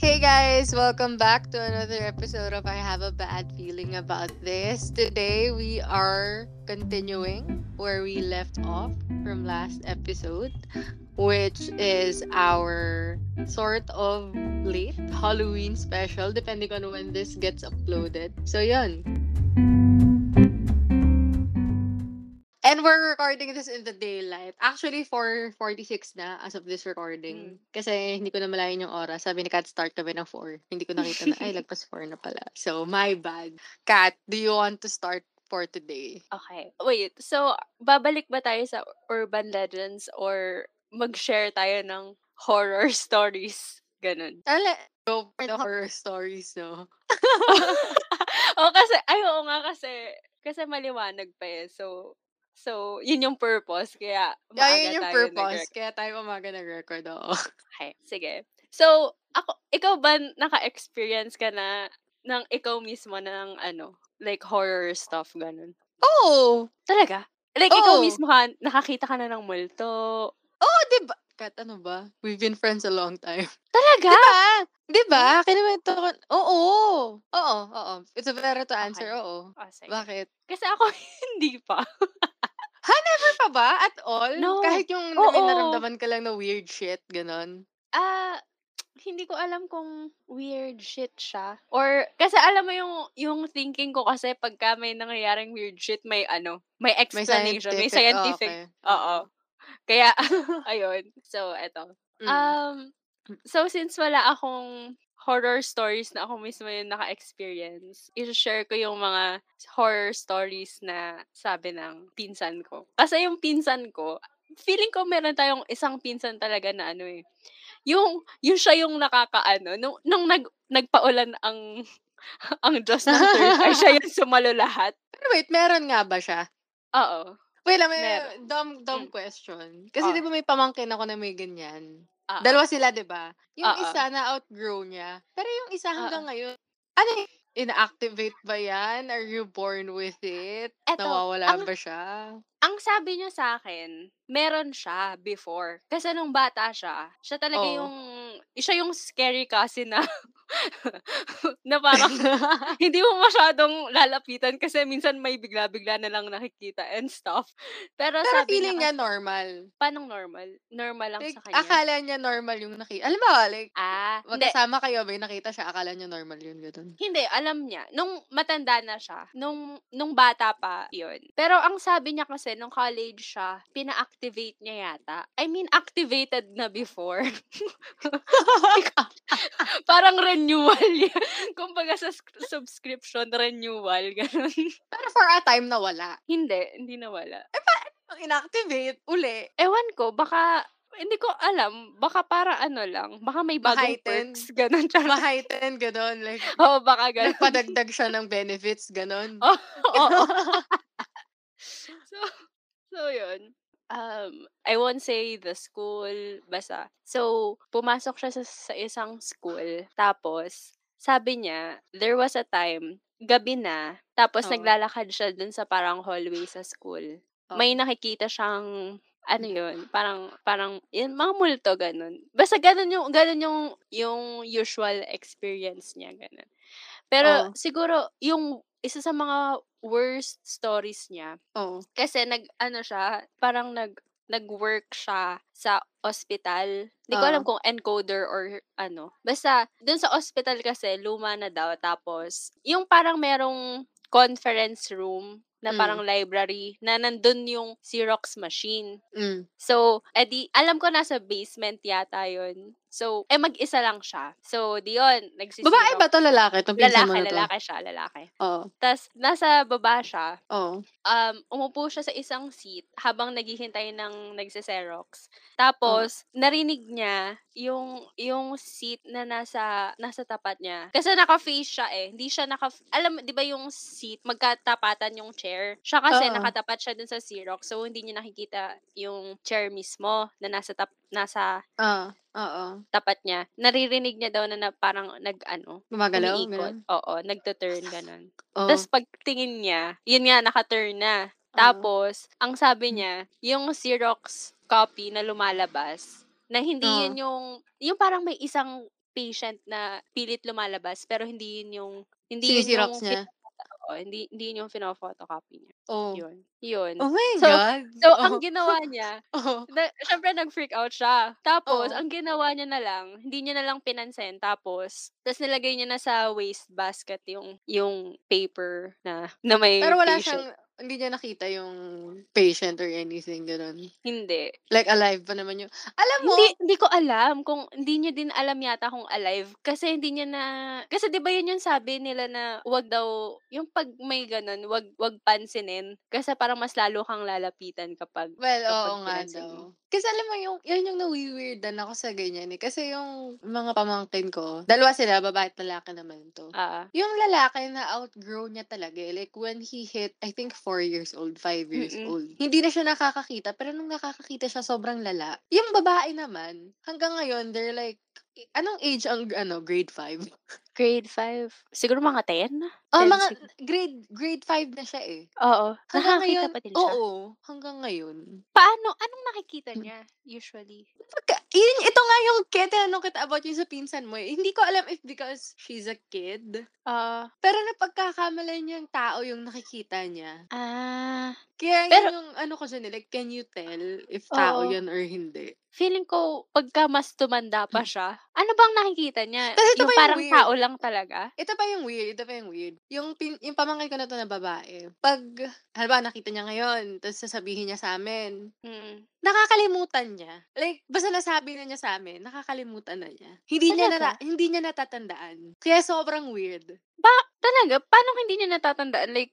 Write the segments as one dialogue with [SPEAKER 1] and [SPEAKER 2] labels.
[SPEAKER 1] Hey guys, welcome back to another episode of I Have a Bad Feeling About This. Today we are continuing where we left off from last episode, which is our sort of late Halloween special, depending on when this gets uploaded. So, yun. And we're recording this in the daylight. Actually, 4.46 na as of this recording. Kasi hindi ko na malayan yung oras. Sabi ni Kat, start kami ng 4. Hindi ko nakita na, ay, lagpas 4 na pala. So, my bad. Kat, do you want to start for today?
[SPEAKER 2] Okay. Wait, so babalik ba tayo sa urban legends or mag-share tayo ng horror stories? Ganun.
[SPEAKER 1] Tala, go for the horror stories, no?
[SPEAKER 2] o Oh, kasi, ay oo nga kasi, kasi maliwanag pa eh. So, so yun yung purpose. Kaya
[SPEAKER 1] Yeah, yun
[SPEAKER 2] maaga
[SPEAKER 1] yung
[SPEAKER 2] tayo
[SPEAKER 1] purpose.
[SPEAKER 2] nag-rec-
[SPEAKER 1] Kaya tayo umaga nag-record, oo.
[SPEAKER 2] Okay, sige. So, ako, ikaw ba naka-experience ka na ng ikaw mismo ng ano, like horror stuff, ganun?
[SPEAKER 1] Oh!
[SPEAKER 2] Talaga? Like, ikaw
[SPEAKER 1] Oo.
[SPEAKER 2] mismo ka, nakakita ka na ng multo.
[SPEAKER 1] Oh, diba? Kat, ano ba? We've been friends a long time.
[SPEAKER 2] Talaga?
[SPEAKER 1] Diba? Diba? Kinuwento ko. Oo. Oo, oo. It's a better to answer,
[SPEAKER 2] Okay.
[SPEAKER 1] oo.
[SPEAKER 2] Oh, sige.
[SPEAKER 1] Bakit?
[SPEAKER 2] Kasi ako hindi pa.
[SPEAKER 1] Never pa ba? At all?
[SPEAKER 2] No.
[SPEAKER 1] Kahit yung na may
[SPEAKER 2] Oo.
[SPEAKER 1] naramdaman ka lang na weird shit, ganon.
[SPEAKER 2] Ah, hindi ko alam kung weird shit siya. Or, kasi alam mo yung, yung thinking ko kasi pagka may nangyayaring weird shit, may ano, may
[SPEAKER 1] May
[SPEAKER 2] explanation, may
[SPEAKER 1] scientific.
[SPEAKER 2] scientific. Oo. Kaya, ayun. So, eto.
[SPEAKER 1] okay. Mm.
[SPEAKER 2] Um, so, since wala akong horror stories na ako mismo yung naka-experience, i-share ko yung mga horror stories na sabi ng pinsan ko. Kasi yung pinsan ko, feeling ko meron tayong isang pinsan talaga na ano eh. Yung, yung siya yung nakakaano. Nung, nung nag, nagpaulan ang ang Diyos ng third ay siya yung sumalo lahat.
[SPEAKER 1] Pero wait, meron nga ba siya?
[SPEAKER 2] Oo.
[SPEAKER 1] Wait lang, may
[SPEAKER 2] Meron.
[SPEAKER 1] dumb, dumb
[SPEAKER 2] Mm.
[SPEAKER 1] question. Kasi
[SPEAKER 2] Oo.
[SPEAKER 1] di ba may pamangkin ako na may ganyan?
[SPEAKER 2] Oo.
[SPEAKER 1] Dalawa sila, di ba? Yung
[SPEAKER 2] Oo.
[SPEAKER 1] isa na outgrow niya. Pero yung isa hanggang
[SPEAKER 2] Oo.
[SPEAKER 1] ngayon, ano yun? Inactivate ba yan? Are you born with it?
[SPEAKER 2] Eto,
[SPEAKER 1] Nawawala
[SPEAKER 2] ang-
[SPEAKER 1] ba siya?
[SPEAKER 2] ang sabi niya sa akin, meron siya before. Kasi nung bata siya, siya talaga
[SPEAKER 1] Oo.
[SPEAKER 2] yung, siya yung scary kasi na, na parang hindi mo masyadong lalapitan kasi minsan may bigla-bigla na lang nakikita and stuff. Pero,
[SPEAKER 1] Pero
[SPEAKER 2] sabi
[SPEAKER 1] feeling
[SPEAKER 2] niya,
[SPEAKER 1] niya normal.
[SPEAKER 2] panong normal? Normal lang
[SPEAKER 1] Like,
[SPEAKER 2] sa kanya.
[SPEAKER 1] akala niya normal yung nakita. Alam mo, like,
[SPEAKER 2] ah, hindi.
[SPEAKER 1] magkasama kayo, may nakita siya, akala niya normal yun, ganun.
[SPEAKER 2] Hindi, alam niya. Nung matanda na siya, nung, nung bata pa, yun. Pero ang sabi niya kasi, nung college siya, pina-activate niya yata. I mean, activated na before. Parang renewal yan. Kumbaga sa sc- subscription, renewal, ganun.
[SPEAKER 1] Pero for a time, nawala.
[SPEAKER 2] hindi, hindi nawala.
[SPEAKER 1] Inactivate, uli.
[SPEAKER 2] Ewan ko, baka, hindi ko alam, baka para ano lang, baka may bagong
[SPEAKER 1] Mahighten.
[SPEAKER 2] perks, ganun. Charot.
[SPEAKER 1] Ma-heighten, ganun. Like,
[SPEAKER 2] Oo, baka ganun.
[SPEAKER 1] nagpadagdag siya ng benefits, ganun.
[SPEAKER 2] Oo, oo. so, so yun. Um, I won't say the school, basta. So, pumasok siya sa, sa isang school. Tapos, sabi niya, there was a time, gabi na, tapos
[SPEAKER 1] Oo.
[SPEAKER 2] naglalakad siya dun sa parang hallway sa school. May nakikita siyang, ano yun, parang, parang, yun, mga multo, ganun. Basta ganun yung, ganun yung, yung usual experience niya, ganun. Pero,
[SPEAKER 1] Oo.
[SPEAKER 2] siguro, yung, isa sa mga worst stories niya,
[SPEAKER 1] Oh.
[SPEAKER 2] kasi nag ano siya, parang nag nag-work siya sa ospital. Hindi ko alam kung encoder or ano. Basta dun sa ospital kasi luma na daw tapos yung parang merong conference room
[SPEAKER 1] Mm.
[SPEAKER 2] na parang library na nandun yung Xerox machine.
[SPEAKER 1] Mm.
[SPEAKER 2] So, edi, alam ko nasa basement yata yun. So, eh mag-isa lang siya. So, di yun, nagsisirok.
[SPEAKER 1] Babae ba to lalaki? Itong pinsan mo na
[SPEAKER 2] Lalaki,
[SPEAKER 1] to? Oh,
[SPEAKER 2] lalaki siya, lalaki.
[SPEAKER 1] Oo.
[SPEAKER 2] Tapos, nasa baba siya
[SPEAKER 1] Oo.
[SPEAKER 2] um, umupo siya sa isang seat habang naghihintay ng nagsiserox.
[SPEAKER 1] Hmm.
[SPEAKER 2] Tapos, narinig niya yung, yung seat na nasa, nasa tapat niya. Kasi naka-face siya eh. Hindi siya naka... Alam, mo, di ba yung seat, magkatapatan yung chair? Siya kasi
[SPEAKER 1] Oo.
[SPEAKER 2] nakatapat siya dun sa Xerox. So, hindi niya nakikita yung chair mismo na nasa, tap, nasa
[SPEAKER 1] Ah. Oo.
[SPEAKER 2] tapat niya. Naririnig niya daw na, na parang nag, ano,
[SPEAKER 1] Gumagalaw?
[SPEAKER 2] umiikot.
[SPEAKER 1] ganun? Oh.
[SPEAKER 2] Oo, nagtuturn, ganun.
[SPEAKER 1] Oo.
[SPEAKER 2] Tapos pagtingin niya, yun nga, naka-turn na.
[SPEAKER 1] Oo.
[SPEAKER 2] Tapos, ang sabi niya, yung Xerox copy na lumalabas, na hindi
[SPEAKER 1] Oo.
[SPEAKER 2] yun yung, yung parang may isang patient na pilit lumalabas pero hindi yun yung hindi yun yung
[SPEAKER 1] Sinisirox niya.
[SPEAKER 2] Oo, hindi hindi yun yung fino-photocopy niya.
[SPEAKER 1] Oh.
[SPEAKER 2] Yun. Yun.
[SPEAKER 1] Oh my
[SPEAKER 2] So-
[SPEAKER 1] God.
[SPEAKER 2] So,
[SPEAKER 1] oh,
[SPEAKER 2] ang ginawa niya,
[SPEAKER 1] oh.
[SPEAKER 2] na, syempre nag-freak out siya. Tapos,
[SPEAKER 1] Oo.
[SPEAKER 2] ang ginawa niya na lang, hindi niya na lang pinansin. Tapos, tas nilagay niya na sa waste basket yung yung paper na na may
[SPEAKER 1] Pero wala
[SPEAKER 2] patient.
[SPEAKER 1] siyang, hindi niya nakita yung patient or anything, ganun.
[SPEAKER 2] Hindi.
[SPEAKER 1] Like, alive pa naman yung, alam mo,
[SPEAKER 2] Hindi, hindi ko alam kung hindi niya din alam yata kung alive kasi hindi niya na kasi 'di ba yun yung sabi nila na wag daw yung pag may ganun wag wag pansinin kasi parang mas lalo kang lalapitan kapag
[SPEAKER 1] Well,
[SPEAKER 2] kapag
[SPEAKER 1] oo nga
[SPEAKER 2] pinansin mo.
[SPEAKER 1] daw. Kasi alam mo, yung, yun yung nawiweirdan ako sa ganyan eh. Kasi yung mga pamangkin ko, dalawa sila, babae at lalaki naman to.
[SPEAKER 2] ah
[SPEAKER 1] Yung lalaki na outgrow niya talaga eh. Like when he hit, I think 4 years old, 5 years
[SPEAKER 2] Mm-mm.
[SPEAKER 1] old. Hindi na siya nakakakita, pero nung nakakakita siya, sobrang lala. Yung babae naman, hanggang ngayon, they're like, i- anong age ang, ano, grade 5?
[SPEAKER 2] grade 5 siguro mga 10
[SPEAKER 1] Oh,
[SPEAKER 2] Ten
[SPEAKER 1] mga,
[SPEAKER 2] siguro.
[SPEAKER 1] grade, grade 5 na siya eh.
[SPEAKER 2] oo
[SPEAKER 1] Hanggang
[SPEAKER 2] nakakita
[SPEAKER 1] ngayon,
[SPEAKER 2] pa din siya Hmm.
[SPEAKER 1] oo, hanggang ngayon.
[SPEAKER 2] paano anong nakikita niya usually
[SPEAKER 1] Pagka, yun, ito nga yung kaya tinanong kita about yung sa pinsan mo. eh. Hindi ko alam if because she's a kid.
[SPEAKER 2] ah
[SPEAKER 1] Pero napagkakamala niya yung tao yung nakikita niya.
[SPEAKER 2] ah
[SPEAKER 1] Kaya yun
[SPEAKER 2] Pero-
[SPEAKER 1] yung ano ko dyan, eh, like, can you tell if tao
[SPEAKER 2] Oo.
[SPEAKER 1] yun or hindi?
[SPEAKER 2] feeling ko pagka mas tumanda pa siya ano bang nakikita niya
[SPEAKER 1] Kasi ito pa
[SPEAKER 2] yung
[SPEAKER 1] yung
[SPEAKER 2] parang
[SPEAKER 1] weird.
[SPEAKER 2] tao lang talaga
[SPEAKER 1] Ito pa yung weird, ito pa yung weird. Yung, pin, yung pamangkin ko na to na babae, pag, halimbawa, nakita niya ngayon, tapos sasabihin niya sa amin,
[SPEAKER 2] Mm.
[SPEAKER 1] nakakalimutan niya. Like, basta nasabi na niya sa amin, nakakalimutan na niya. Hindi niya,
[SPEAKER 2] Talaga?
[SPEAKER 1] nata- hindi niya natatandaan. Kaya sobrang weird.
[SPEAKER 2] Talaga? Paano hindi niya natatandaan? Like,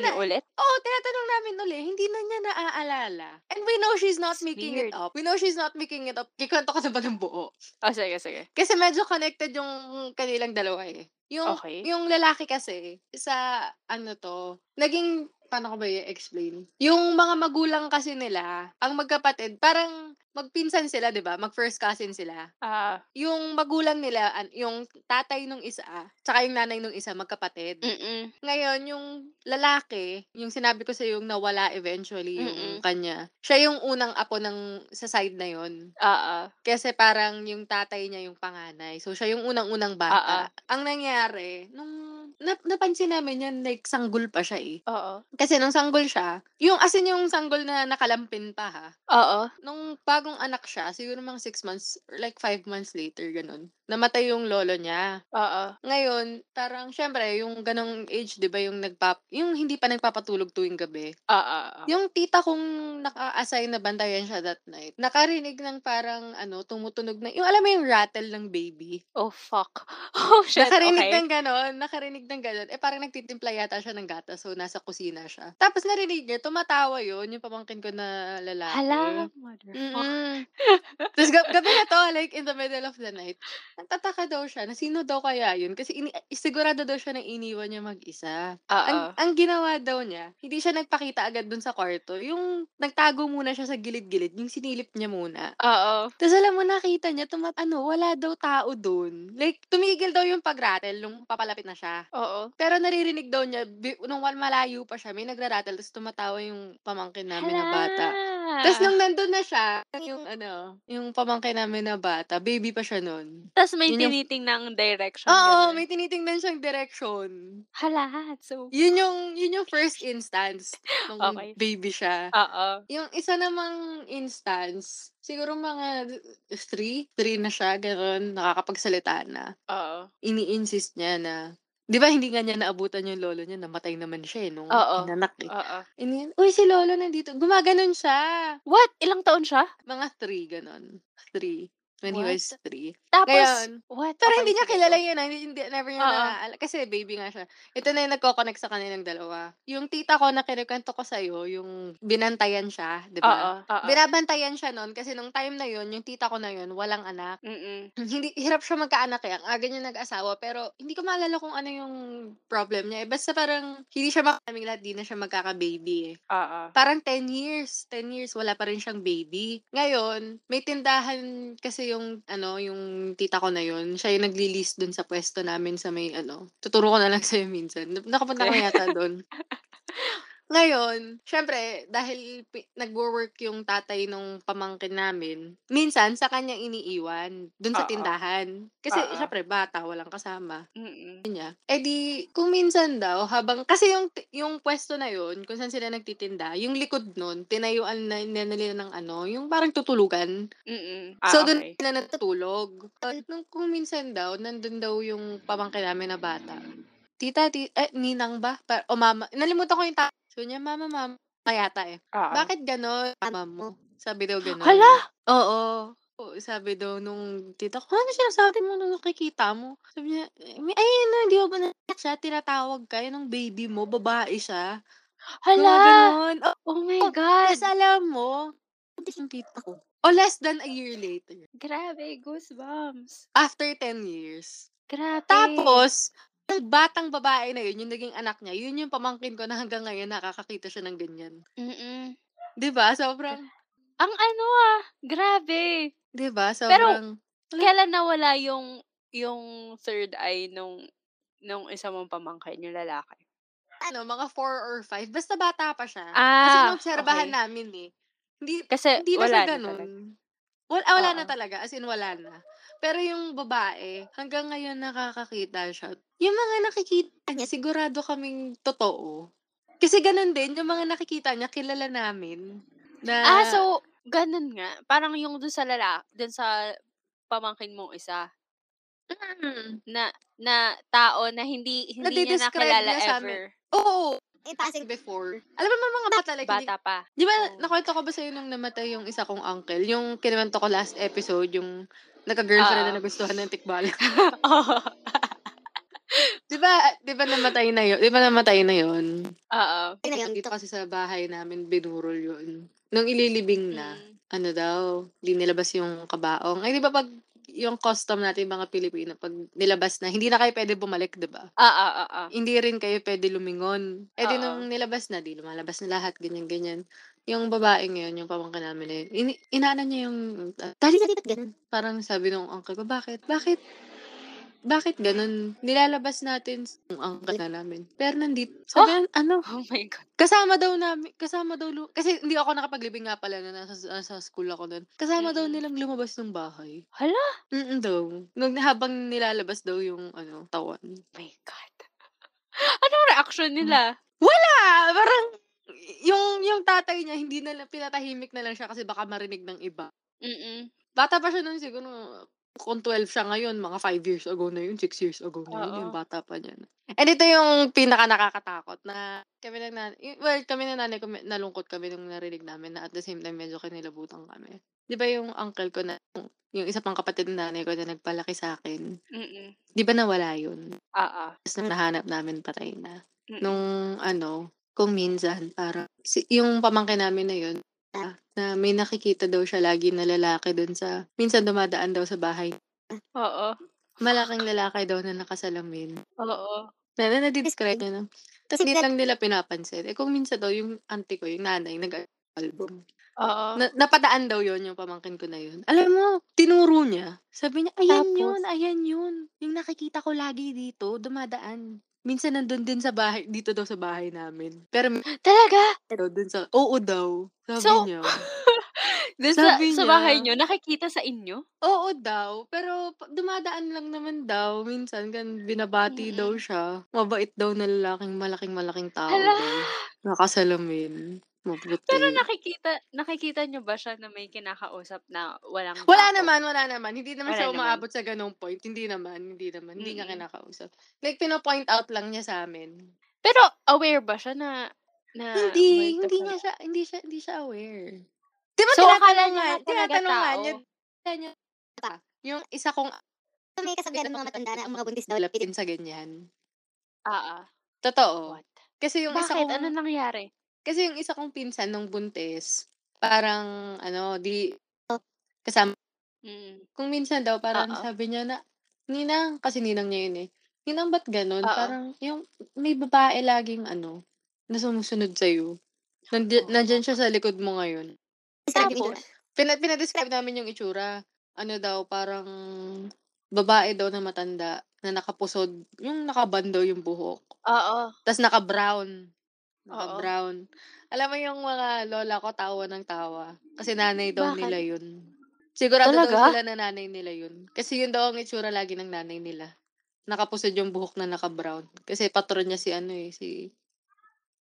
[SPEAKER 1] Hindi niya
[SPEAKER 2] niya ulit?
[SPEAKER 1] Oh, tinatanong namin uli, hindi na niya naaalala. And we know she's not
[SPEAKER 2] It's
[SPEAKER 1] making
[SPEAKER 2] weird.
[SPEAKER 1] it up. We know she's not making it up. Kikwento ko na ba ng buo?
[SPEAKER 2] Oh, sige, sige.
[SPEAKER 1] Kasi medyo connected yung kanilang dalawa eh. Yung,
[SPEAKER 2] Okay.
[SPEAKER 1] yung lalaki kasi, sa ano to, naging, paano ko ba i-explain? Yung mga magulang kasi nila, ang magkapatid, parang magpinsan sila, di ba? Mag-first cousin sila.
[SPEAKER 2] Ah,
[SPEAKER 1] Yung magulang nila, an- yung tatay nung isa, tsaka yung nanay nung isa, magkapatid.
[SPEAKER 2] mm
[SPEAKER 1] Ngayon, yung lalaki, yung sinabi ko sa yung nawala eventually yung
[SPEAKER 2] Mm-mm.
[SPEAKER 1] kanya. Siya yung unang apo ng sa side na yon.
[SPEAKER 2] Ah, ah.
[SPEAKER 1] Kasi parang yung tatay niya yung panganay. So siya yung unang-unang bata. Ang nangyari, nung nap- napansin namin yan, like sanggol pa siya eh.
[SPEAKER 2] Oo.
[SPEAKER 1] Kasi nung sanggol siya, yung as in yung sanggol na nakalampin pa ha.
[SPEAKER 2] Oo.
[SPEAKER 1] Nung bagong anak siya, siguro mga 6 months or like 5 months later, ganun. Namatay yung lolo niya.
[SPEAKER 2] Oo.
[SPEAKER 1] Ngayon, parang syempre, yung ganong age, di ba, yung nagpap... Yung hindi pa nagpapatulog tuwing gabi.
[SPEAKER 2] Oo.
[SPEAKER 1] Yung tita kong naka-assign na bantayan siya that night, nakarinig ng parang, ano, tumutunog na... Yung alam mo yung rattle ng baby?
[SPEAKER 2] Oh, fuck. Oh, shit.
[SPEAKER 1] nakarinig
[SPEAKER 2] Okay.
[SPEAKER 1] ng ganon, nakarinig ng ganon. Eh, parang nagtitimpla yata siya ng gata, so nasa kusina siya. Tapos narinig niya, tumatawa yun, yung pamangkin ko na lalaki.
[SPEAKER 2] Hala,
[SPEAKER 1] Mm.
[SPEAKER 2] motherfucker.
[SPEAKER 1] Mm-mm. Tapos gab- gabi na to, like in the middle of the night, nagtataka daw siya na sino daw kaya yun. Kasi ini- eh, sigurado daw siya na iniwan niya mag-isa. Ang,
[SPEAKER 2] Oo.
[SPEAKER 1] ang ginawa daw niya, hindi siya nagpakita agad dun sa kwarto. Yung nagtago muna siya sa gilid-gilid, yung sinilip niya muna.
[SPEAKER 2] Oo.
[SPEAKER 1] Tapos alam mo, nakita niya, tuma- ano, wala daw tao dun. Like, tumigil daw yung pag-rattle nung papalapit na siya.
[SPEAKER 2] Oo.
[SPEAKER 1] Pero naririnig daw niya, bi- nung wal- malayo pa siya, may nagra-rattle, tapos tumatawa yung pamangkin namin na bata. Tapos nung nandun na siya, yung ano, yung pamangkin namin na bata, baby pa siya nun.
[SPEAKER 2] Tapos may
[SPEAKER 1] Yun yung-
[SPEAKER 2] tinitingnan ng direction.
[SPEAKER 1] Oo,
[SPEAKER 2] ganun.
[SPEAKER 1] may tinitingnan siyang direction.
[SPEAKER 2] Hala, so...
[SPEAKER 1] Yun yung, yun yung first instance nung
[SPEAKER 2] Okay.
[SPEAKER 1] baby siya.
[SPEAKER 2] Oo.
[SPEAKER 1] Yung isa namang instance, siguro mga three, three na siya, gano'n, nakakapagsalita na.
[SPEAKER 2] Oo.
[SPEAKER 1] Ini-insist niya na, di ba hindi nga niya naabutan yung lolo niya, namatay naman siya eh, nung
[SPEAKER 2] Oo.
[SPEAKER 1] inanak eh.
[SPEAKER 2] Oo.
[SPEAKER 1] And then, uy, si lolo nandito, gumaganon siya.
[SPEAKER 2] What? Ilang taon siya?
[SPEAKER 1] Mga three, ganon. Three. When he
[SPEAKER 2] What?
[SPEAKER 1] was three.
[SPEAKER 2] Tapos,
[SPEAKER 1] Ngayon.
[SPEAKER 2] what?
[SPEAKER 1] Pero
[SPEAKER 2] Okay,
[SPEAKER 1] hindi niya
[SPEAKER 2] sige,
[SPEAKER 1] kilala
[SPEAKER 2] go.
[SPEAKER 1] yun. ah, Hindi, hindi, never niya
[SPEAKER 2] Oo.
[SPEAKER 1] naaala. Kasi baby nga siya. Ito na yung nagkoconnect sa kanilang dalawa. Yung tita ko na kinukwento ko sa'yo, yung binantayan siya, di
[SPEAKER 2] Oo.
[SPEAKER 1] ba?
[SPEAKER 2] Oo.
[SPEAKER 1] Binabantayan siya noon kasi nung time na yun, yung tita ko na yun, walang anak.
[SPEAKER 2] Mm-mm.
[SPEAKER 1] Hindi, hirap siya magkaanak eh. Ang aga niya nag-asawa. Pero hindi ko maalala kung ano yung problem niya. Eh. Basta parang hindi siya makaming lahat, di na siya magkaka-baby eh
[SPEAKER 2] Oo.
[SPEAKER 1] parang 10 years, 10 years, wala pa rin siyang baby. Ngayon, may tindahan kasi yung, ano, yung tita ko na yun, siya yung nagli-list dun sa pwesto namin sa may, ano, tuturo ko na lang sa'yo minsan. Nap- Nakapunta ko yata dun. Ngayon, syempre, dahil pi- nagwo-work yung tatay nung pamangkin namin, minsan sa kanya iniiwan, dun sa
[SPEAKER 2] Oo.
[SPEAKER 1] tindahan. Kasi
[SPEAKER 2] Oo.
[SPEAKER 1] syempre, bata, walang kasama.
[SPEAKER 2] Mm-mm.
[SPEAKER 1] Yun Niya. Eh di, kung minsan daw, habang, kasi yung, yung pwesto na yun, kung saan sila nagtitinda, yung likod nun, tinayuan na, na nila ng ano, yung parang tutulugan.
[SPEAKER 2] Mm-mm.
[SPEAKER 1] so,
[SPEAKER 2] Ah,
[SPEAKER 1] doon
[SPEAKER 2] okay.
[SPEAKER 1] sila natutulog. So, nung kung minsan daw, nandun daw yung pamangkin namin na bata. Tita, ti, eh, ninang ba? Par, o mama. Nalimutan ko yung tao. So, niya, mama, mama. Kayata eh.
[SPEAKER 2] Ah, ah.
[SPEAKER 1] Bakit gano'n? Mama mo. Sabi daw gano'n.
[SPEAKER 2] Hala!
[SPEAKER 1] Oo. Oo, sabi daw nung tita ko, ano siya sabi mo nung nakikita mo? Sabi niya, "Eh, ayun na, hindi ko ba na siya, tinatawag ka, yun ang baby mo, babae siya.
[SPEAKER 2] Hala!
[SPEAKER 1] Mga ganun. Oh, Oh,
[SPEAKER 2] Oh my God!
[SPEAKER 1] tapos alam mo, hindi yung tita ko. O less than a year later.
[SPEAKER 2] Grabe, goosebumps.
[SPEAKER 1] After 10 years.
[SPEAKER 2] Grabe.
[SPEAKER 1] Tapos, yung batang babae na yun, yung naging anak niya, yun yung pamangkin ko na hanggang ngayon nakakakita siya ng ganyan.
[SPEAKER 2] Mm-mm.
[SPEAKER 1] 'Di ba Sobrang,
[SPEAKER 2] Ang ano ah, grabe.
[SPEAKER 1] 'di ba Sobrang,
[SPEAKER 2] Pero- Kailan nawala yung yung third eye nung nung isa mong pamangkin, yung lalaki?
[SPEAKER 1] ano, mga 4 or 5. Basta bata pa siya. Kasi
[SPEAKER 2] Ah,
[SPEAKER 1] naobserbahan
[SPEAKER 2] okay.
[SPEAKER 1] namin eh. Hindi,
[SPEAKER 2] Kasi
[SPEAKER 1] hindi na
[SPEAKER 2] wala
[SPEAKER 1] siya
[SPEAKER 2] na
[SPEAKER 1] ganun.
[SPEAKER 2] talaga.
[SPEAKER 1] Wala, wala na
[SPEAKER 2] Oo.
[SPEAKER 1] talaga. As in, wala na. Pero yung babae, hanggang ngayon nakakakita siya. Yung mga nakikita niya, sigurado kaming totoo. Kasi ganun din, yung mga nakikita niya, kilala namin. Na,
[SPEAKER 2] Ah, so, ganun nga. Parang yung dun sa lalaki, dun sa pamangkin mong isa,
[SPEAKER 1] Mm.
[SPEAKER 2] na na tao na hindi hindi niya
[SPEAKER 1] Nadidescribe
[SPEAKER 2] nakilala
[SPEAKER 1] niya sa amin.
[SPEAKER 2] ever.
[SPEAKER 1] Oo. Eh, passing before. Alam mo, mga bata like, hindi-
[SPEAKER 2] Bata pa.
[SPEAKER 1] Di ba,
[SPEAKER 2] Oo.
[SPEAKER 1] nakwento ko ba sa'yo nung namatay yung isa kong uncle? Yung kinamento ko last episode, yung nagka-girlfriend na
[SPEAKER 2] Oo.
[SPEAKER 1] nagustuhan ng tikbal.
[SPEAKER 2] Oo.
[SPEAKER 1] di ba, di ba namatay na yun? Di ba namatay na yun?
[SPEAKER 2] Oo.
[SPEAKER 1] Dito kasi sa bahay namin, binurol yun. Nung ililibing na,
[SPEAKER 2] Mm.
[SPEAKER 1] ano daw, di nilabas yung kabaong. Ay, di ba pag yung custom natin mga Pilipino, pag nilabas na, hindi na kayo pwede bumalik, di ba?
[SPEAKER 2] Ah, ah, ah, ah.
[SPEAKER 1] hindi rin kayo pwede lumingon. Eh di
[SPEAKER 2] Oo.
[SPEAKER 1] nung nilabas na, di lumalabas na lahat, ganyan-ganyan. Yung babae ngayon, yung pamangkin namin na yun, ini- inaanan niya yung, uh, dali dali, ba't ganun? Parang sabi nung uncle ko, bakit? Bakit? Bakit ganun? Nilalabas natin yung uncle na namin. Pero nandito, sabi niya, ano?
[SPEAKER 2] Oh my God.
[SPEAKER 1] Kasama daw namin, kasama daw, lu- kasi hindi ako nakapaglibing nga pala na nasa, nasa school ako nun. Kasama daw
[SPEAKER 2] Mm-mm.
[SPEAKER 1] nilang lumabas ng bahay.
[SPEAKER 2] Hala?
[SPEAKER 1] Mm daw. Nung habang nilalabas daw yung ano, tawan.
[SPEAKER 2] my God. Anong reaction nila?
[SPEAKER 1] Ah, parang yung yung tatay niya hindi na lang- pinatahimik na lang siya kasi baka marinig ng iba.
[SPEAKER 2] Mm-mm.
[SPEAKER 1] Bata pa siya noon siguro kung 12 siya ngayon, mga 5 years ago na yun, 6 years ago na yun,
[SPEAKER 2] Oo.
[SPEAKER 1] yung bata pa niya. no? And ito yung pinaka nakakatakot na kami ng nan- y- well, kami ng nanay ko, me- nalungkot kami nung narinig namin na at the same time medyo kinilabutan kami. Di ba yung uncle ko na, yung isa pang kapatid ng nanay ko na nagpalaki sa akin,
[SPEAKER 2] Mm-mm.
[SPEAKER 1] di ba nawala yun?
[SPEAKER 2] Ah, ah.
[SPEAKER 1] Tapos nung nahanap namin patay na.
[SPEAKER 2] Mm-mm.
[SPEAKER 1] Nung ano, kung minsan, para si, yung pamangkin namin na yun, na, na may nakikita daw siya lagi na lalaki dun sa, minsan dumadaan daw sa bahay.
[SPEAKER 2] Oo.
[SPEAKER 1] Malaking lalaki daw na nakasalamin.
[SPEAKER 2] Oo.
[SPEAKER 1] Na, na, na-describe niya na. Tapos hindi lang nila pinapansin. Eh kung minsan daw, yung auntie ko, yung nanay, nag-album.
[SPEAKER 2] Oo.
[SPEAKER 1] Na, napadaan daw yon yung pamangkin ko na yun. Alam mo, tinuro niya. Sabi niya, ayan
[SPEAKER 2] Tapos?
[SPEAKER 1] yun, ayan yun. Yung nakikita ko lagi dito, dumadaan. Minsan nandun din sa bahay, dito daw sa bahay namin. Pero
[SPEAKER 2] Talaga?
[SPEAKER 1] Pero dun sa, oo daw. Sabi
[SPEAKER 2] So-
[SPEAKER 1] niya.
[SPEAKER 2] Dun sa,
[SPEAKER 1] Sabi
[SPEAKER 2] sa bahay
[SPEAKER 1] niya.
[SPEAKER 2] nyo, nakikita sa inyo?
[SPEAKER 1] Oo daw. Pero pa- dumadaan lang naman daw. Minsan, kan, binabati
[SPEAKER 2] Mm-mm.
[SPEAKER 1] daw siya. Mabait daw na lalaking malaking-malaking tao
[SPEAKER 2] Mm. Hala!
[SPEAKER 1] daw. Nakasalamin. Mabuti.
[SPEAKER 2] Pero nakikita, nakikita nyo ba siya na may kinakausap na walang
[SPEAKER 1] wala
[SPEAKER 2] tao?
[SPEAKER 1] naman, wala naman. Hindi naman
[SPEAKER 2] Wala
[SPEAKER 1] siya
[SPEAKER 2] naman.
[SPEAKER 1] umaabot sa ganong point. Hindi naman, hindi naman. Hindi nga
[SPEAKER 2] Mm-mm.
[SPEAKER 1] kinakausap. Like, pino-point out lang niya sa amin.
[SPEAKER 2] Pero aware ba siya na, na
[SPEAKER 1] Hindi,
[SPEAKER 2] multiple-
[SPEAKER 1] hindi nga siya, hindi siya, hindi siya aware. Di ba
[SPEAKER 2] So, akala niya
[SPEAKER 1] tinatanungan,
[SPEAKER 2] nga talaga
[SPEAKER 1] tinatanungan
[SPEAKER 2] tao.
[SPEAKER 1] niya, niya, yung isa kong, may kasabihan ng mga matanda na ang mga buntis daw lapitin sa ganyan.
[SPEAKER 2] Ah, ah.
[SPEAKER 1] Totoo.
[SPEAKER 2] What?
[SPEAKER 1] Kasi yung isa
[SPEAKER 2] Bakit?
[SPEAKER 1] kong,
[SPEAKER 2] Ano nangyari?
[SPEAKER 1] kasi yung isa kong pinsan nung buntis, parang, ano, di, kasama
[SPEAKER 2] Mm.
[SPEAKER 1] kung minsan daw, parang
[SPEAKER 2] Oo.
[SPEAKER 1] sabi niya na, Ninang, kasi ninang niya yun eh. Ninang, ba't ganun?
[SPEAKER 2] Oo.
[SPEAKER 1] Parang, yung, may babae laging, ano, na sumusunod sa'yo. Nandi-
[SPEAKER 2] Oo.
[SPEAKER 1] Nandyan siya sa likod mo ngayon.
[SPEAKER 2] Tapos?
[SPEAKER 1] Pina, pinadescribe namin yung itsura. Ano daw, parang, babae daw na matanda, na nakapusod, yung nakaban daw yung buhok.
[SPEAKER 2] Oo.
[SPEAKER 1] Tapos naka-brown. Naka-brown. Alam mo yung mga lola ko, tawa ng tawa. Kasi nanay daw
[SPEAKER 2] Bakit?
[SPEAKER 1] nila yun. Sigurado daw
[SPEAKER 2] Talaga?
[SPEAKER 1] sila na nanay nila yun. Kasi yun daw ang itsura lagi ng nanay nila. Nakapusod yung buhok na naka-brown. Kasi patron niya si ano eh, si...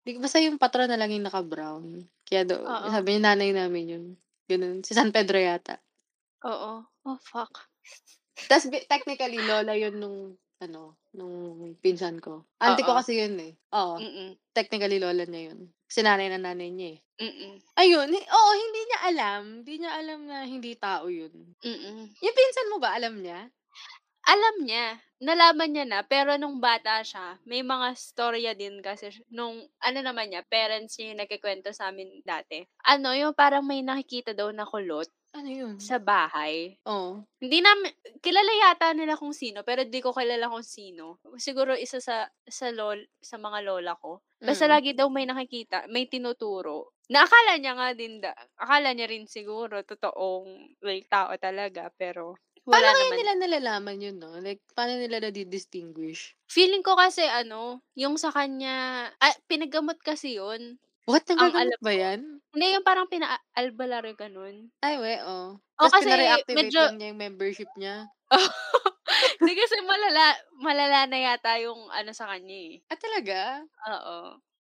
[SPEAKER 1] Di, basta yung patron na lang yung naka-brown. Kaya daw,
[SPEAKER 2] Oo.
[SPEAKER 1] sabi niya nanay namin yun. Ganun. Si San Pedro yata.
[SPEAKER 2] Oo. Oh, fuck.
[SPEAKER 1] Tapos bi- technically, lola yun nung, ano, nung pinsan ko. Auntie ko
[SPEAKER 2] Oo.
[SPEAKER 1] kasi yun eh. Oo,
[SPEAKER 2] Mm-mm.
[SPEAKER 1] technically lola niya yun. Sinanay na nanay niya eh.
[SPEAKER 2] Mm-mm.
[SPEAKER 1] Ayun, hi- oo, hindi niya alam. Hindi niya alam na hindi tao yun.
[SPEAKER 2] Mm-mm.
[SPEAKER 1] Yung pinsan mo ba, alam niya?
[SPEAKER 2] alam niya, nalaman niya na, pero nung bata siya, may mga storya din kasi siya- nung, ano naman niya, parents niya yung nagkikwento sa amin dati. Ano, yung parang may nakikita daw na kulot
[SPEAKER 1] Ano yun?
[SPEAKER 2] sa bahay.
[SPEAKER 1] Oo.
[SPEAKER 2] Hindi namin, kilala yata nila kung sino, pero di ko kilala kung sino. Siguro isa sa, sa, lol, sa mga lola ko. Basta
[SPEAKER 1] Mm.
[SPEAKER 2] lagi daw may nakikita, may tinuturo. Na akala niya nga din, da, akala niya rin siguro, totoong, like, tao talaga, pero, wala
[SPEAKER 1] Paano kaya
[SPEAKER 2] naman
[SPEAKER 1] nila nalalaman yun, no? Like, paano nila na-distinguish?
[SPEAKER 2] Feeling ko kasi ano, yung sa kanya, ah, pinagamot kasi yun.
[SPEAKER 1] What?
[SPEAKER 2] Ang
[SPEAKER 1] Nagagamot
[SPEAKER 2] alam
[SPEAKER 1] ba
[SPEAKER 2] ko-
[SPEAKER 1] yan?
[SPEAKER 2] Hindi yung parang pinaalbalar yung ganun.
[SPEAKER 1] Ay, we, oo.
[SPEAKER 2] O
[SPEAKER 1] Tapos
[SPEAKER 2] kasi
[SPEAKER 1] pina-reactivate
[SPEAKER 2] medyo,
[SPEAKER 1] lang niya yung membership niya.
[SPEAKER 2] hindi kasi malala, malala na yata yung ano sa kanya eh.
[SPEAKER 1] Ah, talaga?
[SPEAKER 2] Oo.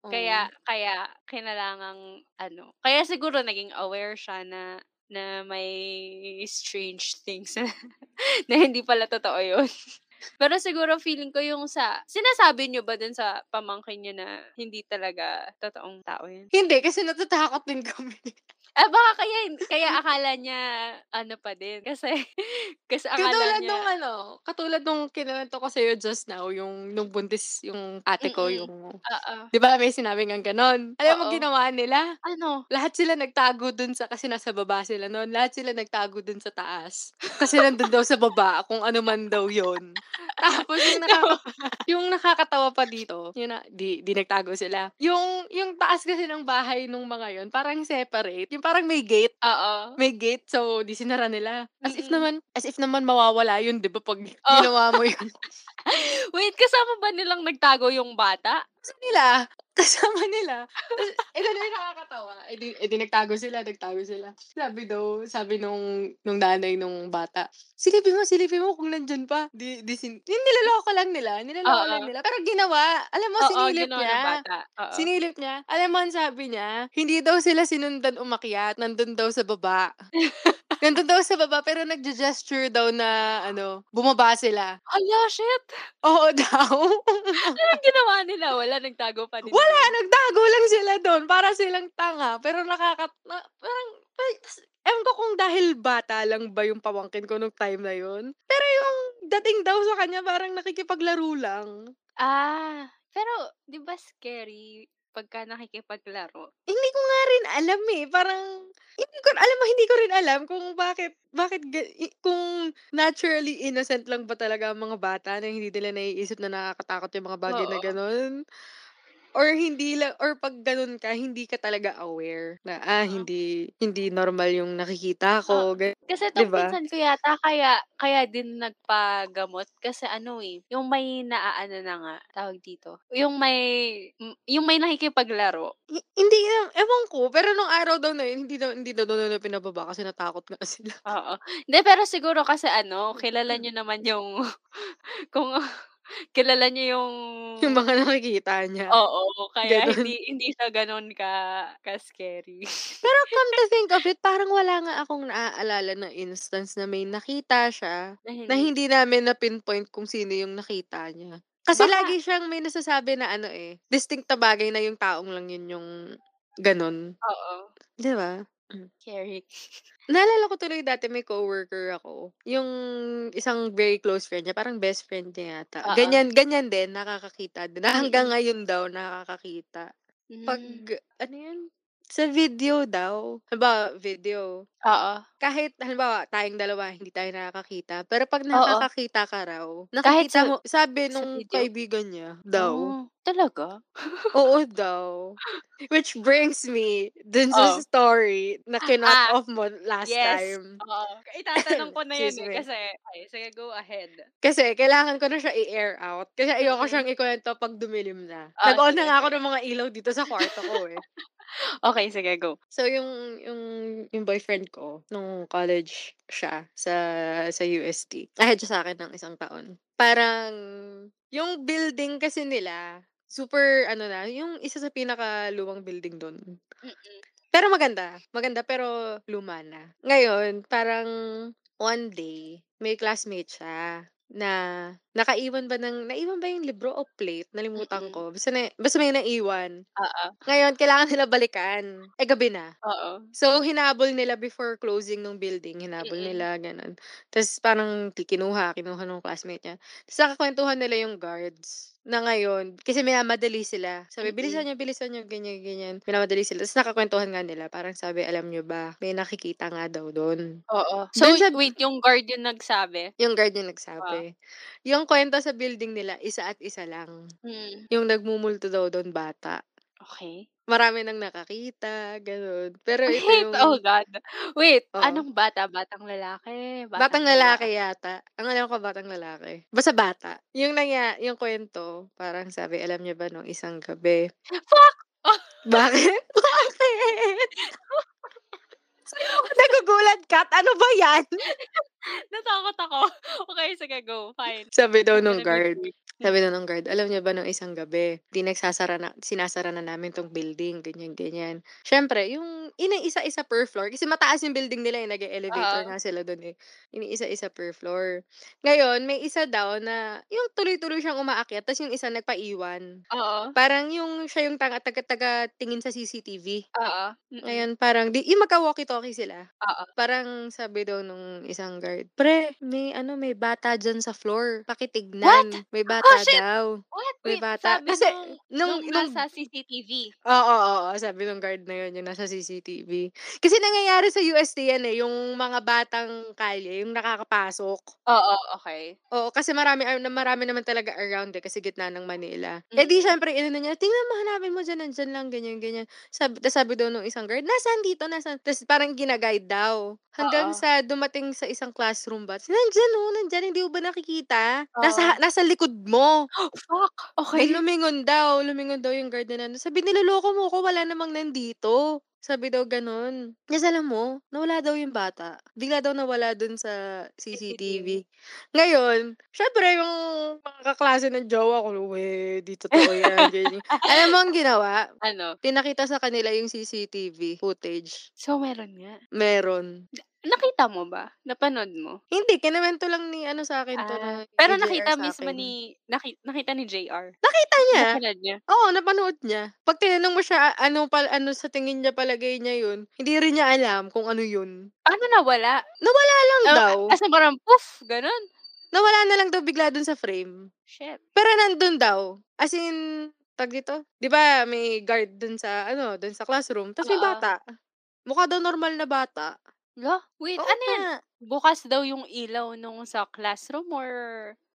[SPEAKER 1] Oo.
[SPEAKER 2] Kaya, kaya, kinalangang ano. Kaya siguro naging aware siya na na may strange things na, na hindi pala totoo yun. Pero siguro feeling ko yung sa, sinasabi niyo ba dun sa pamangkin niyo na hindi talaga totoong tao yun?
[SPEAKER 1] Hindi, kasi natatakot din kami.
[SPEAKER 2] Ah, baka kaya, hin- kaya akala niya, ano pa din. Kasi, kasi akala
[SPEAKER 1] katulad nung
[SPEAKER 2] niya,
[SPEAKER 1] ano, katulad nung kinuwento ko sa'yo just now, yung nung buntis, yung ate ko,
[SPEAKER 2] Mm-mm.
[SPEAKER 1] yung...
[SPEAKER 2] ah, ah,
[SPEAKER 1] Di ba may sinabi ng ganon? Alam mo
[SPEAKER 2] Oo.
[SPEAKER 1] ginawa nila?
[SPEAKER 2] ano?
[SPEAKER 1] Lahat sila nagtago dun sa, kasi nasa baba sila noon, lahat sila nagtago dun sa taas. Kasi nandun daw sa baba, kung ano man daw yon Tapos yung, nakaka- yung nakakatawa pa dito, yun na, di, di nagtago sila. Yung, yung taas kasi ng bahay nung mga yon parang separate. Yung parang may gate.
[SPEAKER 2] Oo.
[SPEAKER 1] May gate, so di sinara nila. As if
[SPEAKER 2] Mm-mm.
[SPEAKER 1] naman, as if naman mawawala yun, di ba, pag
[SPEAKER 2] Oh.
[SPEAKER 1] ginawa mo yun.
[SPEAKER 2] Wait, kasama ba nilang nagtago yung bata?
[SPEAKER 1] Kasi nila, kasama nila. Tas- Eh, ganun yung nakakatawa. Eh, di, eh, di nagtago sila, nagtago sila. Sabi daw, sabi nung, nung nanay nung bata, silipin mo, silipin mo kung nandyan pa. Di, di sin- yung niloloko lang nila, niloloko
[SPEAKER 2] Oo.
[SPEAKER 1] lang nila. Pero ginawa, alam
[SPEAKER 2] Oh,
[SPEAKER 1] mo, sinilip
[SPEAKER 2] ginawa ng
[SPEAKER 1] niya.
[SPEAKER 2] bata. Oo.
[SPEAKER 1] Sinilip niya. Alam mo, ang sabi niya, hindi daw sila sinundan umakyat, nandun daw sa baba. nandun daw sa baba, pero nagja-gesture daw na, ano, bumaba sila.
[SPEAKER 2] Hala, shit!
[SPEAKER 1] Oo daw.
[SPEAKER 2] Anong ginawa nila? Wala, nagtago pa din.
[SPEAKER 1] Wala, nagtago lang sila doon para silang tanga. Pero nakaka... Na, parang... ay, tas- Ewan ko kung dahil bata lang ba yung pamangkin ko nung time na yun. Pero yung dating daw sa kanya, parang nakikipaglaro lang.
[SPEAKER 2] Ah, pero, di ba scary pagka nakikipaglaro?
[SPEAKER 1] Hindi ko nga rin alam eh. Parang, hindi ko, alam mo, hindi ko rin alam kung bakit, bakit, ga- i- kung naturally innocent lang ba talaga ang mga bata na hindi nila naiisip na nakakatakot yung mga bagay na
[SPEAKER 2] Oo.
[SPEAKER 1] ganun. Or hindi lang, or pag ganun ka, hindi ka talaga aware na, ah,
[SPEAKER 2] Oo.
[SPEAKER 1] hindi, hindi normal yung nakikita ko. gan-
[SPEAKER 2] Kasi itong
[SPEAKER 1] Diba?
[SPEAKER 2] pinsan ko yata, kaya, kaya din nagpagamot. Kasi ano eh, yung may naaano na nga, tawag dito. Yung may, m- yung may nakikipaglaro.
[SPEAKER 1] Hi- Hindi, na- ewan ko, pero nung araw daw na yun, hindi daw, hindi daw doon na pinababa kasi natakot nga sila.
[SPEAKER 2] Oo. Hindi, pero siguro kasi ano,
[SPEAKER 1] Mm.
[SPEAKER 2] kilala nyo naman yung, kung, kilala nyo yung,
[SPEAKER 1] Yung mga nakikita niya.
[SPEAKER 2] oo, kaya
[SPEAKER 1] Ganon.
[SPEAKER 2] hindi, hindi siya ganun ka, ka scary.
[SPEAKER 1] Pero come to think of it, parang wala nga akong naaalala na instance na may nakita siya
[SPEAKER 2] na
[SPEAKER 1] na
[SPEAKER 2] hindi.
[SPEAKER 1] hindi namin na pinpoint kung sino yung nakita niya. Kasi
[SPEAKER 2] Baka-
[SPEAKER 1] lagi siyang may nasasabi na ano eh, distinct na bagay na yung taong lang yun yung ganon.
[SPEAKER 2] Oo.
[SPEAKER 1] Di ba?
[SPEAKER 2] Scary.
[SPEAKER 1] Naalala ko tuloy dati may coworker ako. Yung isang very close friend niya, parang best friend niya yata.
[SPEAKER 2] Oo.
[SPEAKER 1] Ganyan, ganyan din, nakakakita din. Na Hanggang
[SPEAKER 2] Mm-mm.
[SPEAKER 1] ngayon daw, nakakakita. Pag,
[SPEAKER 2] Mm.
[SPEAKER 1] ano yun? Sa video daw. Halimbawa, video.
[SPEAKER 2] Oo.
[SPEAKER 1] Kahit, halimbawa, tayong dalawa, hindi tayo nakakakita. Pero pag
[SPEAKER 2] Oo.
[SPEAKER 1] nakakakita ka raw, nakikita
[SPEAKER 2] Kahit sa-
[SPEAKER 1] mo, sabi
[SPEAKER 2] sa
[SPEAKER 1] nung
[SPEAKER 2] video?
[SPEAKER 1] kaibigan niya, daw.
[SPEAKER 2] Oh, talaga?
[SPEAKER 1] Oo daw. Which brings me dun sa
[SPEAKER 2] Oh.
[SPEAKER 1] story na kinot
[SPEAKER 2] Ah,
[SPEAKER 1] off mo last
[SPEAKER 2] yes.
[SPEAKER 1] time.
[SPEAKER 2] Oo. Itatanong ko na yun
[SPEAKER 1] Excuse
[SPEAKER 2] eh,
[SPEAKER 1] me.
[SPEAKER 2] kasi, ay, sige, go ahead.
[SPEAKER 1] Kasi kailangan ko na siya i-air out. Kasi ayoko
[SPEAKER 2] Mm-mm.
[SPEAKER 1] siyang ikwento pag dumilim na.
[SPEAKER 2] Ah,
[SPEAKER 1] Nag-on na
[SPEAKER 2] Mm. sige,
[SPEAKER 1] nga ako ng mga ilaw dito sa kwarto ko eh.
[SPEAKER 2] Okay, sige, go.
[SPEAKER 1] So yung yung yung boyfriend ko nung college siya sa sa UST. Ahead siya sa akin ng isang taon. Parang yung building kasi nila super ano na, yung isa sa pinakaluwang building doon.
[SPEAKER 2] Mm-mm.
[SPEAKER 1] Pero maganda, maganda pero luma na. Ngayon, parang one day, may classmate siya na nakaiwan ba ng naiwan ba yung libro o plate? Nalimutan
[SPEAKER 2] Mm-mm.
[SPEAKER 1] ko. Basta na, basta may naiwan.
[SPEAKER 2] Oo.
[SPEAKER 1] Ngayon, kailangan nila balikan. Eh gabi na.
[SPEAKER 2] Oo.
[SPEAKER 1] So, hinabol nila before closing ng building. Hinabol
[SPEAKER 2] Mm-mm.
[SPEAKER 1] nila, ganun. Tapos, parang ti- kinuha, kinuha ng classmate niya. Tapos, nakakwentuhan nila yung guards na ngayon. Kasi minamadali sila. Sabi,
[SPEAKER 2] Mm-mm.
[SPEAKER 1] bilisan niyo, bilisan niyo, ganyan, ganyan. Minamadali sila. Tapos, nakakwentuhan nga nila. Parang sabi, alam niyo ba, may nakikita nga daw doon.
[SPEAKER 2] Oo. So,
[SPEAKER 1] Dun sa-
[SPEAKER 2] wait, yung guard yung nagsabi?
[SPEAKER 1] Yung guard yung nagsabi. Yung kwento sa building nila, isa at isa lang.
[SPEAKER 2] Hmm.
[SPEAKER 1] Yung nagmumulto daw doon, bata.
[SPEAKER 2] Okay.
[SPEAKER 1] Marami nang nakakita, ganun. Pero ito
[SPEAKER 2] Wait,
[SPEAKER 1] yung...
[SPEAKER 2] oh God. Wait,
[SPEAKER 1] Oo.
[SPEAKER 2] anong bata? Batang lalaki?
[SPEAKER 1] Batang
[SPEAKER 2] babae?
[SPEAKER 1] lalaki yata. Ang alam ko batang lalaki. Basta bata. Yung nangya, yung kwento, parang sabi, alam niyo ba nung isang gabi?
[SPEAKER 2] Fuck!
[SPEAKER 1] Bakit? Bakit? Nagugulat ka? at Ano ba yan?
[SPEAKER 2] Natakot ako. Okay, sige, go. Fine.
[SPEAKER 1] Sabi daw
[SPEAKER 2] I'm
[SPEAKER 1] nung
[SPEAKER 2] gonna be
[SPEAKER 1] guard.
[SPEAKER 2] brave.
[SPEAKER 1] Sabi daw nung guard, alam niyo ba nung isang gabi, di nagsasara na, sinasara na namin tong building, ganyan, ganyan. Siyempre, yung iniisa-isa per floor, kasi mataas yung building nila, eh, nag-elevator
[SPEAKER 2] Oo.
[SPEAKER 1] nga sila doon eh. Iniisa-isa per floor. Ngayon, may isa daw na, yung tuloy-tuloy siyang umaakyat, tapos yung isa nagpaiwan.
[SPEAKER 2] Oo.
[SPEAKER 1] Parang yung siya yung tanga, taga-taga tingin sa CCTV.
[SPEAKER 2] Oo. Mm-mm.
[SPEAKER 1] Ngayon, parang, di, yung magka-walkie-talkie sila.
[SPEAKER 2] Mm. Oo.
[SPEAKER 1] Parang sabi daw nung isang guard, pre, may ano, may bata dyan sa floor. Pakitignan. May bata
[SPEAKER 2] Oh, shit!
[SPEAKER 1] daw.
[SPEAKER 2] What?
[SPEAKER 1] May
[SPEAKER 2] Wait,
[SPEAKER 1] bata.
[SPEAKER 2] sabi
[SPEAKER 1] Kasi,
[SPEAKER 2] nung,
[SPEAKER 1] nung,
[SPEAKER 2] nung,
[SPEAKER 1] nung,
[SPEAKER 2] nasa CCTV.
[SPEAKER 1] oo, oo, oo, sabi nung guard na yun, yung nasa CCTV. Kasi nangyayari sa UST yan eh, yung mga batang kalye, yung nakakapasok.
[SPEAKER 2] Oo, okay.
[SPEAKER 1] Oo, kasi marami, ar- na marami naman talaga around eh, kasi gitna ng Manila. Eh di,
[SPEAKER 2] Mm-mm.
[SPEAKER 1] syempre, inano niya, tingnan mo, hanapin mo dyan, nandyan lang, ganyan, ganyan. Sabi, tas sabi daw nung isang guard, nasaan dito, nasaan? Tapos parang ginaguide daw. Hanggang
[SPEAKER 2] Oo.
[SPEAKER 1] sa dumating sa isang classroom ba, nandyan oh, nandyan, hindi mo ba nakikita? Nasa, nasa likod mo.
[SPEAKER 2] Fuck!
[SPEAKER 1] Di
[SPEAKER 2] Okay.
[SPEAKER 1] lumingon daw, lumingon daw yung guard na nandun. Sabi, niloloko mo ko, wala namang nandito. Sabi daw ganun. Yes, alam mo, nawala daw yung bata. Bigla daw nawala dun sa
[SPEAKER 2] Mm.
[SPEAKER 1] CCTV. Ngayon, syempre yung mga kaklase ng jowa ko, we, dito to yan. ganyan." alam mo ang ginawa?
[SPEAKER 2] Ano?
[SPEAKER 1] Pinakita sa kanila yung CCTV footage.
[SPEAKER 2] So, meron nga.
[SPEAKER 1] Meron.
[SPEAKER 2] Nakita mo ba? Napanood mo?
[SPEAKER 1] Hindi, kinamento lang ni ano sa akin to
[SPEAKER 2] Ah,
[SPEAKER 1] na
[SPEAKER 2] pero
[SPEAKER 1] ni JR
[SPEAKER 2] nakita
[SPEAKER 1] sa
[SPEAKER 2] mismo
[SPEAKER 1] akin. Ano
[SPEAKER 2] ni, naki, nakita ni JR.
[SPEAKER 1] Nakita niya.
[SPEAKER 2] Napanood niya.
[SPEAKER 1] Oo, napanood niya. Pag tinanong mo siya, "A- ano, pal, ano sa tingin niya palagay niya yun, hindi rin niya alam kung ano yun.
[SPEAKER 2] Paano nawala?
[SPEAKER 1] Alam
[SPEAKER 2] Ah,
[SPEAKER 1] Ano daw,
[SPEAKER 2] As in, parang poof, ganun.
[SPEAKER 1] nawala na lang daw bigla dun sa frame.
[SPEAKER 2] Shit.
[SPEAKER 1] Pero nandun daw. As in, tag dito, di ba may guard dun sa, ano, dun sa classroom. Tapos may
[SPEAKER 2] Oo.
[SPEAKER 1] bata. Mukha daw normal na bata.
[SPEAKER 2] Lo? Wait,
[SPEAKER 1] Oo
[SPEAKER 2] ano yan?
[SPEAKER 1] nga.
[SPEAKER 2] Bukas daw yung ilaw nung sa classroom or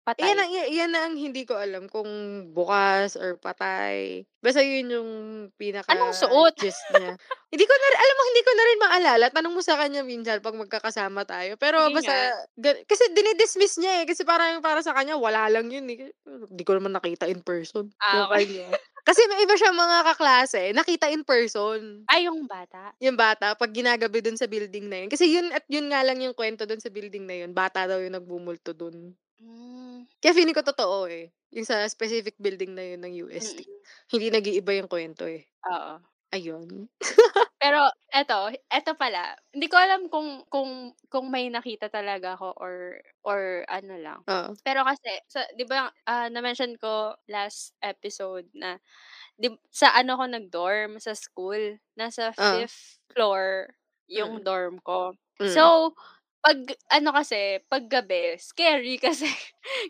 [SPEAKER 2] patay?
[SPEAKER 1] Iyan ang, i- iyan na ang hindi ko alam kung bukas or patay. Basta yun yung pinaka
[SPEAKER 2] Anong suot?
[SPEAKER 1] gist niya. hindi ko na rin- alam mo, hindi ko na rin maalala. Tanong mo sa kanya minsan pag magkakasama tayo. Pero
[SPEAKER 2] Sige
[SPEAKER 1] basta, gan- kasi dinidismiss niya eh. Kasi parang para sa kanya, wala lang yun eh. Hindi ko naman nakita in person.
[SPEAKER 2] Ah,
[SPEAKER 1] Yung
[SPEAKER 2] okay.
[SPEAKER 1] kanya. Kasi may iba siya mga kaklase, nakita in person
[SPEAKER 2] Ay, yung bata.
[SPEAKER 1] yung bata pag ginagabi dun sa building na yun. Kasi yun at yun nga lang yung kwento dun sa building na yun. Bata daw yung nagbumulto dun.
[SPEAKER 2] Mm,
[SPEAKER 1] Kaya feeling ko totoo eh. Yung sa specific building na yun ng UST.
[SPEAKER 2] mm-mm.
[SPEAKER 1] Hindi nag-iiba yung kwento eh.
[SPEAKER 2] Oo.
[SPEAKER 1] Ayun.
[SPEAKER 2] Pero eto, eto pala. Hindi ko alam kung kung kung may nakita talaga ako or or ano lang.
[SPEAKER 1] Oo.
[SPEAKER 2] Pero kasi sa 'di ba ah, na-mention ko last episode na di, sa ano ko nag-dorm sa school, nasa
[SPEAKER 1] Ah.
[SPEAKER 2] fifth floor yung
[SPEAKER 1] Mm.
[SPEAKER 2] dorm ko.
[SPEAKER 1] Mm.
[SPEAKER 2] So pag ano kasi, pag gabi, scary kasi.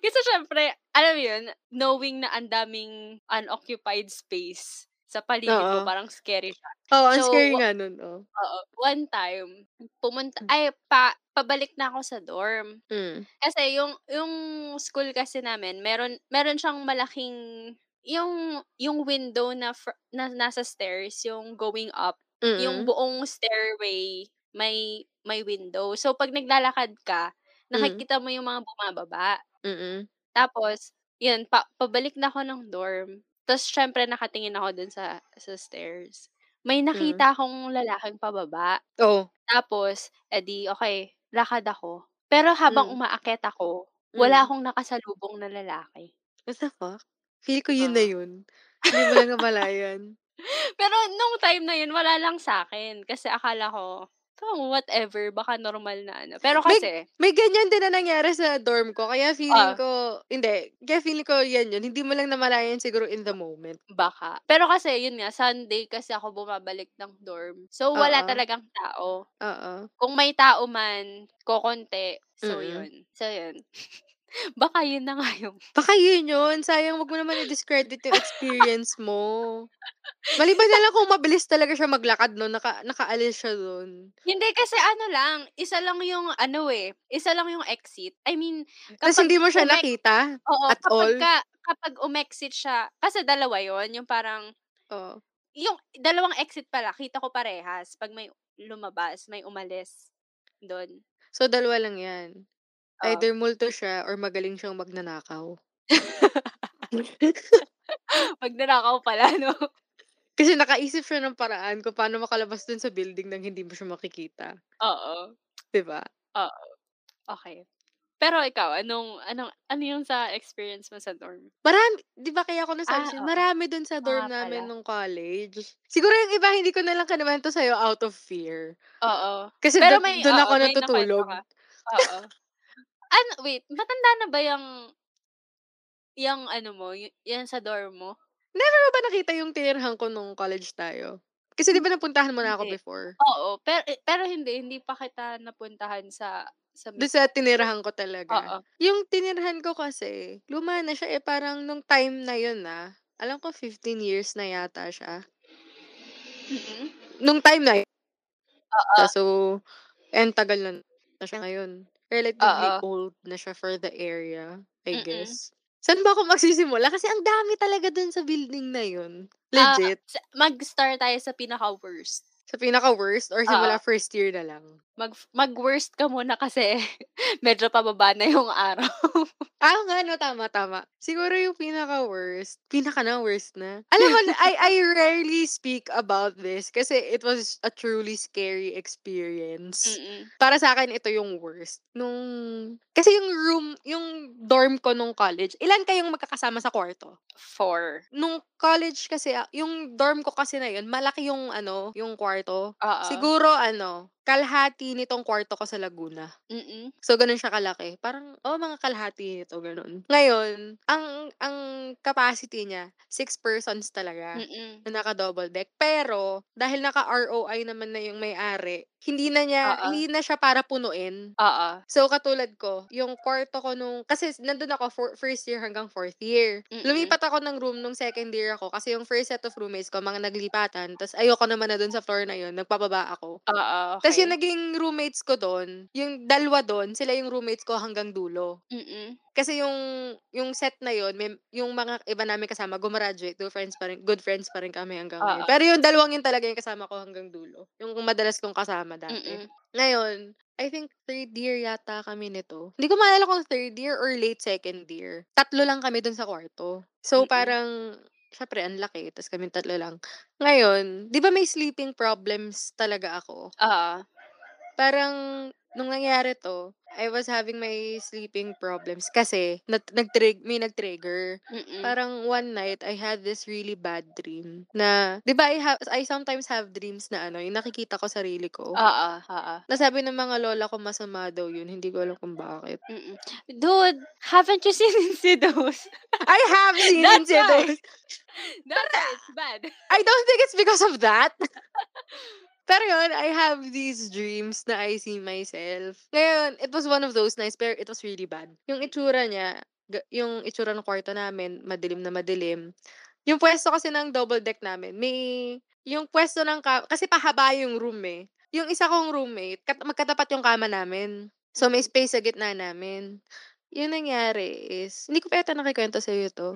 [SPEAKER 2] kasi syempre, alam mo yun, knowing na ang daming unoccupied space sa paligid mo,
[SPEAKER 1] Oo.
[SPEAKER 2] parang scary siya.
[SPEAKER 1] Oh, ang
[SPEAKER 2] So,
[SPEAKER 1] scary
[SPEAKER 2] wa-
[SPEAKER 1] nga nun, oh.
[SPEAKER 2] Oo. One time, pumunta, ay, pa, pabalik na ako sa dorm.
[SPEAKER 1] Mm.
[SPEAKER 2] Kasi yung yung school kasi namin, meron meron siyang malaking yung yung window na, fr- na nasa stairs, yung going up, yung
[SPEAKER 1] Mm-mm.
[SPEAKER 2] buong stairway may may window. So pag naglalakad ka, nakikita mo yung mga bumababa.
[SPEAKER 1] Mm-mm.
[SPEAKER 2] Tapos, yun, pa- pabalik na ako ng dorm. Tapos, syempre, nakatingin ako dun sa, sa stairs. May nakita akong lalaking pababa.
[SPEAKER 1] Oh.
[SPEAKER 2] Tapos, edi, okay, lakad ako. Pero habang
[SPEAKER 1] Mm.
[SPEAKER 2] umaakyat ako,
[SPEAKER 1] Mm.
[SPEAKER 2] wala akong nakasalubong na lalaki.
[SPEAKER 1] What the fuck? Feel ko yun na
[SPEAKER 2] Oo.
[SPEAKER 1] yun. Hindi mo lang kamalayan.
[SPEAKER 2] Pero nung time na yun, wala lang sa akin. Kasi akala ko, so, whatever, baka normal na ano. Pero
[SPEAKER 1] May-
[SPEAKER 2] kasi,
[SPEAKER 1] May ganyan din na nangyari sa dorm ko. Kaya feeling
[SPEAKER 2] Ah.
[SPEAKER 1] ko, hindi. Kaya feeling ko yan yun. Hindi mo lang namalayan siguro in the moment.
[SPEAKER 2] baka. Pero kasi, yun nga, Sunday kasi ako bumabalik ng dorm. So,
[SPEAKER 1] Oo.
[SPEAKER 2] wala talagang tao.
[SPEAKER 1] Oo.
[SPEAKER 2] kung may tao man, kokonti. So,
[SPEAKER 1] Mm-mm.
[SPEAKER 2] yun. So, yun. Baka yun na nga yung...
[SPEAKER 1] Baka yun yun. Sayang, wag mo naman i-discredit yung experience mo. Maliban na lang kung mabilis talaga siya maglakad, no? Naka, nakaalis siya doon.
[SPEAKER 2] Hindi, kasi ano lang, isa lang yung ano eh, isa lang yung exit. I mean,
[SPEAKER 1] Tapos
[SPEAKER 2] Kapag
[SPEAKER 1] hindi mo siya
[SPEAKER 2] umek-
[SPEAKER 1] nakita.
[SPEAKER 2] oo,
[SPEAKER 1] At
[SPEAKER 2] kapag,
[SPEAKER 1] all?
[SPEAKER 2] Ka, kapag umexit siya, kasi dalawa yon yung parang,
[SPEAKER 1] Oo.
[SPEAKER 2] yung dalawang exit pala, kita ko parehas. Pag may lumabas, may umalis doon.
[SPEAKER 1] So, dalawa lang yan.
[SPEAKER 2] Oo.
[SPEAKER 1] Either multo siya or magaling siyang magnanakaw.
[SPEAKER 2] Pag nanakaw pala, no?
[SPEAKER 1] Kasi nakaisip siya ng paraan kung paano makalabas dun sa building nang hindi mo siya makikita.
[SPEAKER 2] Oo.
[SPEAKER 1] 'Di ba?
[SPEAKER 2] Okay. Pero ikaw, anong, anong, ano yung sa experience mo sa dorm?
[SPEAKER 1] Marami, di ba kaya ako nasabi
[SPEAKER 2] Ah,
[SPEAKER 1] sa'yo,
[SPEAKER 2] oo.
[SPEAKER 1] marami dun sa dorm
[SPEAKER 2] Ah, pala.
[SPEAKER 1] namin nung college. Siguro yung iba, hindi ko na lang kanamento sa'yo out of fear.
[SPEAKER 2] Oo.
[SPEAKER 1] Kasi
[SPEAKER 2] Pero
[SPEAKER 1] dun,
[SPEAKER 2] may,
[SPEAKER 1] dun
[SPEAKER 2] oo,
[SPEAKER 1] ako
[SPEAKER 2] may nakwento
[SPEAKER 1] natutulog.
[SPEAKER 2] ka. Oo. ano, wait, matanda na ba yung, yung ano mo, y- yan sa dorm mo?
[SPEAKER 1] Ano ba nakita yung tinirhan ko nung college tayo? Kasi di ba napuntahan mo na ako
[SPEAKER 2] Hindi.
[SPEAKER 1] before?
[SPEAKER 2] Oo, pero, eh, pero hindi, hindi pa kita napuntahan sa, sa
[SPEAKER 1] Doon
[SPEAKER 2] mismo.
[SPEAKER 1] sa tinirahan ko talaga.
[SPEAKER 2] Oo.
[SPEAKER 1] Yung tinirhan ko kasi, luma na siya eh parang nung time na yun na, alam ko 15 years na yata siya.
[SPEAKER 2] Mhm.
[SPEAKER 1] Nung time na yun,
[SPEAKER 2] Oo.
[SPEAKER 1] so, and tagal na, na siya ngayon. Relatively
[SPEAKER 2] Oo. Mm.
[SPEAKER 1] old na siya for the area, I
[SPEAKER 2] Mm-mm.
[SPEAKER 1] guess. Saan ba ako magsisimula? Kasi ang dami talaga dun sa building na yun.
[SPEAKER 2] Ah,
[SPEAKER 1] Legit.
[SPEAKER 2] sa- mag-start tayo sa pinaka-worst.
[SPEAKER 1] Sa pinaka-worst or simula first year na lang.
[SPEAKER 2] Mag, mag-worst ka muna kasi medyo pababa na yung araw.
[SPEAKER 1] Ah, nga, no, tama, tama. Siguro yung pinaka-worst, pinaka na worst na. Alam mo, I, I rarely speak about this kasi it was a truly scary experience.
[SPEAKER 2] Mm-mm.
[SPEAKER 1] Para sa akin, ito yung worst. Nung, kasi yung room, yung dorm ko nung college, ilan kayong magkakasama sa kwarto?
[SPEAKER 2] Four.
[SPEAKER 1] Nung college kasi, ah, yung dorm ko kasi na yun, malaki yung, ano, yung kwarto.
[SPEAKER 2] Oo.
[SPEAKER 1] Siguro, ano, kalahati nitong kwarto ko sa Laguna.
[SPEAKER 2] Mm-mm.
[SPEAKER 1] So, ganun siya kalaki. Parang, oh, mga kalahati nito, ganun. Ngayon, ang ang capacity niya, six persons talaga
[SPEAKER 2] Mm-mm.
[SPEAKER 1] na naka-double deck. Pero, dahil naka-ROI naman na yung may-ari, hindi na niya,
[SPEAKER 2] Oo.
[SPEAKER 1] hindi na siya para punuin.
[SPEAKER 2] Oo.
[SPEAKER 1] So, katulad ko, yung kwarto ko nung, kasi nandun ako for, first year hanggang fourth year.
[SPEAKER 2] Mm-mm.
[SPEAKER 1] Lumipat ako ng room nung second year ako kasi yung first set of roommates ko, mga naglipatan. Tapos, ayoko naman na dun sa floor na yun. Nagpababa ako.
[SPEAKER 2] Oo,
[SPEAKER 1] Tapos
[SPEAKER 2] okay.
[SPEAKER 1] yung naging roommates ko doon, yung dalawa doon, sila yung roommates ko hanggang dulo.
[SPEAKER 2] Mm-mm.
[SPEAKER 1] Kasi yung yung set na yon, may, yung mga iba namin kasama gumraduate, good friends pa rin, good friends pa rin kami hanggang ngayon.
[SPEAKER 2] Oo.
[SPEAKER 1] Pero yung dalawang yun talaga yung kasama ko hanggang dulo. Yung madalas kong kasama dati.
[SPEAKER 2] Mm-mm.
[SPEAKER 1] Ngayon, I think third year yata kami nito. Hindi ko maalala kung third year or late second year. Tatlo lang kami dun sa kwarto. So,
[SPEAKER 2] Mm-mm.
[SPEAKER 1] parang, syempre, ang laki. Tapos kami tatlo lang. Ngayon, di ba may sleeping problems talaga ako?
[SPEAKER 2] Oo.
[SPEAKER 1] parang nung nangyari to, I was having my sleeping problems kasi nat- nag-trig- may nag-trigger.
[SPEAKER 2] Mm-mm.
[SPEAKER 1] Parang one night, I had this really bad dream na, di ba, I, ha- I sometimes have dreams na ano, yung nakikita ko sarili ko.
[SPEAKER 2] Oo, oo.
[SPEAKER 1] Nasabi ng mga lola ko masama daw yun, hindi ko alam kung bakit.
[SPEAKER 2] Mm-mm. Dude, haven't you seen Insidious?
[SPEAKER 1] I have seen
[SPEAKER 2] That's why.
[SPEAKER 1] incidents.
[SPEAKER 2] That's why it's bad.
[SPEAKER 1] I don't think it's because of that. Pero yun, I have these dreams na I see myself. Ngayon, it was one of those nights, pero it was really bad. Yung itsura niya, ga- yung itsura ng kwarto namin, madilim na madilim. Yung pwesto kasi ng double deck namin, may yung pwesto ng ka- kasi pahaba yung room eh. Yung isa kong roommate, kat- magkatapat yung kama namin. So may space sa gitna namin. Yung nangyari is, hindi ko pa yata nakikwento sa iyo to.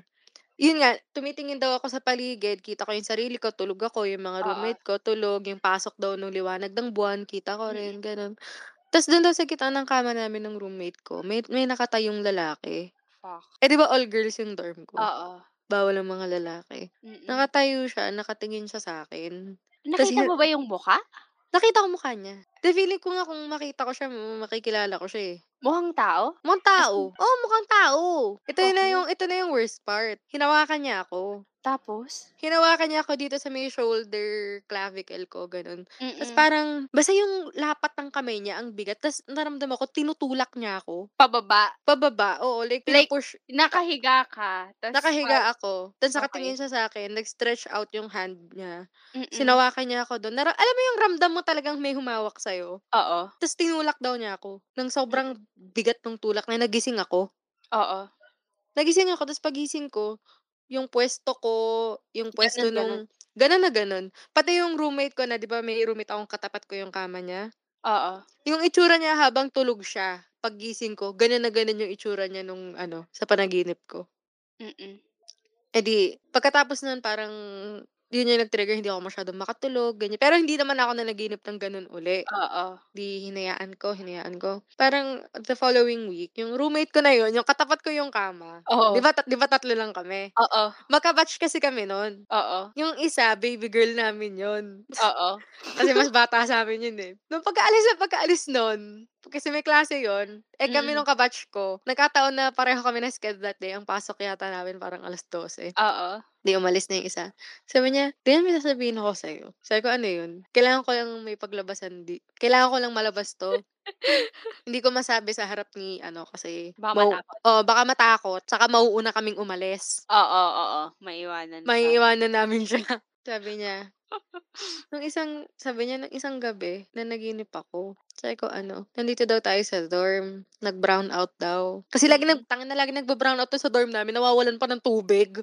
[SPEAKER 1] Yun nga, tumitingin daw ako sa paligid, kita ko yung sarili ko, tulog ako, yung mga
[SPEAKER 2] Oo.
[SPEAKER 1] roommate ko, tulog, yung pasok daw ng liwanag ng buwan, kita ko rin, ganun. Tapos doon daw sa kita ng kama namin ng roommate ko, may, may nakatayong lalaki.
[SPEAKER 2] Fuck.
[SPEAKER 1] Eh di ba all girls yung dorm ko?
[SPEAKER 2] Oo.
[SPEAKER 1] Bawal ang mga lalaki.
[SPEAKER 2] Mm-mm.
[SPEAKER 1] Nakatayo siya, nakatingin siya sa akin. tas
[SPEAKER 2] Nakita
[SPEAKER 1] yun-
[SPEAKER 2] mo ba yung muka?
[SPEAKER 1] Nakita ko mukha niya. The feeling ko nga kung makita ko siya, m- makikilala ko siya eh.
[SPEAKER 2] Mukhang tao?
[SPEAKER 1] Mukhang tao. Oo, oh, mukhang tao. Ito yun na
[SPEAKER 2] Okay.
[SPEAKER 1] yung, ito na yung worst part. Hinawakan niya ako.
[SPEAKER 2] Tapos?
[SPEAKER 1] Hinawakan niya ako dito sa may shoulder clavicle ko, ganun. Tapos
[SPEAKER 2] Mm-mm.
[SPEAKER 1] parang, basta yung lapat ng kamay niya, ang bigat. Tapos naramdaman ko, tinutulak niya ako.
[SPEAKER 2] Pababa.
[SPEAKER 1] Pababa, oo. Like,
[SPEAKER 2] Like,
[SPEAKER 1] pinupush,
[SPEAKER 2] Nakahiga ka. Tas,
[SPEAKER 1] Nakahiga ako. Tapos
[SPEAKER 2] Okay.
[SPEAKER 1] nakatingin siya sa akin. Nag-stretch out yung hand niya.
[SPEAKER 2] Mm-mm.
[SPEAKER 1] Sinawakan niya ako doon. Nara- alam mo yung ramdam mo talagang may humawak sa'yo.
[SPEAKER 2] Oo.
[SPEAKER 1] Tapos tinulak daw niya ako. Nang
[SPEAKER 2] Mm.
[SPEAKER 1] sobrang bigat ng tulak na nagising ako.
[SPEAKER 2] Oo.
[SPEAKER 1] Nagising ako. Tapos pagising ko, yung pwesto ko, yung pwesto
[SPEAKER 2] Ganun,
[SPEAKER 1] nung... Ganun na ganun. Pati yung roommate ko na, di ba may roommate akong katapat ko yung kama niya.
[SPEAKER 2] Oo.
[SPEAKER 1] Yung itsura niya habang tulog siya, pagising ko, ganun na ganun yung itsura niya nung ano, sa panaginip ko.
[SPEAKER 2] Mm-mm.
[SPEAKER 1] Eh di, pagkatapos nun, parang, yun yung nag-trigger, hindi ako masyadong makatulog, ganyan. Pero hindi naman ako nanaginip ng ganun uli.
[SPEAKER 2] Oo.
[SPEAKER 1] Di, hinayaan ko, hinayaan ko. Parang, the following week, yung roommate ko na yun, yung katapat ko yung kama.
[SPEAKER 2] Oo.
[SPEAKER 1] Di ba, tat- di ba tatlo lang kami?
[SPEAKER 2] Oo.
[SPEAKER 1] Magkabatch kasi kami nun.
[SPEAKER 2] Oo.
[SPEAKER 1] Yung isa, baby girl namin yun.
[SPEAKER 2] Oo.
[SPEAKER 1] Kasi mas bata sa amin yun eh. Nung pagkaalis na pagkaalis nun, kasi may klase yon eh kami
[SPEAKER 2] Mm.
[SPEAKER 1] nung kabatch ko, nagkataon na pareho kami na schedule that day. Ang pasok yata namin parang alas 12.
[SPEAKER 2] Oo.
[SPEAKER 1] Di umalis na yung isa. Sabi niya, ganyan may sasabihin ako sa'yo. Sabi ko, ano yun? Kailangan ko lang may paglabasan. Di. Kailangan ko lang malabas to. Hindi ko masabi sa harap ni, ano, kasi...
[SPEAKER 2] Baka
[SPEAKER 1] mau-
[SPEAKER 2] matakot.
[SPEAKER 1] Oh, baka matakot. Saka mauuna kaming umalis.
[SPEAKER 2] Oo. Oo. Maiwanan ka.
[SPEAKER 1] May iwanan namin siya. Sabi niya. Nung isang, sabi niya, nung isang gabi, na naginip ako. Sabi ko, ano, nandito daw tayo sa dorm. Nag-brown out daw. Kasi lagi, nag, tanga na lagi nagbo-brown out to sa dorm namin. Nawawalan pa ng tubig.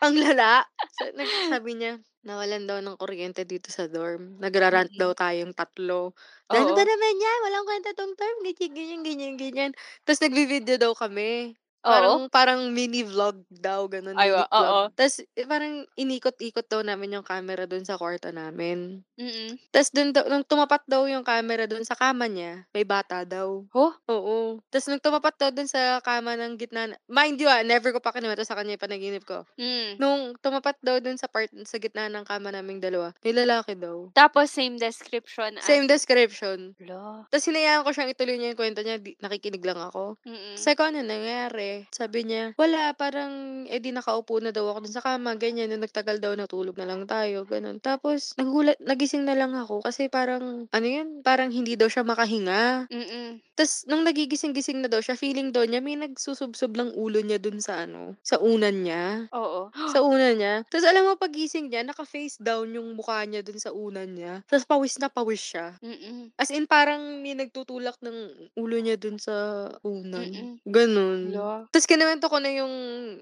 [SPEAKER 1] Ang lala. Sa- nag- Sabi niya, nawalan daw ng kuryente dito sa dorm. Nagrarant daw tayong tatlo. Ano
[SPEAKER 2] Oo.
[SPEAKER 1] ba naman yan? Walang kwenta tong dorm. Ganyan, ganyan, ganyan, ganyan. Tapos nagvi-video daw kami.
[SPEAKER 2] Oo.
[SPEAKER 1] Parang, parang mini vlog daw, ganun.
[SPEAKER 2] Ay,
[SPEAKER 1] mini
[SPEAKER 2] wa- oo.
[SPEAKER 1] vlog. Tapos eh, parang inikot-ikot daw namin yung camera doon sa kwarto namin.
[SPEAKER 2] Mm-mm.
[SPEAKER 1] Tapos dun, daw- nung tumapat daw yung camera doon sa kama niya, may bata daw.
[SPEAKER 2] Huh?
[SPEAKER 1] Oo. Tapos nung tumapat daw doon sa kama ng gitna, na- mind you ah, never ko pa kinuwento sa kanya yung panaginip ko.
[SPEAKER 2] Mm.
[SPEAKER 1] Nung tumapat daw dun sa part sa gitna ng kama naming dalawa, may lalaki daw.
[SPEAKER 2] Tapos, same description as...
[SPEAKER 1] Same description.
[SPEAKER 2] Lo.
[SPEAKER 1] Tapos hinayaan ko siyang ituloy niya yung kwento niya, di, nakikinig lang ako.
[SPEAKER 2] Mm-mm.
[SPEAKER 1] Sa ko, ano nangyari? Sabi niya, wala, parang, eh di nakaupo na daw ako dun sa kama, ganyan, nung nagtagal daw, natulog na lang tayo, ganun. Tapos, nagulat, nagising na lang ako kasi parang, ano yun, parang hindi daw siya makahinga.
[SPEAKER 2] Mm-mm.
[SPEAKER 1] Tapos, nung nagigising-gising na daw siya, feeling daw niya, may nagsusubsob lang ulo niya dun sa ano, sa unan niya
[SPEAKER 2] Oo.
[SPEAKER 1] sa una niya. Tapos alam mo, pagising niya, naka-face down yung mukha niya dun sa una niya. Tapos pawis na pawis siya.
[SPEAKER 2] Mm-mm.
[SPEAKER 1] As in, parang may nagtutulak ng ulo niya dun sa unan.
[SPEAKER 2] Mm-mm.
[SPEAKER 1] Ganun.
[SPEAKER 2] Lo.
[SPEAKER 1] Tapos kinuwento ko na yung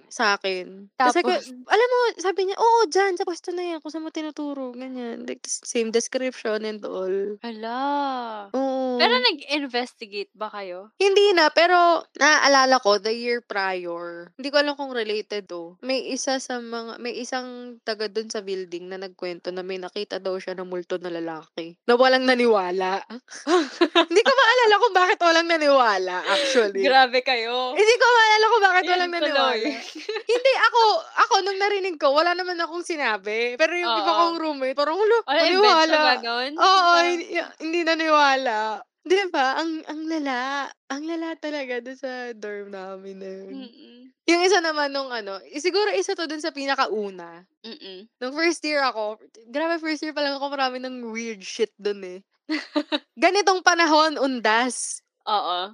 [SPEAKER 1] sa akin. Tapos sabi ko,
[SPEAKER 2] Tapos?
[SPEAKER 1] alam mo, sabi niya, oo, dyan, sa pwesto na yan, kung saan mo tinuturo, ganyan. Like, tas same description and all.
[SPEAKER 2] Hala.
[SPEAKER 1] Oo.
[SPEAKER 2] Pero nag-investigate ba kayo?
[SPEAKER 1] Hindi na, pero naaalala ko the year prior. Hindi ko alam kung related to. May isa sa mga may isang taga doon sa building na nagkwento na may nakita daw siya na multo na lalaki. Na walang naniwala. Hindi ko maalala kung bakit walang naniwala actually.
[SPEAKER 2] Grabe kayo.
[SPEAKER 1] Hindi ko maalala kung bakit
[SPEAKER 2] Yun
[SPEAKER 1] walang
[SPEAKER 2] tuloy.
[SPEAKER 1] Eh, naniwala. Hindi ako ako nung narinig ko wala naman akong sinabi. Pero yung iba
[SPEAKER 2] Oo.
[SPEAKER 1] kong roommate parang hulo,
[SPEAKER 2] Ay, invento ba
[SPEAKER 1] naniwala.
[SPEAKER 2] nun?
[SPEAKER 1] Oo,
[SPEAKER 2] Parang-
[SPEAKER 1] hindi, hindi naniwala. Di ba? Ang, ang lala. Ang lala talaga doon sa dorm namin na yun.
[SPEAKER 2] Mm-mm.
[SPEAKER 1] Yung isa naman nung ano, eh, siguro isa to dun sa pinakauna.
[SPEAKER 2] Mm-mm.
[SPEAKER 1] Nung first year ako, grabe first year pa lang ako marami ng weird shit dun eh. Ganitong panahon, undas.
[SPEAKER 2] Oo.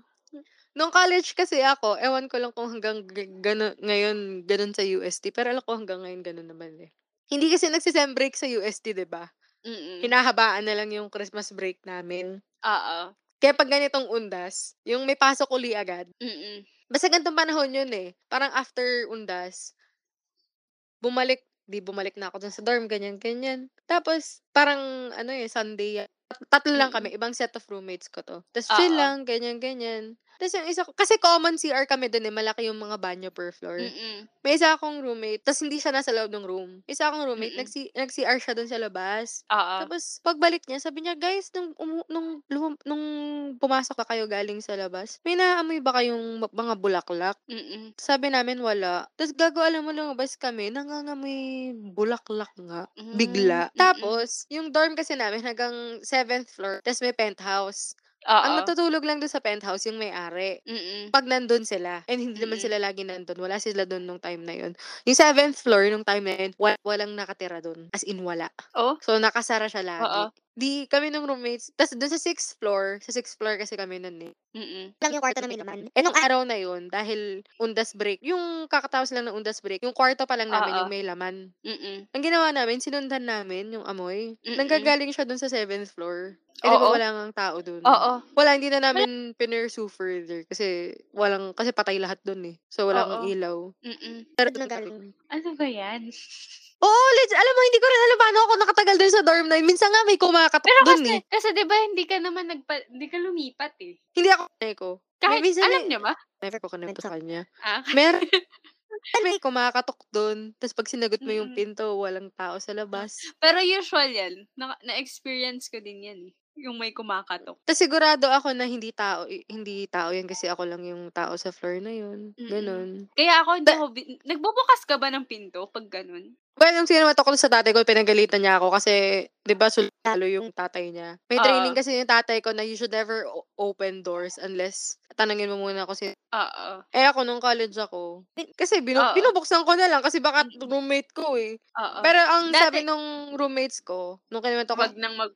[SPEAKER 1] Nung college kasi ako, ewan ko lang kung hanggang g- gano, ngayon ganun sa UST. Pero alam ko hanggang ngayon ganun naman eh. Hindi kasi nagsisem break sa UST, di ba?
[SPEAKER 2] Mm-mm.
[SPEAKER 1] Hinahabaan na lang yung Christmas break namin.
[SPEAKER 2] Oo.
[SPEAKER 1] Kaya pag ganitong undas, yung may pasok uli agad.
[SPEAKER 2] Mm-mm.
[SPEAKER 1] Basta ganitong panahon yun eh. Parang after undas, bumalik, di bumalik na ako dun sa dorm, ganyan, ganyan. Tapos, parang, ano eh, Sunday, tat- tatlo lang kami, ibang set of roommates ko to. Tapos, chill
[SPEAKER 2] Mm. Oo.
[SPEAKER 1] lang, ganyan, ganyan. Tapos yung isa ko, kasi common CR kami dun eh, malaki yung mga banyo per floor.
[SPEAKER 2] Mm-mm.
[SPEAKER 1] May isa akong roommate, tapos hindi siya nasa loob ng room. Isa akong roommate,
[SPEAKER 2] Mm-mm. Ah.
[SPEAKER 1] nag-C- nag-CR siya dun sa labas.
[SPEAKER 2] Oo.
[SPEAKER 1] Tapos, pagbalik niya, sabi niya, guys, nung, umu- nung, lum- nung pumasok na kayo galing sa labas, may naamoy ba kayong ma- mga bulaklak?
[SPEAKER 2] Mm-mm.
[SPEAKER 1] Sabi namin, wala. Tapos, gago, alam mo, lumabas kami, nangangamoy bulaklak nga.
[SPEAKER 2] Mm,
[SPEAKER 1] Bigla.
[SPEAKER 2] mm-mm.
[SPEAKER 1] Tapos, yung dorm kasi namin hanggang 7th floor, tapos may penthouse.
[SPEAKER 2] Oo.
[SPEAKER 1] Ang natutulog lang doon sa penthouse, yung may-ari
[SPEAKER 2] Mm-mm.
[SPEAKER 1] pag nandun sila, and hindi naman
[SPEAKER 2] Mm-mm.
[SPEAKER 1] sila lagi nandun, wala sila dun nung time na yun. Yung seventh floor nung time na yun, wa- walang nakatira dun. As in, wala.
[SPEAKER 2] Oh.
[SPEAKER 1] So, nakasara siya lagi.
[SPEAKER 2] Oo.
[SPEAKER 1] Di kami nung roommates, tas dun sa sixth floor, sa sixth floor kasi kami nun eh.
[SPEAKER 2] Mm-mm.
[SPEAKER 1] Lang yung kwarto na may laman. Eh, nung araw na yun, dahil undas break, yung kakatawas lang ng undas break, yung kwarto pa lang namin
[SPEAKER 2] Oo.
[SPEAKER 1] yung may laman.
[SPEAKER 2] Mm-mm.
[SPEAKER 1] Ang ginawa namin, sinundan namin yung amoy.
[SPEAKER 2] Mm-mm.
[SPEAKER 1] Nanggagaling siya dun sa seventh floor. Eh, di ba
[SPEAKER 2] Oo.
[SPEAKER 1] wala ngang tao dun?
[SPEAKER 2] Oo.
[SPEAKER 1] Wala, hindi na namin pinursue further kasi walang, kasi patay lahat dun eh. So, walang
[SPEAKER 2] Oo.
[SPEAKER 1] ilaw.
[SPEAKER 2] Mm-mm.
[SPEAKER 1] Pero,
[SPEAKER 2] Ano ba yan?
[SPEAKER 1] Oo, legit. Alam mo, hindi ko rin alam paano ako nakatagal dun sa dorm na yun. Minsan nga may kumakatok
[SPEAKER 2] Pero
[SPEAKER 1] dun
[SPEAKER 2] kasi,
[SPEAKER 1] eh.
[SPEAKER 2] kasi di ba hindi ka naman nagpa, hindi ka lumipat eh.
[SPEAKER 1] Hindi ako kanay ko.
[SPEAKER 2] Kahit,
[SPEAKER 1] Minsan
[SPEAKER 2] alam
[SPEAKER 1] eh.
[SPEAKER 2] niyo ba?
[SPEAKER 1] Never ko kanay sa kanya.
[SPEAKER 2] Ah,
[SPEAKER 1] Meron. may kumakatok dun. Tapos pag sinagot mo yung
[SPEAKER 2] Mm-mm.
[SPEAKER 1] pinto, walang tao sa
[SPEAKER 2] Ah.
[SPEAKER 1] labas.
[SPEAKER 2] pero usual yan. Na, na-experience ko din yan eh. Yung may kumakatok.
[SPEAKER 1] Tapos sigurado ako na hindi tao, eh, hindi tao yan kasi ako lang yung tao sa floor na yun.
[SPEAKER 2] Mm-mm.
[SPEAKER 1] Ganun.
[SPEAKER 2] Kaya ako, hindi
[SPEAKER 1] Ba-
[SPEAKER 2] ako, bin- nagbubukas ka ba ng pinto pag ganun?
[SPEAKER 1] Well, nung sinumat ako sa tatay ko, pinagalitan niya ako kasi, di ba, sulalo yung tatay niya. May
[SPEAKER 2] Oo.
[SPEAKER 1] training kasi yung tatay ko na you should never o- open doors unless tanangin mo muna ako si...
[SPEAKER 2] Oo.
[SPEAKER 1] Eh ako, nung college ako, kasi binu-
[SPEAKER 2] Oo.
[SPEAKER 1] binubuksan ko na lang kasi baka
[SPEAKER 2] Mm.
[SPEAKER 1] roommate ko eh.
[SPEAKER 2] Oo.
[SPEAKER 1] Pero ang sabi
[SPEAKER 2] Oh, Dati-
[SPEAKER 1] nung roommates ko, nung kinuwento ko,
[SPEAKER 2] wag nang mag...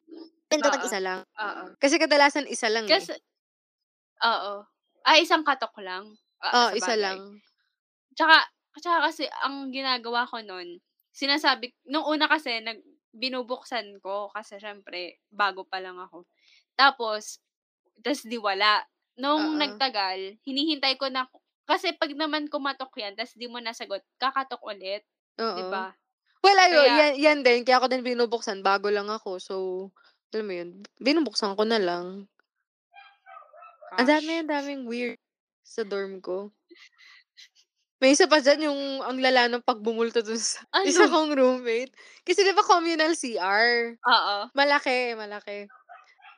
[SPEAKER 1] pinto
[SPEAKER 2] oo.
[SPEAKER 1] isa lang.
[SPEAKER 2] Oo.
[SPEAKER 1] Kasi kadalasan isa lang eh.
[SPEAKER 2] Kasi, oo. Ah, isang katok lang.
[SPEAKER 1] Oo,
[SPEAKER 2] Ah, sa
[SPEAKER 1] Oh, isa
[SPEAKER 2] bagay.
[SPEAKER 1] lang.
[SPEAKER 2] Tsaka, tsaka kasi ang ginagawa ko nun, sinasabi, nung una kasi, nag, binubuksan ko kasi syempre, bago pa lang ako. Tapos, tas di wala.
[SPEAKER 1] Oo.
[SPEAKER 2] Nung nagtagal, hinihintay ko na, kasi pag naman kumatok yan, tas di mo nasagot, kakatok ulit,
[SPEAKER 1] Oo.
[SPEAKER 2] di ba?
[SPEAKER 1] Well, ayo,
[SPEAKER 2] Diba? Kaya-
[SPEAKER 1] yan, yan din. Kaya ako din binubuksan. Bago lang ako. So, alam mo yun, binubuksan ko na lang. Ang dami, ang daming weird sa dorm ko. May isa pa dyan yung ang lala ng pagbumulto dun sa
[SPEAKER 2] Ano?
[SPEAKER 1] isa kong roommate. Kasi di ba communal CR?
[SPEAKER 2] Oo.
[SPEAKER 1] Malaki, malaki.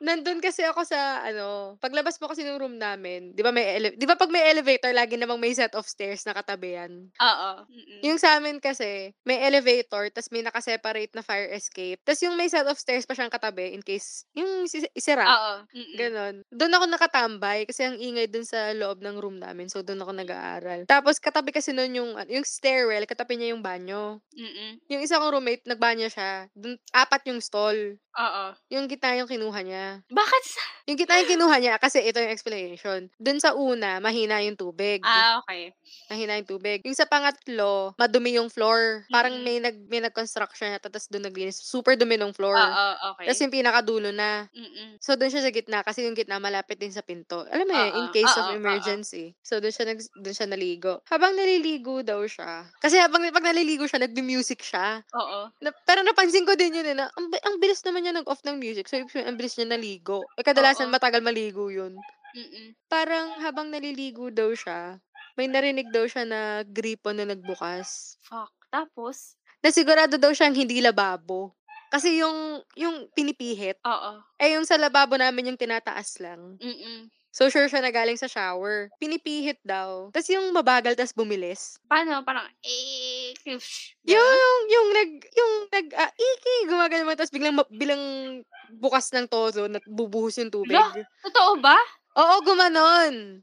[SPEAKER 1] Nandun kasi ako sa, ano, paglabas mo kasi ng room namin, di ba may, ele- di ba pag may elevator, lagi namang may set of stairs na katabi yan.
[SPEAKER 2] Oo. Mm-mm.
[SPEAKER 1] Yung sa amin kasi, may elevator, tas may nakaseparate na fire escape. Tas yung may set of stairs pa siyang katabi in case, yung isi- isira.
[SPEAKER 2] Oo. Mm-mm.
[SPEAKER 1] Ganon. Doon ako nakatambay kasi ang ingay doon sa loob ng room namin. So, doon ako nag-aaral. Tapos, katabi kasi noon yung, ah, yung stairwell, katabi niya yung banyo.
[SPEAKER 2] Mm-mm.
[SPEAKER 1] Yung isa kong roommate, nagbanyo siya. Dun, apat yung stall.
[SPEAKER 2] Oo.
[SPEAKER 1] Yung gitna yung kinuha niya.
[SPEAKER 2] Bakit sa...
[SPEAKER 1] Yung gitna yung kinuha niya kasi ito yung explanation. Doon sa una, mahina yung tubig
[SPEAKER 2] Ah, okay.
[SPEAKER 1] nahina yung tubig. Yung sa pangatlo, madumi yung floor. Parang
[SPEAKER 2] Mm.
[SPEAKER 1] may nag may nag-construction yata tapos doon naglinis. Super dumi ng floor.
[SPEAKER 2] Oo, Ah, okay.
[SPEAKER 1] Tapos yung pinakadulo na.
[SPEAKER 2] Mm-mm.
[SPEAKER 1] So doon siya sa gitna kasi yung gitna malapit din sa pinto. Alam mo yun, in
[SPEAKER 2] Oo,
[SPEAKER 1] case
[SPEAKER 2] oo, oo.
[SPEAKER 1] of emergency. So doon siya nag doon siya naligo. Habang naliligo daw siya. Kasi habang pag naliligo siya, nagbi-music siya.
[SPEAKER 2] Oo.
[SPEAKER 1] Na- pero napansin ko din yun eh, na ang, bi- ang bilis naman niya nag-off ng music. So ibig sabihin, ang bilis niya naligo. Eh kadalasan
[SPEAKER 2] Oo.
[SPEAKER 1] matagal maligo yun
[SPEAKER 2] Mm-mm.
[SPEAKER 1] parang habang naliligo daw siya, may narinig daw siya na gripo na nagbukas.
[SPEAKER 2] Fuck. Tapos?
[SPEAKER 1] Na sigurado daw siyang hindi lababo. Kasi yung, yung pinipihit,
[SPEAKER 2] Oo.
[SPEAKER 1] eh yung sa lababo namin yung tinataas lang.
[SPEAKER 2] Mm-mm.
[SPEAKER 1] So sure siya na galing sa shower. Pinipihit daw. Tapos yung mabagal, tas bumilis.
[SPEAKER 2] Paano? Parang, eh, kish.
[SPEAKER 1] Yung, yung nag, yung nag, ah, iki, gumagal mo, tapos biglang, ma- bilang bukas ng todo, na bubuhos yung tubig.
[SPEAKER 2] Lo! Totoo ba?
[SPEAKER 1] Oo, gumanon.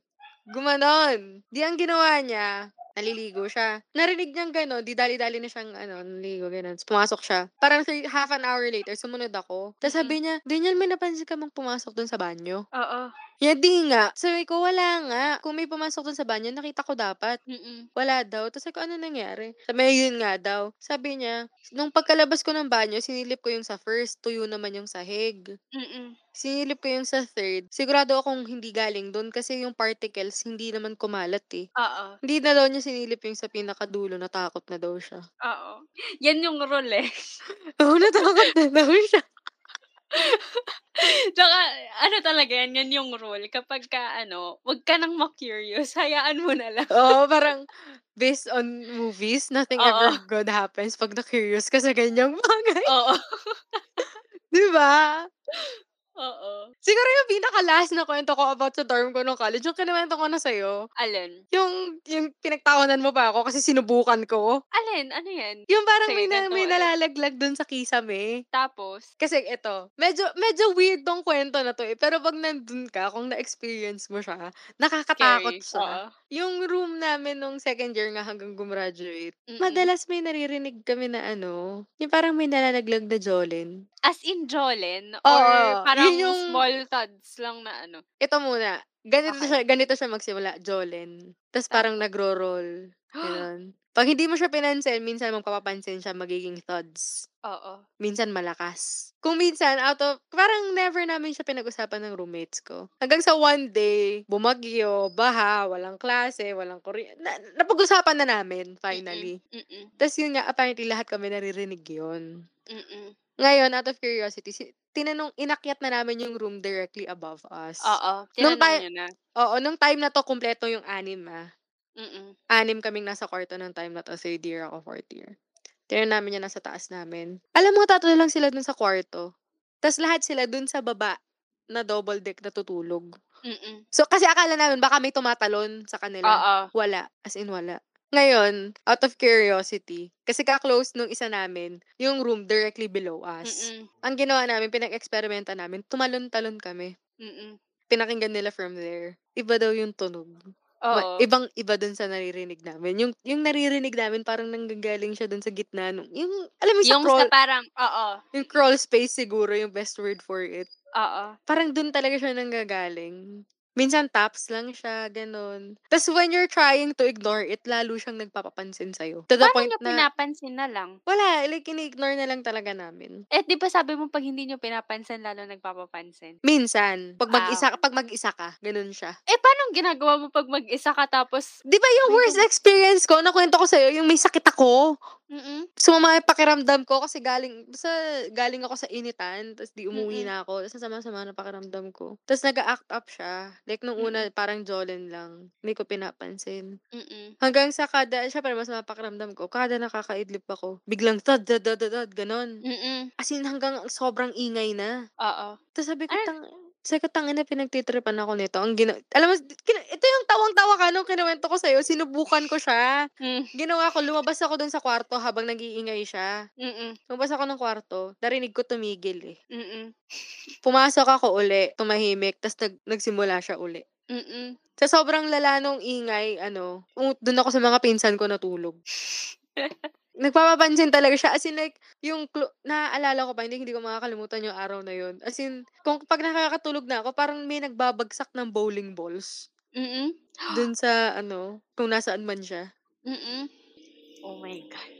[SPEAKER 1] Gumanon. Di ang ginawa niya, naliligo siya. Narinig niyang gano'n, di dali-dali na siyang ano, naliligo, gano'n. Pumasok siya. Parang thir- half an hour later, sumunod ako. Tapos
[SPEAKER 2] Mm-mm.
[SPEAKER 1] sabi niya, Daniel, may napansin ka mong pumasok dun sa banyo.
[SPEAKER 2] Oo.
[SPEAKER 1] Yan din nga. Sabi ko, wala nga. Kung may pumasok dun sa banyo, nakita ko dapat.
[SPEAKER 2] Mm-mm.
[SPEAKER 1] Wala daw. Tapos ako, ano nangyari? Sabi niya, yun nga daw. Sabi niya, nung pagkalabas ko ng banyo, sinilip ko yung sa first, tuyo naman yung sahig.
[SPEAKER 2] Mm-mm.
[SPEAKER 1] Sinilip ko yung sa third. Sigurado akong hindi galing doon kasi yung particles hindi naman kumalat eh.
[SPEAKER 2] Oo.
[SPEAKER 1] Hindi na daw niya sinilip yung sa pinakadulo. Natakot na daw siya.
[SPEAKER 2] Oo. Yan yung role eh.
[SPEAKER 1] Oo, natakot na daw siya.
[SPEAKER 2] Tsaka, ano talaga yan, yan yung rule. Kapag ka, ano, wag ka nang ma-curious, hayaan mo na lang.
[SPEAKER 1] Oo, parang based on movies, nothing ever
[SPEAKER 2] Oo.
[SPEAKER 1] good happens pag na-curious ka sa ganyang bagay.
[SPEAKER 2] Oo.
[SPEAKER 1] Di ba?
[SPEAKER 2] Oo.
[SPEAKER 1] Siguro yung pinaka-last na kwento ko about sa dorm ko nung college, yung kinuwento ko na sa'yo,
[SPEAKER 2] Alin?
[SPEAKER 1] yung, yung pinagtawanan mo pa ako kasi sinubukan ko.
[SPEAKER 2] Alin? Ano yan?
[SPEAKER 1] Yung parang
[SPEAKER 2] Sige,
[SPEAKER 1] may, na,
[SPEAKER 2] kwento
[SPEAKER 1] may
[SPEAKER 2] mo ulit.
[SPEAKER 1] nalalaglag dun sa kisame.
[SPEAKER 2] Tapos,
[SPEAKER 1] Kasi ito, medyo, medyo weird tong kwento na to eh. Pero pag nandun ka, kung na-experience mo siya, nakakatakot
[SPEAKER 2] scary.
[SPEAKER 1] siya.
[SPEAKER 2] Oo.
[SPEAKER 1] Yung room namin nung second year nga hanggang gumraduate,
[SPEAKER 2] Mm-mm.
[SPEAKER 1] madalas may naririnig kami na ano, yung parang may nalalaglag na Jolin.
[SPEAKER 2] As in Jolin? Or
[SPEAKER 1] Oo,
[SPEAKER 2] parang
[SPEAKER 1] yun yung-
[SPEAKER 2] small thuds lang na ano?
[SPEAKER 1] Ito muna, ganito,
[SPEAKER 2] Okay. Ah,
[SPEAKER 1] siya, ganito siya magsimula, Jolin. Tapos parang nagro-roll. Ganun. Pag hindi mo siya pinansin, minsan magpapapansin siya magiging thuds.
[SPEAKER 2] Oo.
[SPEAKER 1] minsan malakas. Kung minsan, out of, parang never namin siya pinag-usapan ng roommates ko. Hanggang sa one day, bumagyo, baha, walang klase, walang kuri. Na, napag-usapan na namin, finally.
[SPEAKER 2] Mm-mm.
[SPEAKER 1] Tapos yun nga, apparently lahat kami naririnig yun.
[SPEAKER 2] Mm-mm.
[SPEAKER 1] Ngayon, out of curiosity, si- tinanong, inakyat na namin yung room directly above us.
[SPEAKER 2] Oo.
[SPEAKER 1] Nung
[SPEAKER 2] Tinanong
[SPEAKER 1] tayo-
[SPEAKER 2] nyo na.
[SPEAKER 1] Oo, nung time na to, kumpleto yung anim ah.
[SPEAKER 2] Mm-mm.
[SPEAKER 1] Anim kaming nasa kwarto ng time na to, third year ako, fourth year. Tinanong namin yan nasa taas namin. Alam mo, tatlo lang sila dun sa kwarto. Tapos lahat sila dun sa baba na double deck na tutulog.
[SPEAKER 2] Mm-mm.
[SPEAKER 1] So, kasi akala namin baka may tumatalon sa kanila.
[SPEAKER 2] Oo.
[SPEAKER 1] Wala. As in, wala. Ngayon, out of curiosity, kasi ka-close nung isa namin, yung room directly below us.
[SPEAKER 2] Mm-mm.
[SPEAKER 1] Ang ginawa namin, pinag-experimenta namin, tumalon-talon kami.
[SPEAKER 2] Mm-mm.
[SPEAKER 1] Pinakinggan nila from there. Iba daw yung tunog.
[SPEAKER 2] Oo.
[SPEAKER 1] Ma- ibang iba dun sa naririnig namin. Yung yung naririnig namin parang nanggagaling siya dun sa gitna nung yung alam mo yung sa
[SPEAKER 2] Yung
[SPEAKER 1] crawl,
[SPEAKER 2] sa parang, oo.
[SPEAKER 1] yung crawl space siguro yung best word for it.
[SPEAKER 2] Oo.
[SPEAKER 1] Parang dun talaga siya nanggagaling. Minsan taps lang siya, ganun. Tapos when you're trying to ignore it, lalo siyang nagpapapansin sa'yo. To the
[SPEAKER 2] Paano
[SPEAKER 1] point
[SPEAKER 2] nyo
[SPEAKER 1] na,
[SPEAKER 2] pinapansin na lang?
[SPEAKER 1] wala, like, ini-ignore na lang talaga namin.
[SPEAKER 2] Eh, di ba sabi mo pag hindi nyo pinapansin, lalo nagpapapansin?
[SPEAKER 1] Minsan, pag
[SPEAKER 2] Ah,
[SPEAKER 1] mag-isa, pag mag-isa ka, ganun siya.
[SPEAKER 2] Eh, paano ginagawa mo pag mag-isa ka tapos,
[SPEAKER 1] Di ba yung
[SPEAKER 2] Ay,
[SPEAKER 1] worst
[SPEAKER 2] ganun.
[SPEAKER 1] experience ko, nakwento ko sa'yo, yung may sakit ako.
[SPEAKER 2] mm
[SPEAKER 1] sumama yung pakiramdam ko kasi galing sa galing ako sa initan tapos di umuwi
[SPEAKER 2] Mm-mm.
[SPEAKER 1] na ako tapos sama-sama na pakiramdam ko tapos nag-act up siya like nung una parang Jolin lang hindi ko pinapansin
[SPEAKER 2] mm
[SPEAKER 1] hanggang sa kada siya mas mapakiramdam ko kada nakakaidlip ako biglang thud thud thud thud, thud ganon
[SPEAKER 2] mm
[SPEAKER 1] as in hanggang sobrang ingay na
[SPEAKER 2] Oo.
[SPEAKER 1] tapos sabi ko
[SPEAKER 2] Ano-
[SPEAKER 1] tang sabi ko tangin na pinagtitripan ako nito ang gina alam mo kin- ito yung tawang-tawa ka nung kinuwento ko sa'yo sinubukan ko siya
[SPEAKER 2] Mm,
[SPEAKER 1] ginawa ko lumabas ako dun sa kwarto habang nag-iingay siya
[SPEAKER 2] Mm-mm.
[SPEAKER 1] Lumabas ako ng kwarto, narinig ko tumigil eh.
[SPEAKER 2] Mm-mm.
[SPEAKER 1] Pumasok ako uli, tumahimik, tapos nag- nagsimula siya uli.
[SPEAKER 2] Mm-mm.
[SPEAKER 1] Sa sobrang lala nung ingay, ano, um- dun ako sa mga pinsan ko natulog. Nagpapapansin talaga siya. As in like, yung, clo- naaalala ko pa, hindi, hindi ko makakalimutan yung araw na yun. As in, kung pag nakakatulog na ako, parang may nagbabagsak ng bowling balls.
[SPEAKER 2] Mm-mm.
[SPEAKER 1] Dun sa, ano, kung nasaan man siya.
[SPEAKER 2] Mm-mm. Oh my God.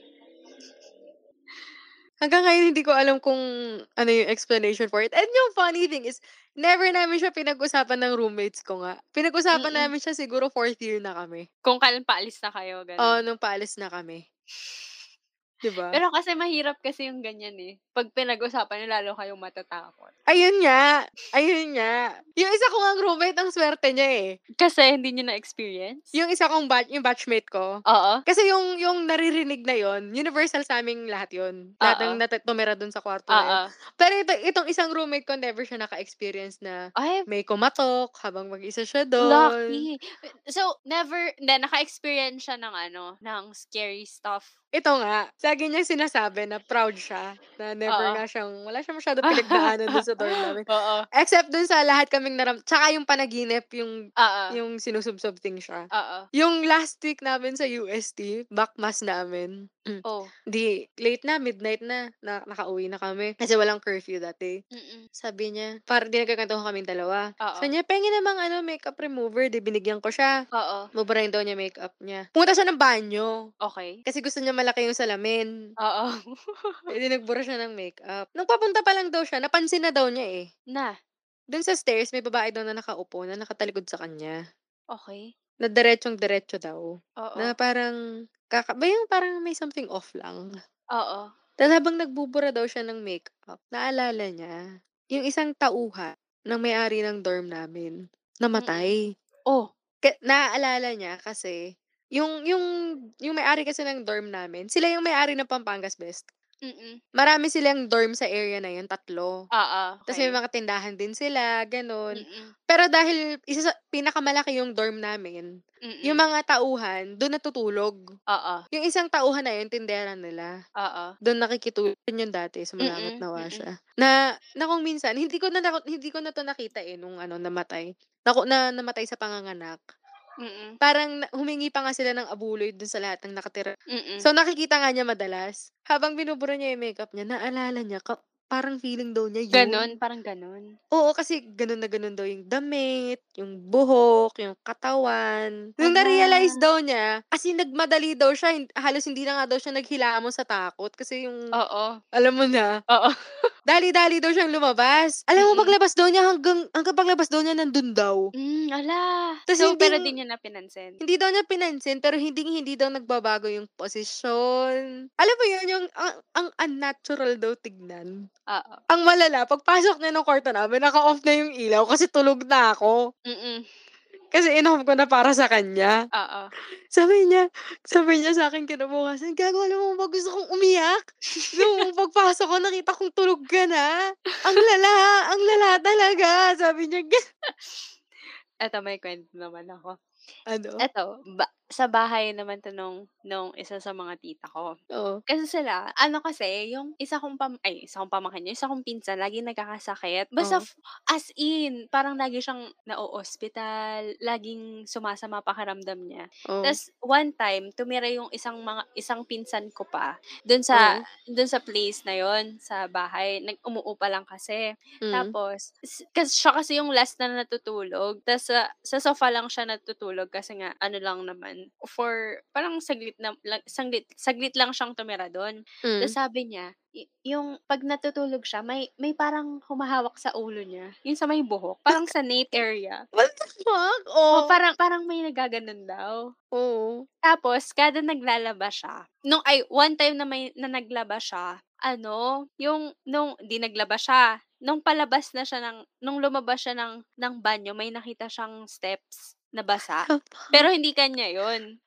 [SPEAKER 1] Hanggang ngayon, hindi ko alam kung ano yung explanation for it. And yung funny thing is, never namin siya pinag-usapan ng roommates ko nga. Pinag-usapan
[SPEAKER 2] Mm-mm.
[SPEAKER 1] namin siya siguro fourth year na kami.
[SPEAKER 2] Kung kailan paalis na kayo,
[SPEAKER 1] Oo,
[SPEAKER 2] gano'n.
[SPEAKER 1] nung paalis na kami. Diba?
[SPEAKER 2] Pero kasi mahirap kasi yung ganyan eh. Pag pinag-usapan nyo, lalo kayong matatakot.
[SPEAKER 1] ayun nga. Ayun nga. Yung isa kong ang roommate, ang swerte niya eh.
[SPEAKER 2] Kasi hindi nyo na-experience?
[SPEAKER 1] Yung isa kong batch, yung batchmate ko.
[SPEAKER 2] Oo.
[SPEAKER 1] Kasi yung yung naririnig na yon universal sa aming lahat yon Lahat ng nat- tumira dun sa kwarto na yun.
[SPEAKER 2] Oo.
[SPEAKER 1] Pero ito, itong isang roommate ko, never siya naka-experience na
[SPEAKER 2] Ay,
[SPEAKER 1] may kumatok habang mag-isa siya doon.
[SPEAKER 2] lucky. So, never, na naka-experience siya ng ano, ng scary stuff.
[SPEAKER 1] ito nga, lagi niyang sinasabi na proud siya, na never
[SPEAKER 2] Oo.
[SPEAKER 1] nga siyang, wala siya masyado pinagdaanan dun sa dorm namin.
[SPEAKER 2] Oo.
[SPEAKER 1] Except dun sa lahat kaming naram, tsaka yung panaginip, yung,
[SPEAKER 2] Oo.
[SPEAKER 1] yung sinusubsob thing siya.
[SPEAKER 2] Oo.
[SPEAKER 1] Yung last week namin sa UST, backmass namin. Mm.
[SPEAKER 2] Oh.
[SPEAKER 1] Di, late na, midnight na, na nakauwi na kami. Kasi walang curfew dati.
[SPEAKER 2] Mm-mm.
[SPEAKER 1] Sabi niya, parang di nagkakantuhan kaming dalawa.
[SPEAKER 2] Oo.
[SPEAKER 1] Sabi niya, pengi namang ano, makeup remover, di binigyan ko siya.
[SPEAKER 2] Oo.
[SPEAKER 1] Mabarayin daw niya makeup niya. Pumunta siya ng banyo.
[SPEAKER 2] Okay.
[SPEAKER 1] Kasi gusto niya malaki yung salamin.
[SPEAKER 2] Oo.
[SPEAKER 1] Hindi nagbura siya ng makeup. Nung papunta pa lang daw siya, napansin na daw niya eh.
[SPEAKER 2] na.
[SPEAKER 1] Doon sa stairs, may babae daw na nakaupo na nakatalikod sa kanya.
[SPEAKER 2] Okay.
[SPEAKER 1] Na diretsong diretso daw.
[SPEAKER 2] Oo.
[SPEAKER 1] Na parang, kaka- ba yung parang may something off lang.
[SPEAKER 2] Oo.
[SPEAKER 1] Tapos habang nagbubura daw siya ng makeup, naalala niya, yung isang tauha ng may-ari ng dorm namin, namatay.
[SPEAKER 2] Oh.
[SPEAKER 1] Ka- naaalala niya kasi, yung, yung, yung may-ari kasi ng dorm namin, sila yung may-ari ng Pampangas Best.
[SPEAKER 2] Mm-mm.
[SPEAKER 1] Marami silang dorm sa area na yun, tatlo.
[SPEAKER 2] Oo.
[SPEAKER 1] Tapos may mga tindahan din sila, ganun.
[SPEAKER 2] Mm-mm.
[SPEAKER 1] Pero dahil isa sa pinakamalaki yung dorm namin,
[SPEAKER 2] Mm-mm.
[SPEAKER 1] yung mga tauhan, doon natutulog.
[SPEAKER 2] Oo.
[SPEAKER 1] Yung isang tauhan na yun, tindera nila
[SPEAKER 2] Oo.
[SPEAKER 1] doon nakikitulog yun yung dati sa malangat
[SPEAKER 2] Mm-mm,
[SPEAKER 1] na
[SPEAKER 2] mm-mm.
[SPEAKER 1] wasya. Na, na kung minsan, hindi ko na, nako- hindi ko na to nakita eh, nung ano, namatay. Nako, na, namatay sa panganganak.
[SPEAKER 2] Mm-mm.
[SPEAKER 1] Parang na- humingi pa nga sila ng abuloy dun sa lahat ng nakatira.
[SPEAKER 2] Mm-mm.
[SPEAKER 1] So, nakikita nga niya madalas. Habang binubura niya yung makeup niya, naalala niya, ka- parang feeling daw niya yun.
[SPEAKER 2] Ganon, parang ganon.
[SPEAKER 1] Oo, kasi ganun na ganun daw yung damit, yung buhok, yung katawan. Nung na-realize
[SPEAKER 2] Ah.
[SPEAKER 1] daw niya, kasi nagmadali daw siya, hin- halos hindi na nga daw siya naghilamos sa takot. Kasi yung,
[SPEAKER 2] Oo.
[SPEAKER 1] alam mo na,
[SPEAKER 2] Oh. Oo. Mm.
[SPEAKER 1] Dali-dali daw siyang lumabas. Alam mo,
[SPEAKER 2] Mm-mm.
[SPEAKER 1] paglabas daw niya hanggang, hanggang paglabas daw niya nandun daw.
[SPEAKER 2] Mm, ala.
[SPEAKER 1] Tas
[SPEAKER 2] so,
[SPEAKER 1] hindi
[SPEAKER 2] pero
[SPEAKER 1] mo-
[SPEAKER 2] di niya na pinansin.
[SPEAKER 1] Hindi daw niya pinansin, pero hindi hindi daw nagbabago yung posisyon. Alam mo yun, yung ang, ang unnatural daw tignan.
[SPEAKER 2] Oo.
[SPEAKER 1] Ang malala, pagpasok niya ng kwarto namin, naka-off na yung ilaw kasi tulog na ako.
[SPEAKER 2] Mm-mm.
[SPEAKER 1] Kasi inom ko na para sa kanya.
[SPEAKER 2] Oo.
[SPEAKER 1] Sabi niya, sabi niya sa akin kinabukasan, gago, alam mo ba gusto kong umiyak? Nung pagpasok ko, nakita kong tulog ka na. Ang lala, ang lala talaga. Sabi niya, "Gan-"
[SPEAKER 2] Eto, may kwento naman ako.
[SPEAKER 1] ano?
[SPEAKER 2] Eto, ba- sa bahay naman to nung, nung isa sa mga tita ko.
[SPEAKER 1] Oo.
[SPEAKER 2] Kasi sila, ano kasi, yung isa kong pam ay, isa kong pamangkin niya, isa kong pinsan, lagi nagkakasakit. Basta,
[SPEAKER 1] Oo.
[SPEAKER 2] f- as in, parang lagi siyang na-hospital, laging sumasama pakaramdam niya.
[SPEAKER 1] Oo.
[SPEAKER 2] Tapos, one time, tumira yung isang mga, isang pinsan ko pa, dun sa, dun sa place na yon sa bahay. Nag, umuupa lang kasi.
[SPEAKER 1] Mm.
[SPEAKER 2] Tapos, s- kasi siya kasi yung last na natutulog. Tapos, sa, sa sofa lang siya natutulog kasi nga, ano lang naman, for, parang saglit, na, lang, saglit, saglit lang siyang tumira doon.
[SPEAKER 1] Mm.
[SPEAKER 2] Tapos, sabi niya, y- yung pag natutulog siya, may, may parang humahawak sa ulo niya. Yung sa may buhok. Parang sa nape area.
[SPEAKER 1] What the fuck? Oh, Oo.
[SPEAKER 2] O, parang, parang may nagaganon daw.
[SPEAKER 1] Oo.
[SPEAKER 2] Tapos, kada naglalaba siya, nung, ay, one time na, may, na naglaba siya, ano, yung, nung, di naglaba siya, nung palabas na siya ng, nung lumabas siya ng, ng banyo, may nakita siyang steps na basa.
[SPEAKER 1] oh.
[SPEAKER 2] Pero hindi kanya yon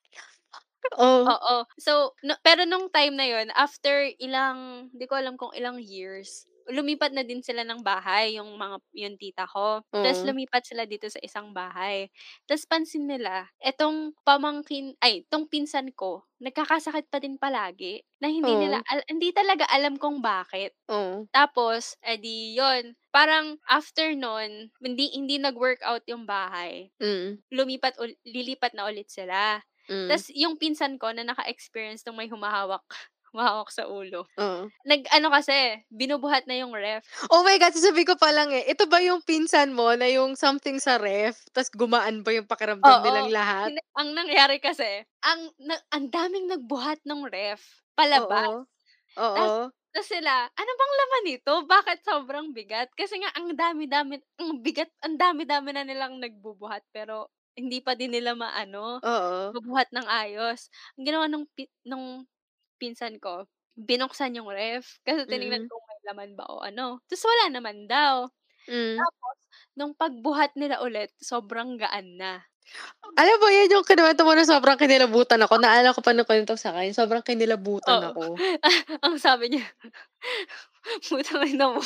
[SPEAKER 1] Oo.
[SPEAKER 2] Oo. So, no- pero nung time na yon after ilang, di ko alam kung ilang years, lumipat na din sila ng bahay, yung mga, yung tita ko. Tapos
[SPEAKER 1] Oo.
[SPEAKER 2] lumipat sila dito sa isang bahay. Tapos pansin nila, etong pamangkin, ay, tong pinsan ko, nagkakasakit pa din palagi, na hindi
[SPEAKER 1] Oo.
[SPEAKER 2] nila, al- hindi talaga alam kung bakit.
[SPEAKER 1] Oo.
[SPEAKER 2] Tapos, edi yon parang after nun, hindi, hindi nag-workout yung bahay.
[SPEAKER 1] Mm.
[SPEAKER 2] Lumipat, ul- lilipat na ulit sila.
[SPEAKER 1] Mm.
[SPEAKER 2] Tapos yung pinsan ko na naka-experience nung may humahawak, humahawak sa ulo.
[SPEAKER 1] Oo.
[SPEAKER 2] Nag ano kasi, binubuhat na yung ref.
[SPEAKER 1] Oh my God, sasabi ko pa lang eh, ito ba yung pinsan mo na yung something sa ref, tas gumaan ba yung pakiramdam
[SPEAKER 2] Oo.
[SPEAKER 1] nilang lahat?
[SPEAKER 2] Hin- Ang nangyari kasi, ang na- ang daming nagbuhat ng ref palabas.
[SPEAKER 1] Oo. Oo.
[SPEAKER 2] Tapos sila, ano bang laman nito? Bakit sobrang bigat? Kasi nga ang dami-dami, ang bigat, ang dami-dami na nilang nagbubuhat pero hindi pa din nila maano,
[SPEAKER 1] Oo.
[SPEAKER 2] mabuhat ng ayos. Ang ginawa nung pi- nung pinsan ko, binuksan yung ref kasi
[SPEAKER 1] Mm.
[SPEAKER 2] tinignan kung may laman ba o ano. Tapos wala naman daw.
[SPEAKER 1] Mm.
[SPEAKER 2] Tapos, nung pagbuhat nila ulit, sobrang gaan na.
[SPEAKER 1] Alam mo, yan yung kinuwento mo na sobrang kinilabutan ako. Naalala ko pa nung kwento sa akin, sobrang kinilabutan
[SPEAKER 2] Oo.
[SPEAKER 1] ako.
[SPEAKER 2] Ang sabi niya, putang ina mo,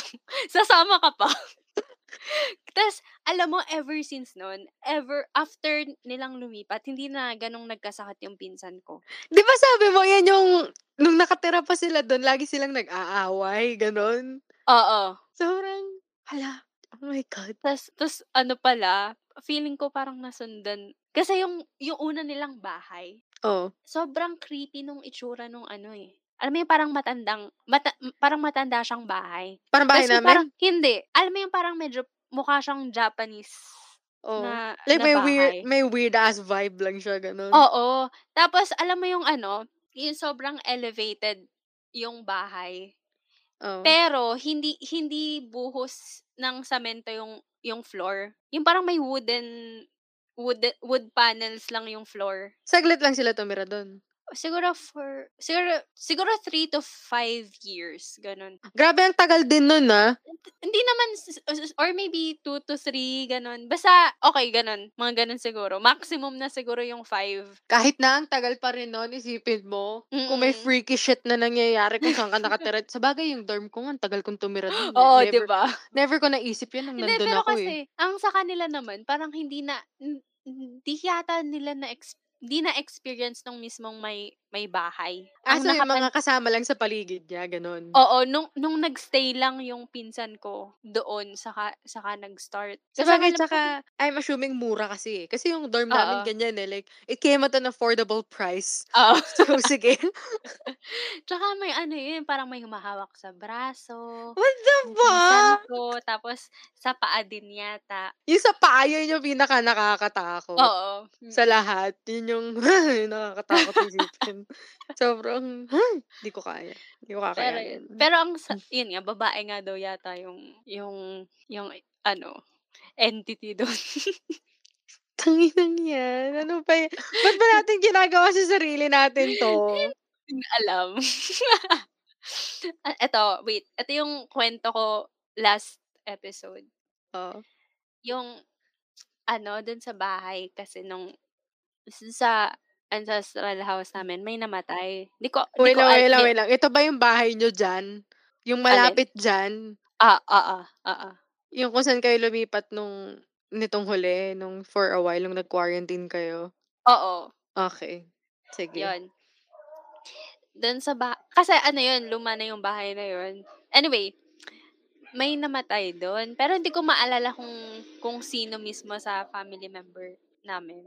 [SPEAKER 2] sasama ka pa. Tapos, alam mo, ever since noon, ever after nilang lumipat, hindi na ganong nagkasakit yung pinsan ko.
[SPEAKER 1] Di ba sabi mo, yan yung, nung nakatira pa sila doon, lagi silang nag-aaway, ganon.
[SPEAKER 2] Oo.
[SPEAKER 1] Sobrang, hala, oh my God.
[SPEAKER 2] Tapos, ano pala, feeling ko parang nasundan Kasi yung, yung una nilang bahay,
[SPEAKER 1] Oh.
[SPEAKER 2] sobrang creepy nung itsura nung ano eh. Alam mo yung parang matandang, mata, m- parang matanda siyang bahay.
[SPEAKER 1] Parang bahay
[SPEAKER 2] Tapos yung
[SPEAKER 1] namin?
[SPEAKER 2] Parang, hindi. Alam mo yung parang medyo mukha siyang Japanese
[SPEAKER 1] oh.
[SPEAKER 2] na,
[SPEAKER 1] like,
[SPEAKER 2] na
[SPEAKER 1] may
[SPEAKER 2] bahay. Oh,
[SPEAKER 1] weird, mm. may weird ass vibe lang siya, ganun.
[SPEAKER 2] Oo. Tapos, alam mo yung ano, yung sobrang elevated yung bahay.
[SPEAKER 1] Oh.
[SPEAKER 2] Pero, hindi hindi buhos ng samento yung yung floor. Yung parang may wooden wood wood panels lang yung floor.
[SPEAKER 1] Saglit lang sila tumira doon.
[SPEAKER 2] Siguro for siguro siguro 3 to 5 years, ganun.
[SPEAKER 1] Grabe, ang tagal din nun, ah.
[SPEAKER 2] Hindi naman s- s- or maybe 2 to 3 ganun. Basta okay ganun, mga ganun siguro. Maximum na siguro yung 5.
[SPEAKER 1] Kahit na ang tagal pa rin nun, isipin mo, kung may
[SPEAKER 2] Mm-mm.
[SPEAKER 1] freaky shit na nangyayari kung saan ka nakatira. Sa bagay, yung dorm ko, nga, ang tagal kong tumira doon.
[SPEAKER 2] Oo,
[SPEAKER 1] never,
[SPEAKER 2] 'di ba?
[SPEAKER 1] never ko naisip yan nung
[SPEAKER 2] Hindi,
[SPEAKER 1] nandun
[SPEAKER 2] pero
[SPEAKER 1] ako, eh.
[SPEAKER 2] kasi, ang sa kanila naman, parang hindi na, n- hindi yata nila na, ex- hindi na experience nung mismong may, may bahay.
[SPEAKER 1] Ah, so yung
[SPEAKER 2] nakapan-
[SPEAKER 1] mga kasama lang sa paligid niya, ganun.
[SPEAKER 2] Oo, nung, nung nagstay lang yung pinsan ko doon, saka, saka nag-start.
[SPEAKER 1] Sa
[SPEAKER 2] Kasi
[SPEAKER 1] bagay,
[SPEAKER 2] alam ko-
[SPEAKER 1] tsaka, I'm assuming mura kasi eh. Kasi yung dorm namin
[SPEAKER 2] Oo.
[SPEAKER 1] ganyan eh. Like, it came at an affordable price.
[SPEAKER 2] Oo.
[SPEAKER 1] So, sige.
[SPEAKER 2] tsaka may ano yun, parang may humahawak sa braso.
[SPEAKER 1] What the
[SPEAKER 2] yung
[SPEAKER 1] fuck?
[SPEAKER 2] Pinsan ko, tapos sa paa din yata.
[SPEAKER 1] Yung sa paa, yun yung pinaka nakakatakot.
[SPEAKER 2] Oo.
[SPEAKER 1] Oh,
[SPEAKER 2] hmm,
[SPEAKER 1] Sa lahat. Yun yung nakakatakot isipin. Sobrang, hindi ko kaya. Hindi ko
[SPEAKER 2] Pero,
[SPEAKER 1] kakaya
[SPEAKER 2] yun.
[SPEAKER 1] yun. Hmm.
[SPEAKER 2] pero ang, sa- yun nga, babae nga daw yata yung, yung, yung, ano, entity doon.
[SPEAKER 1] Tanginang yan. Ano ba yan? Ba't ba natin ginagawa sa sarili natin to?
[SPEAKER 2] Hindi ko alam. Ah, Eto, wait. Ito yung kwento ko last episode.
[SPEAKER 1] Oh.
[SPEAKER 2] Yung, ano, dun sa bahay kasi nung, sa ancestral house namin, may namatay. Di ko, di
[SPEAKER 1] Wait lang,
[SPEAKER 2] ko al-
[SPEAKER 1] wait lang,
[SPEAKER 2] di-
[SPEAKER 1] wait lang. Ito ba yung bahay nyo dyan? Yung malapit dyan?
[SPEAKER 2] Ah, ah, ah, ah, ah.
[SPEAKER 1] Yung kung saan kayo lumipat nung nitong huli, nung for a while, nung nag-quarantine kayo.
[SPEAKER 2] Oo.
[SPEAKER 1] Okay. Sige.
[SPEAKER 2] Yun. Doon sa ba Kasi ano yun, luma na yung bahay na yun. Anyway, may namatay doon. Pero hindi ko maalala kung, kung sino mismo sa family member namin.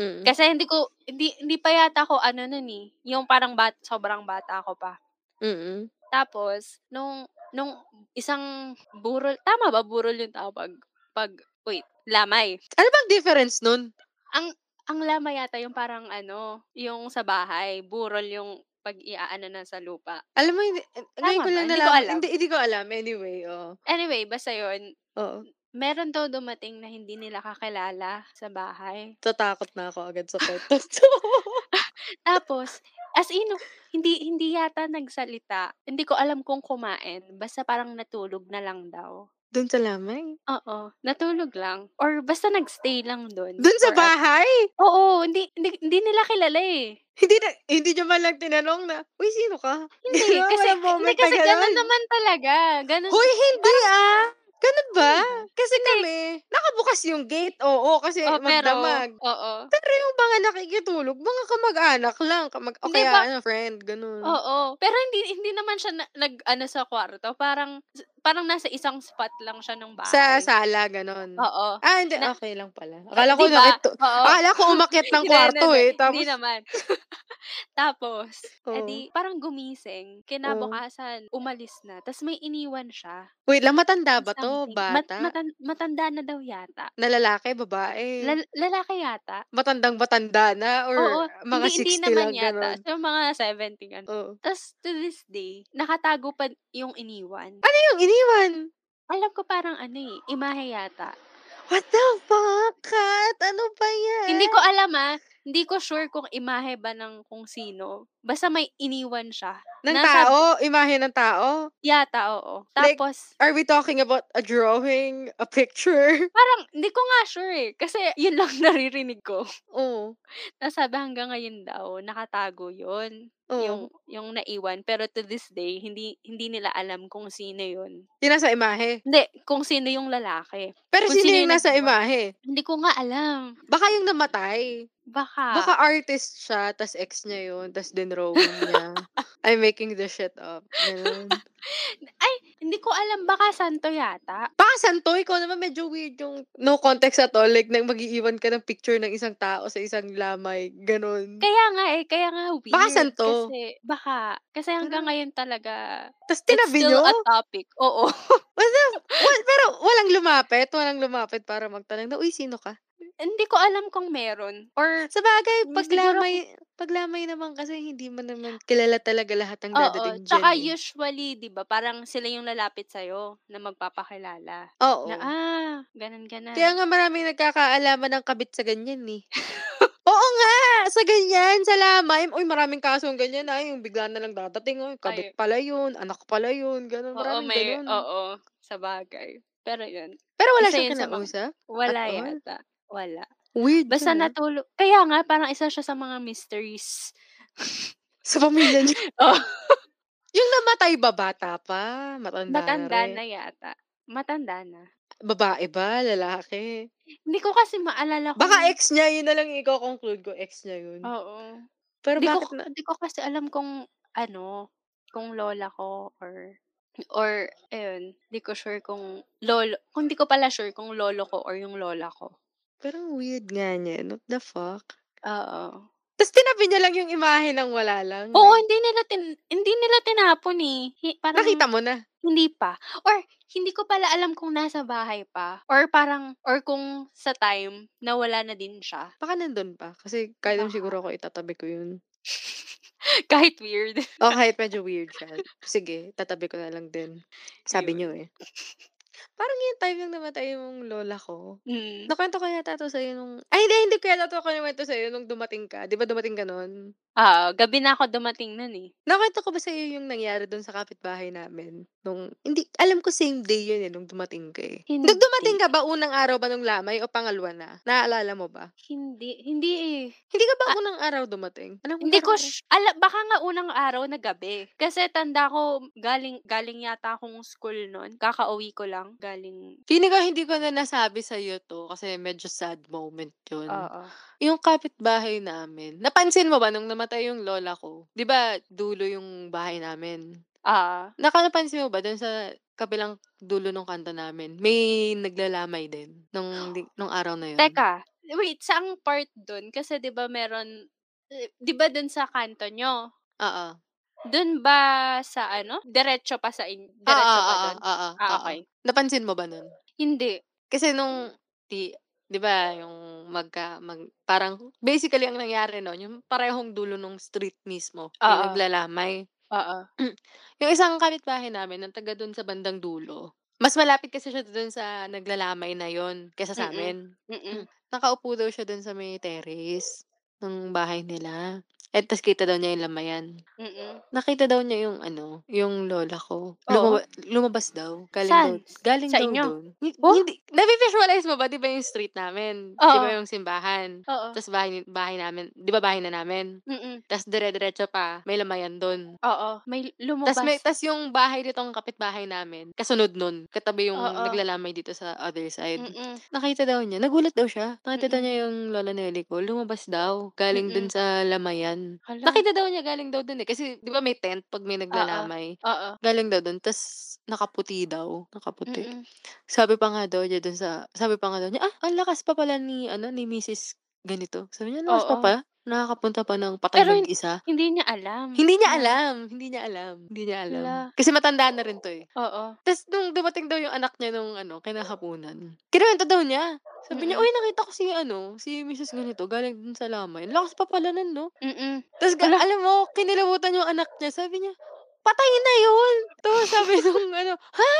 [SPEAKER 1] Mm.
[SPEAKER 2] Kasi hindi ko, hindi, hindi pa yata ako ano nun eh. Yung parang bat, sobrang bata ako pa.
[SPEAKER 1] Mm-mm.
[SPEAKER 2] Tapos, nung, nung isang burol, tama ba burol yung tawag? Pag, wait, lamay.
[SPEAKER 1] Ano bang difference nun?
[SPEAKER 2] Ang lamay yata yung parang ano, yung sa bahay. Burol yung pag iaano na sa lupa.
[SPEAKER 1] Alam mo, hindi, eh, ngayon
[SPEAKER 2] Tama
[SPEAKER 1] ko lang
[SPEAKER 2] ba? Hindi ko
[SPEAKER 1] nalaman-
[SPEAKER 2] alam.
[SPEAKER 1] Hindi, hindi ko alam. Anyway, oo.
[SPEAKER 2] Anyway, basta yun.
[SPEAKER 1] Oo.
[SPEAKER 2] Meron daw dumating na hindi nila kakilala sa bahay.
[SPEAKER 1] Tatakot na ako agad sa kwento. to.
[SPEAKER 2] Tapos, as in, hindi, hindi yata nagsalita. Hindi ko alam kung kumain. Basta parang natulog na lang daw.
[SPEAKER 1] Doon sa lamay?
[SPEAKER 2] Oo, natulog lang. Or basta nagstay lang doon.
[SPEAKER 1] Doon sa bahay?
[SPEAKER 2] Oo, hindi, hindi, hindi nila kilala eh.
[SPEAKER 1] Hindi na, hindi nyo man lang tinanong na, Uy, sino ka?
[SPEAKER 2] Hindi,
[SPEAKER 1] Di ba?
[SPEAKER 2] kasi,
[SPEAKER 1] Walang
[SPEAKER 2] hindi
[SPEAKER 1] moment na
[SPEAKER 2] kasi ganun
[SPEAKER 1] ganun.
[SPEAKER 2] naman talaga. Ganun.
[SPEAKER 1] Hoy, hindi ah! Ganun ba?
[SPEAKER 2] Hindi.
[SPEAKER 1] Kasi kami, nakabukas yung gate, oo, kasi
[SPEAKER 2] Oh, pero,
[SPEAKER 1] magdamag.
[SPEAKER 2] oo.
[SPEAKER 1] Pero yung mga nakikitulog, mga kamag-anak lang, kamag o
[SPEAKER 2] Hindi
[SPEAKER 1] kaya
[SPEAKER 2] ba- Oh,
[SPEAKER 1] ano, friend, ganun.
[SPEAKER 2] Oo. Pero hindi hindi naman siya na- nag ano sa kwarto. Parang parang nasa isang spot lang siya ng bahay.
[SPEAKER 1] Sa sala, ganun.
[SPEAKER 2] Oo.
[SPEAKER 1] Ah, hindi,
[SPEAKER 2] Oh, Na-
[SPEAKER 1] okay lang pala. Akala ko
[SPEAKER 2] Diba?
[SPEAKER 1] nakito.
[SPEAKER 2] Oo.
[SPEAKER 1] Akala ko umakyat ng
[SPEAKER 2] Hindi,
[SPEAKER 1] Ah, kwarto
[SPEAKER 2] hindi,
[SPEAKER 1] eh.
[SPEAKER 2] hindi.
[SPEAKER 1] Tapos,
[SPEAKER 2] Hindi naman. Tapos,
[SPEAKER 1] Oo.
[SPEAKER 2] edi parang gumising. Kinabukasan, umalis na. Tapos may iniwan siya.
[SPEAKER 1] wait lang, matanda
[SPEAKER 2] ng
[SPEAKER 1] ba to?
[SPEAKER 2] something. Mat-
[SPEAKER 1] Ah, Bata?
[SPEAKER 2] matan- matanda na daw yata.
[SPEAKER 1] na lalaki, babae?
[SPEAKER 2] Lal- lalaki yata.
[SPEAKER 1] Matandang-matanda na? Eh Or
[SPEAKER 2] Oo.
[SPEAKER 1] mga
[SPEAKER 2] hindi, hindi
[SPEAKER 1] 60
[SPEAKER 2] naman
[SPEAKER 1] lang,
[SPEAKER 2] yata.
[SPEAKER 1] ganun?
[SPEAKER 2] So, mga 70 ano.
[SPEAKER 1] Oo.
[SPEAKER 2] Tapos, to this day, nakatago pa yung iniwan.
[SPEAKER 1] Ano yung iniwan?
[SPEAKER 2] Alam ko parang ano eh, imahe yata.
[SPEAKER 1] What the fuck, Kat? Ano ba yan?
[SPEAKER 2] Hindi ko alam ah. Hindi ko sure kung imahe ba ng kung sino. Basta may iniwan siya.
[SPEAKER 1] Ng
[SPEAKER 2] nasa-
[SPEAKER 1] tao? Imahe ng tao?
[SPEAKER 2] Yata, oo.
[SPEAKER 1] Like-
[SPEAKER 2] Tapos,
[SPEAKER 1] Are we talking about a drawing? A picture?
[SPEAKER 2] parang hindi ko nga sure eh. Kasi yun lang naririnig ko.
[SPEAKER 1] Oo.
[SPEAKER 2] Nasabi hanggang ngayon daw, nakatago yun.
[SPEAKER 1] Oo.
[SPEAKER 2] Yung, yung naiwan. Pero to this day, hindi, hindi nila alam kung sino yun.
[SPEAKER 1] Yung nasa imahe.
[SPEAKER 2] Hindi, kung sino yung lalaki.
[SPEAKER 1] Pero
[SPEAKER 2] Kung
[SPEAKER 1] sino,
[SPEAKER 2] sino
[SPEAKER 1] yung,
[SPEAKER 2] yung
[SPEAKER 1] nasa
[SPEAKER 2] naggawa?
[SPEAKER 1] imahe?
[SPEAKER 2] Hindi ko nga alam.
[SPEAKER 1] Baka yung namatay.
[SPEAKER 2] Baka.
[SPEAKER 1] Baka artist siya, tas ex niya yun, tas dinrowing niya. I'm making this shit up. Ganun.
[SPEAKER 2] Hindi ko alam, baka santo yata.
[SPEAKER 1] Baka Ah, santo, ikaw naman medyo weird yung no context at all. Like, nang mag-iiwan ka ng picture ng isang tao sa isang lamay. Ganon.
[SPEAKER 2] Kaya nga eh, kaya nga weird.
[SPEAKER 1] Baka santo.
[SPEAKER 2] Kasi, baka. Kasi hanggang ngayon talaga,
[SPEAKER 1] Tapos
[SPEAKER 2] it's
[SPEAKER 1] tinabi nyo?
[SPEAKER 2] still a topic. Oo.
[SPEAKER 1] What the, wa- pero walang lumapit. Walang lumapit para magtanong na, uy, sino ka?
[SPEAKER 2] Hindi ko alam kung meron. Or,
[SPEAKER 1] Sa bagay,
[SPEAKER 2] Hmm,
[SPEAKER 1] paglamay, paglamay naman kasi hindi mo naman kilala talaga lahat ng
[SPEAKER 2] oo.
[SPEAKER 1] dadating dyan
[SPEAKER 2] Tsaka
[SPEAKER 1] eh.
[SPEAKER 2] usually, di ba, parang sila yung lalapit sa'yo na magpapakilala.
[SPEAKER 1] Oo.
[SPEAKER 2] Na, ah, ganun, ganun.
[SPEAKER 1] Kaya nga maraming nagkakaalaman ng kabit sa ganyan eh. Oo nga, sa ganyan, sa lamay. Uy, maraming kaso ang ganyan ay yung bigla na lang dadating. Uy, kabit pala yun, anak pala yun, ganun,
[SPEAKER 2] oo,
[SPEAKER 1] maraming
[SPEAKER 2] may,
[SPEAKER 1] ganun.
[SPEAKER 2] oo, sa bagay. Pero yun,
[SPEAKER 1] Pero wala
[SPEAKER 2] Isa
[SPEAKER 1] siyang
[SPEAKER 2] yun sa mga-
[SPEAKER 1] kinausap.
[SPEAKER 2] wala
[SPEAKER 1] all?
[SPEAKER 2] yata. Wala.
[SPEAKER 1] Weird.
[SPEAKER 2] Basta
[SPEAKER 1] yun, ah.
[SPEAKER 2] natulog. Kaya nga, parang isa siya sa mga mysteries.
[SPEAKER 1] Sa pamilya niya.
[SPEAKER 2] Oo.
[SPEAKER 1] Yung namatay ba, bata pa? Matanda,
[SPEAKER 2] Matanda
[SPEAKER 1] na rin.
[SPEAKER 2] na yata. Matanda na.
[SPEAKER 1] Babae ba? Lalaki?
[SPEAKER 2] Hindi ko kasi maalala kung...
[SPEAKER 1] Baka ex niya, yun na lang ikaw conclude ko, ex niya yun.
[SPEAKER 2] Mm. Oo.
[SPEAKER 1] Pero
[SPEAKER 2] Hindi ko,
[SPEAKER 1] bakit na?
[SPEAKER 2] di ko kasi alam kung ano, kung lola ko or or ayun, di ko sure kung lolo, kung di ko pala sure kung lolo ko or yung lola ko.
[SPEAKER 1] Pero ang weird nga niya. What the fuck?
[SPEAKER 2] Oo.
[SPEAKER 1] Tapos tinabi niya lang yung imahe ng wala lang.
[SPEAKER 2] Oo,
[SPEAKER 1] like,
[SPEAKER 2] hindi nila tin, hindi nila tinapon eh. Hi- Parang
[SPEAKER 1] Nakita mo na.
[SPEAKER 2] hindi pa. Or hindi ko pala alam kung nasa bahay pa or parang or kung sa time nawala na din siya.
[SPEAKER 1] Baka nandun pa. Kasi kahit
[SPEAKER 2] Baka.
[SPEAKER 1] siguro ako itatabi ko yun.
[SPEAKER 2] Kahit weird.
[SPEAKER 1] O kahit medyo weird siya. Sige, tatabi ko na lang din. Sabi
[SPEAKER 2] Yun.
[SPEAKER 1] niyo eh. Parang yung time nang namatay yung lola ko.
[SPEAKER 2] Mm.
[SPEAKER 1] Nakwento ko yata to sa'yo nung... Ay, hindi, hindi ko yata to kwento sa'yo nung dumating ka. Di ba dumating ka nun?
[SPEAKER 2] Ah, gabi na ako dumating nun eh.
[SPEAKER 1] Nakwento ko ba sa'yo yung nangyari doon sa kapitbahay namin? Nung, hindi, alam ko same day yun eh, nung dumating ka eh. Nung
[SPEAKER 2] Hindi.
[SPEAKER 1] dumating ka ba unang araw ba nung lamay o pangalwa na? Naaalala mo ba?
[SPEAKER 2] Hindi, hindi eh.
[SPEAKER 1] Hindi ka ba unang araw dumating? Alam
[SPEAKER 2] Hindi ko,
[SPEAKER 1] parang-
[SPEAKER 2] sh- ala, baka nga unang araw na gabi. Kasi tanda ko, galing, galing yata akong school nun. Kakauwi ko lang. Galing,
[SPEAKER 1] Feeling ko hindi ko na nasabi sa'yo to kasi medyo sad moment yun.
[SPEAKER 2] oo.
[SPEAKER 1] Yung kapitbahay namin, napansin mo ba nung namatay yung lola ko? Di ba dulo yung bahay namin?
[SPEAKER 2] Ah,
[SPEAKER 1] Nakanapansin mo ba doon sa kabilang dulo ng kanto namin, may naglalamay din nung, di- nung araw na yun.
[SPEAKER 2] teka. Wait, saang part dun? Kasi di ba meron, eh, di ba dun sa kanto nyo?
[SPEAKER 1] Oo.
[SPEAKER 2] Dun ba sa ano? Diretso pa sa in, diretso pa dun?
[SPEAKER 1] Oo, oo,
[SPEAKER 2] Ah,
[SPEAKER 1] oo.
[SPEAKER 2] okay.
[SPEAKER 1] Napansin mo ba nun?
[SPEAKER 2] Hindi.
[SPEAKER 1] Kasi nung,
[SPEAKER 2] Hmm.
[SPEAKER 1] di, di ba, yung magka, mag, parang, basically ang nangyari nun, yung parehong dulo nung street mismo, yung
[SPEAKER 2] Oo.
[SPEAKER 1] naglalamay.
[SPEAKER 2] Oo.
[SPEAKER 1] Yung isang kapitbahay namin, ang taga dun sa bandang dulo, mas malapit kasi siya dun sa naglalamay na yon kesa sa
[SPEAKER 2] Mm-mm.
[SPEAKER 1] amin.
[SPEAKER 2] Mm-mm.
[SPEAKER 1] Nakaupo daw siya dun sa may terrace ng bahay nila. At tas kita daw niya yung lamayan.
[SPEAKER 2] Mm-mm.
[SPEAKER 1] Nakita daw niya yung ano, yung lola ko.
[SPEAKER 2] Oo.
[SPEAKER 1] Lumaba- lumabas daw. Galing
[SPEAKER 2] Saan?
[SPEAKER 1] daw. Galing
[SPEAKER 2] Sa
[SPEAKER 1] daw
[SPEAKER 2] inyo?
[SPEAKER 1] dun. Hi-
[SPEAKER 2] Oh?
[SPEAKER 1] Hindi, nabivisualize mo ba? Di ba yung street namin? Di ba
[SPEAKER 2] Oo.
[SPEAKER 1] yung simbahan?
[SPEAKER 2] Oo.
[SPEAKER 1] Tapos bahay, bahay namin. Di ba bahay na namin?
[SPEAKER 2] Mm-mm.
[SPEAKER 1] Tapos dire-diretso pa. May lamayan dun.
[SPEAKER 2] Oo. May lumabas.
[SPEAKER 1] Tapos may tas yung bahay nitong kapitbahay namin, kasunod nun, katabi yung
[SPEAKER 2] Oo.
[SPEAKER 1] naglalamay dito sa other side.
[SPEAKER 2] Mm-mm.
[SPEAKER 1] Nakita daw niya, nagulat daw siya. Nakita daw
[SPEAKER 2] Mm-mm.
[SPEAKER 1] niya yung lola Nelly ko, lumabas daw, galing dun sa lamayan.
[SPEAKER 2] Hala.
[SPEAKER 1] Nakita daw niya galing daw dun eh, kasi 'di ba may tent pag may naglalamay.
[SPEAKER 2] Oo.
[SPEAKER 1] Galing daw dun, tas nakaputi daw, nakaputi.
[SPEAKER 2] Mm-mm.
[SPEAKER 1] Sabi pa nga daw niya dun sa, sabi pa nga daw niya, ah, ang lakas pa pala ni, ano, ni Mrs. ganito. Sabi niya, "Ang lakas pa
[SPEAKER 2] Oo.
[SPEAKER 1] pala. Nakakapunta pa ng patay
[SPEAKER 2] Pero hin- mm.
[SPEAKER 1] mag-isa.
[SPEAKER 2] Hindi niya alam.
[SPEAKER 1] Hindi niya
[SPEAKER 2] Na-
[SPEAKER 1] alam. Hindi niya alam. Hindi niya alam.
[SPEAKER 2] Ala.
[SPEAKER 1] Kasi matanda na rin to eh.
[SPEAKER 2] Oo.
[SPEAKER 1] Tapos nung dumating daw yung anak niya nung ano, kinahapunan. Kinuwento daw niya. Sabi niya,
[SPEAKER 2] Hmm. Mm-mm.
[SPEAKER 1] uy, nakita ko si ano, si Mrs. ganito, galing dun sa lamay. Ang Lakas pa pala nun, no?
[SPEAKER 2] Mm-mm.
[SPEAKER 1] Tapos, ga-
[SPEAKER 2] Ala.
[SPEAKER 1] alam mo, kinilabutan yung anak niya. Sabi niya, patay na yun. Tapos sabi nung ano, ha?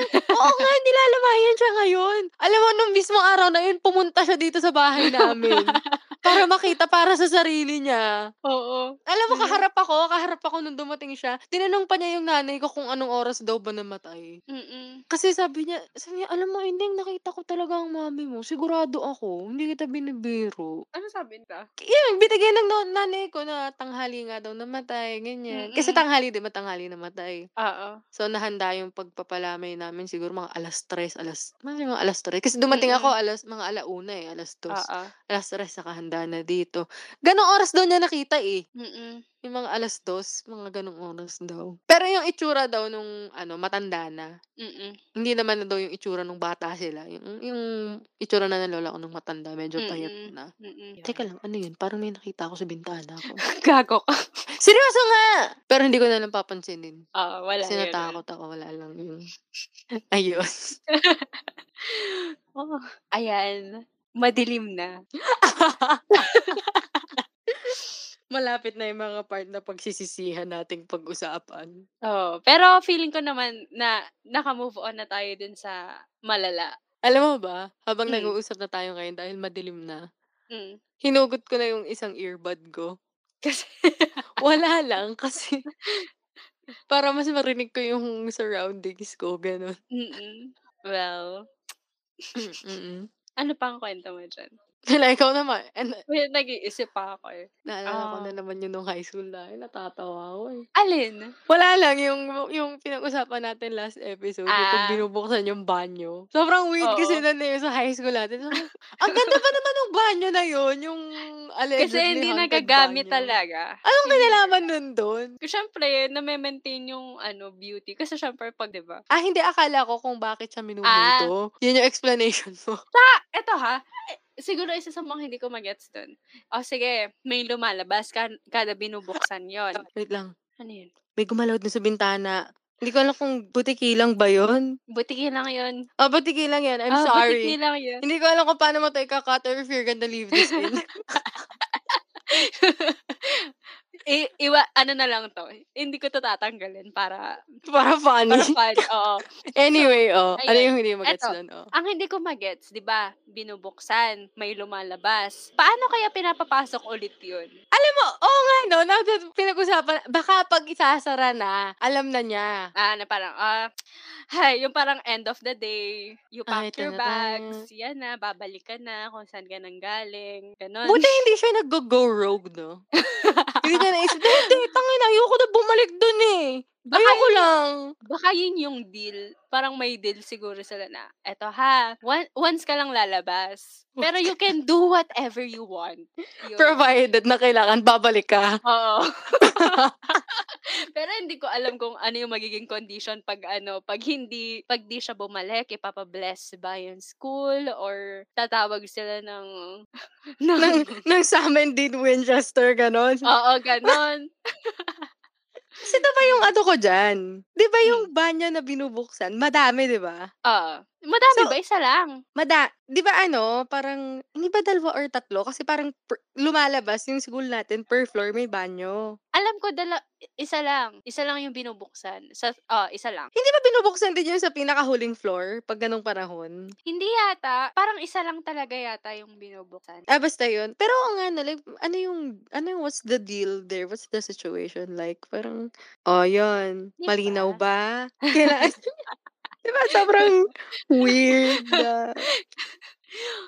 [SPEAKER 1] May- Oo nga, nilalamayan siya ngayon. Alam mo, nung mismong araw na yun, pumunta siya dito sa bahay namin. para makita, para sa sarili niya.
[SPEAKER 2] Oo.
[SPEAKER 1] Alam mo,
[SPEAKER 2] Ano?
[SPEAKER 1] kaharap ako, kaharap ako nung dumating siya. Tinanong pa niya yung nanay ko kung anong oras daw ba namatay.
[SPEAKER 2] Mm-mm.
[SPEAKER 1] Kasi sabi niya, sabi niya, alam mo, hindi, nakita ko talaga ang mami mo. Sigurado ako, hindi kita binibiro.
[SPEAKER 2] Ano sabi nila?
[SPEAKER 1] Yun, binigay ng no- nanay ko na tanghali nga daw namatay, ganyan. Kasi
[SPEAKER 2] Mm-mm.
[SPEAKER 1] tanghali, di ba, tanghali namatay.
[SPEAKER 2] Oo.
[SPEAKER 1] So, nahanda yung pagpapalamay namin siguro mga alas tres, alas, mga alas tres. Kasi dumating
[SPEAKER 2] Mm-mm.
[SPEAKER 1] ako alas, mga alauna eh, alas dos.
[SPEAKER 2] Oo.
[SPEAKER 1] Alas tres, nakahanda wala na dito. Ganong oras daw niya nakita eh.
[SPEAKER 2] Mm-mm.
[SPEAKER 1] Yung mga alas dos, mga ganong oras daw. Pero yung itsura daw nung ano, matanda na.
[SPEAKER 2] Mm-mm.
[SPEAKER 1] Hindi naman na daw yung itsura nung bata sila. Yung, yung itsura na ng lola ko nung matanda, medyo payat
[SPEAKER 2] Mm-mm.
[SPEAKER 1] na.
[SPEAKER 2] Mm-mm.
[SPEAKER 1] Teka lang, ano Mm, yun? Parang may nakita ako sa bintana ko.
[SPEAKER 2] Gago ka.
[SPEAKER 1] Seryoso nga! Pero hindi ko na lang papansinin.
[SPEAKER 2] Ah, wala
[SPEAKER 1] Kasi
[SPEAKER 2] yun.
[SPEAKER 1] natakot ako, wala lang yun. Ayos.
[SPEAKER 2] Oh, ayan. Madilim na.
[SPEAKER 1] Malapit na yung mga part na pagsisisihan nating pag-usapan.
[SPEAKER 2] Oh, pero feeling ko naman na naka-move on na tayo dun sa malala.
[SPEAKER 1] Alam mo ba, habang
[SPEAKER 2] Mm.
[SPEAKER 1] nag-uusap na tayo ngayon dahil madilim na,
[SPEAKER 2] Mm.
[SPEAKER 1] hinugot ko na yung isang earbud ko.
[SPEAKER 2] Kasi
[SPEAKER 1] Wala lang kasi para mas marinig ko yung surroundings ko, ganun.
[SPEAKER 2] Mm-mm. mm. Well,
[SPEAKER 1] Mm-mm.
[SPEAKER 2] ano pang kwento mo dyan?
[SPEAKER 1] Wala, ikaw naman. And,
[SPEAKER 2] Well, nag-iisip pa ako eh.
[SPEAKER 1] naalala ko
[SPEAKER 2] Ah.
[SPEAKER 1] na naman yun nung high school na. Natatawa ako eh.
[SPEAKER 2] Alin?
[SPEAKER 1] Wala lang yung, yung pinag-usapan natin last episode. Yung pag
[SPEAKER 2] Ah.
[SPEAKER 1] binubuksan yung banyo. Sobrang weird kasi
[SPEAKER 2] Oo.
[SPEAKER 1] na yun sa high school natin. Sobrang, ang ganda pa naman ng banyo na yun. Yung allegedly
[SPEAKER 2] Kasi hindi
[SPEAKER 1] haunted
[SPEAKER 2] nagagamit
[SPEAKER 1] banyo.
[SPEAKER 2] talaga. ano.
[SPEAKER 1] Anong kinalaman nun doon?
[SPEAKER 2] Siyempre, na-maintain yung ano, beauty. Kasi siyempre, pag, di ba?
[SPEAKER 1] Ah, hindi. Akala ko kung bakit
[SPEAKER 2] Ah.
[SPEAKER 1] siya minumuto. Yun yung explanation mo.
[SPEAKER 2] Eto ha, eh, siguro isa sa mga hindi ko magets dun. O sige, may lumalabas ka- kada binubuksan yon.
[SPEAKER 1] Wait lang.
[SPEAKER 2] Ano yun?
[SPEAKER 1] May gumalaw dun sa bintana. Hindi ko alam kung butikilang ba yun.
[SPEAKER 2] Butiki lang yun.
[SPEAKER 1] Ah, butikilang yan. I'm
[SPEAKER 2] Ah, Butiki
[SPEAKER 1] sorry.
[SPEAKER 2] lang yun.
[SPEAKER 1] Hindi ko alam kung paano mo tayo kakat or if you're gonna leave this in.
[SPEAKER 2] I- iwa, ano na lang to. Hindi ko to tatanggalin para,
[SPEAKER 1] Para funny.
[SPEAKER 2] para fun. Oo.
[SPEAKER 1] Anyway, oh. Ano
[SPEAKER 2] ayun.
[SPEAKER 1] yung hindi mo gets
[SPEAKER 2] Eto.
[SPEAKER 1] doon, oh?
[SPEAKER 2] Ang hindi ko magets, di ba? Binubuksan, may lumalabas. Paano kaya pinapapasok ulit yun?
[SPEAKER 1] Alam mo, oo oh, nga, no? Now that pinag-usapan, baka pag isasara na, alam na niya.
[SPEAKER 2] Ah, na parang, ah, hay, yung parang end of the day, you
[SPEAKER 1] Ay,
[SPEAKER 2] pack your
[SPEAKER 1] tanga tayo.
[SPEAKER 2] bags, yan na, babalik ka na kung saan ka nang galing, ganun.
[SPEAKER 1] Buti hindi siya nag-go rogue, no? hindi niya naisip, hindi, tangin, ayoko na bumalik doon eh.
[SPEAKER 2] Baka
[SPEAKER 1] Ayoko lang.
[SPEAKER 2] Baka yun yung deal. Parang may deal siguro sila na, eto ha, one- once ka lang lalabas. Pero you can do whatever you want. Yun.
[SPEAKER 1] Provided na kailangan, babalik ka.
[SPEAKER 2] Oo. Pero hindi ko alam kung ano yung magiging condition pag ano, pag hindi, pag di siya bumalik, ipapabless ba yung school or tatawag sila ng, ng
[SPEAKER 1] ng, ng Sam and Dean Winchester, ganon.
[SPEAKER 2] oo, ganon.
[SPEAKER 1] Kasi diba yung ano ko dyan? Di ba yung banyo na binubuksan? Madami, di ba?
[SPEAKER 2] Oo. Madami
[SPEAKER 1] So-
[SPEAKER 2] ba? Isa lang.
[SPEAKER 1] Mada, di ba ano, parang, hindi ba dalawa or tatlo? Kasi parang per- lumalabas yung school natin, per floor may banyo.
[SPEAKER 2] Alam ko, dala, isa lang. Isa lang yung binubuksan. Sa, oo, isa lang.
[SPEAKER 1] Hindi ba binubuksan din yun sa pinakahuling floor pag ganong panahon?
[SPEAKER 2] Hindi yata. Parang isa lang talaga yata yung binubuksan.
[SPEAKER 1] Ah, basta yun. Pero ang ano, like, ano yung, ano yung, what's the deal there? What's the situation? Like, parang, oh, yun.
[SPEAKER 2] Di
[SPEAKER 1] Malinaw ba? Kailangan, di ba, sobrang weird na.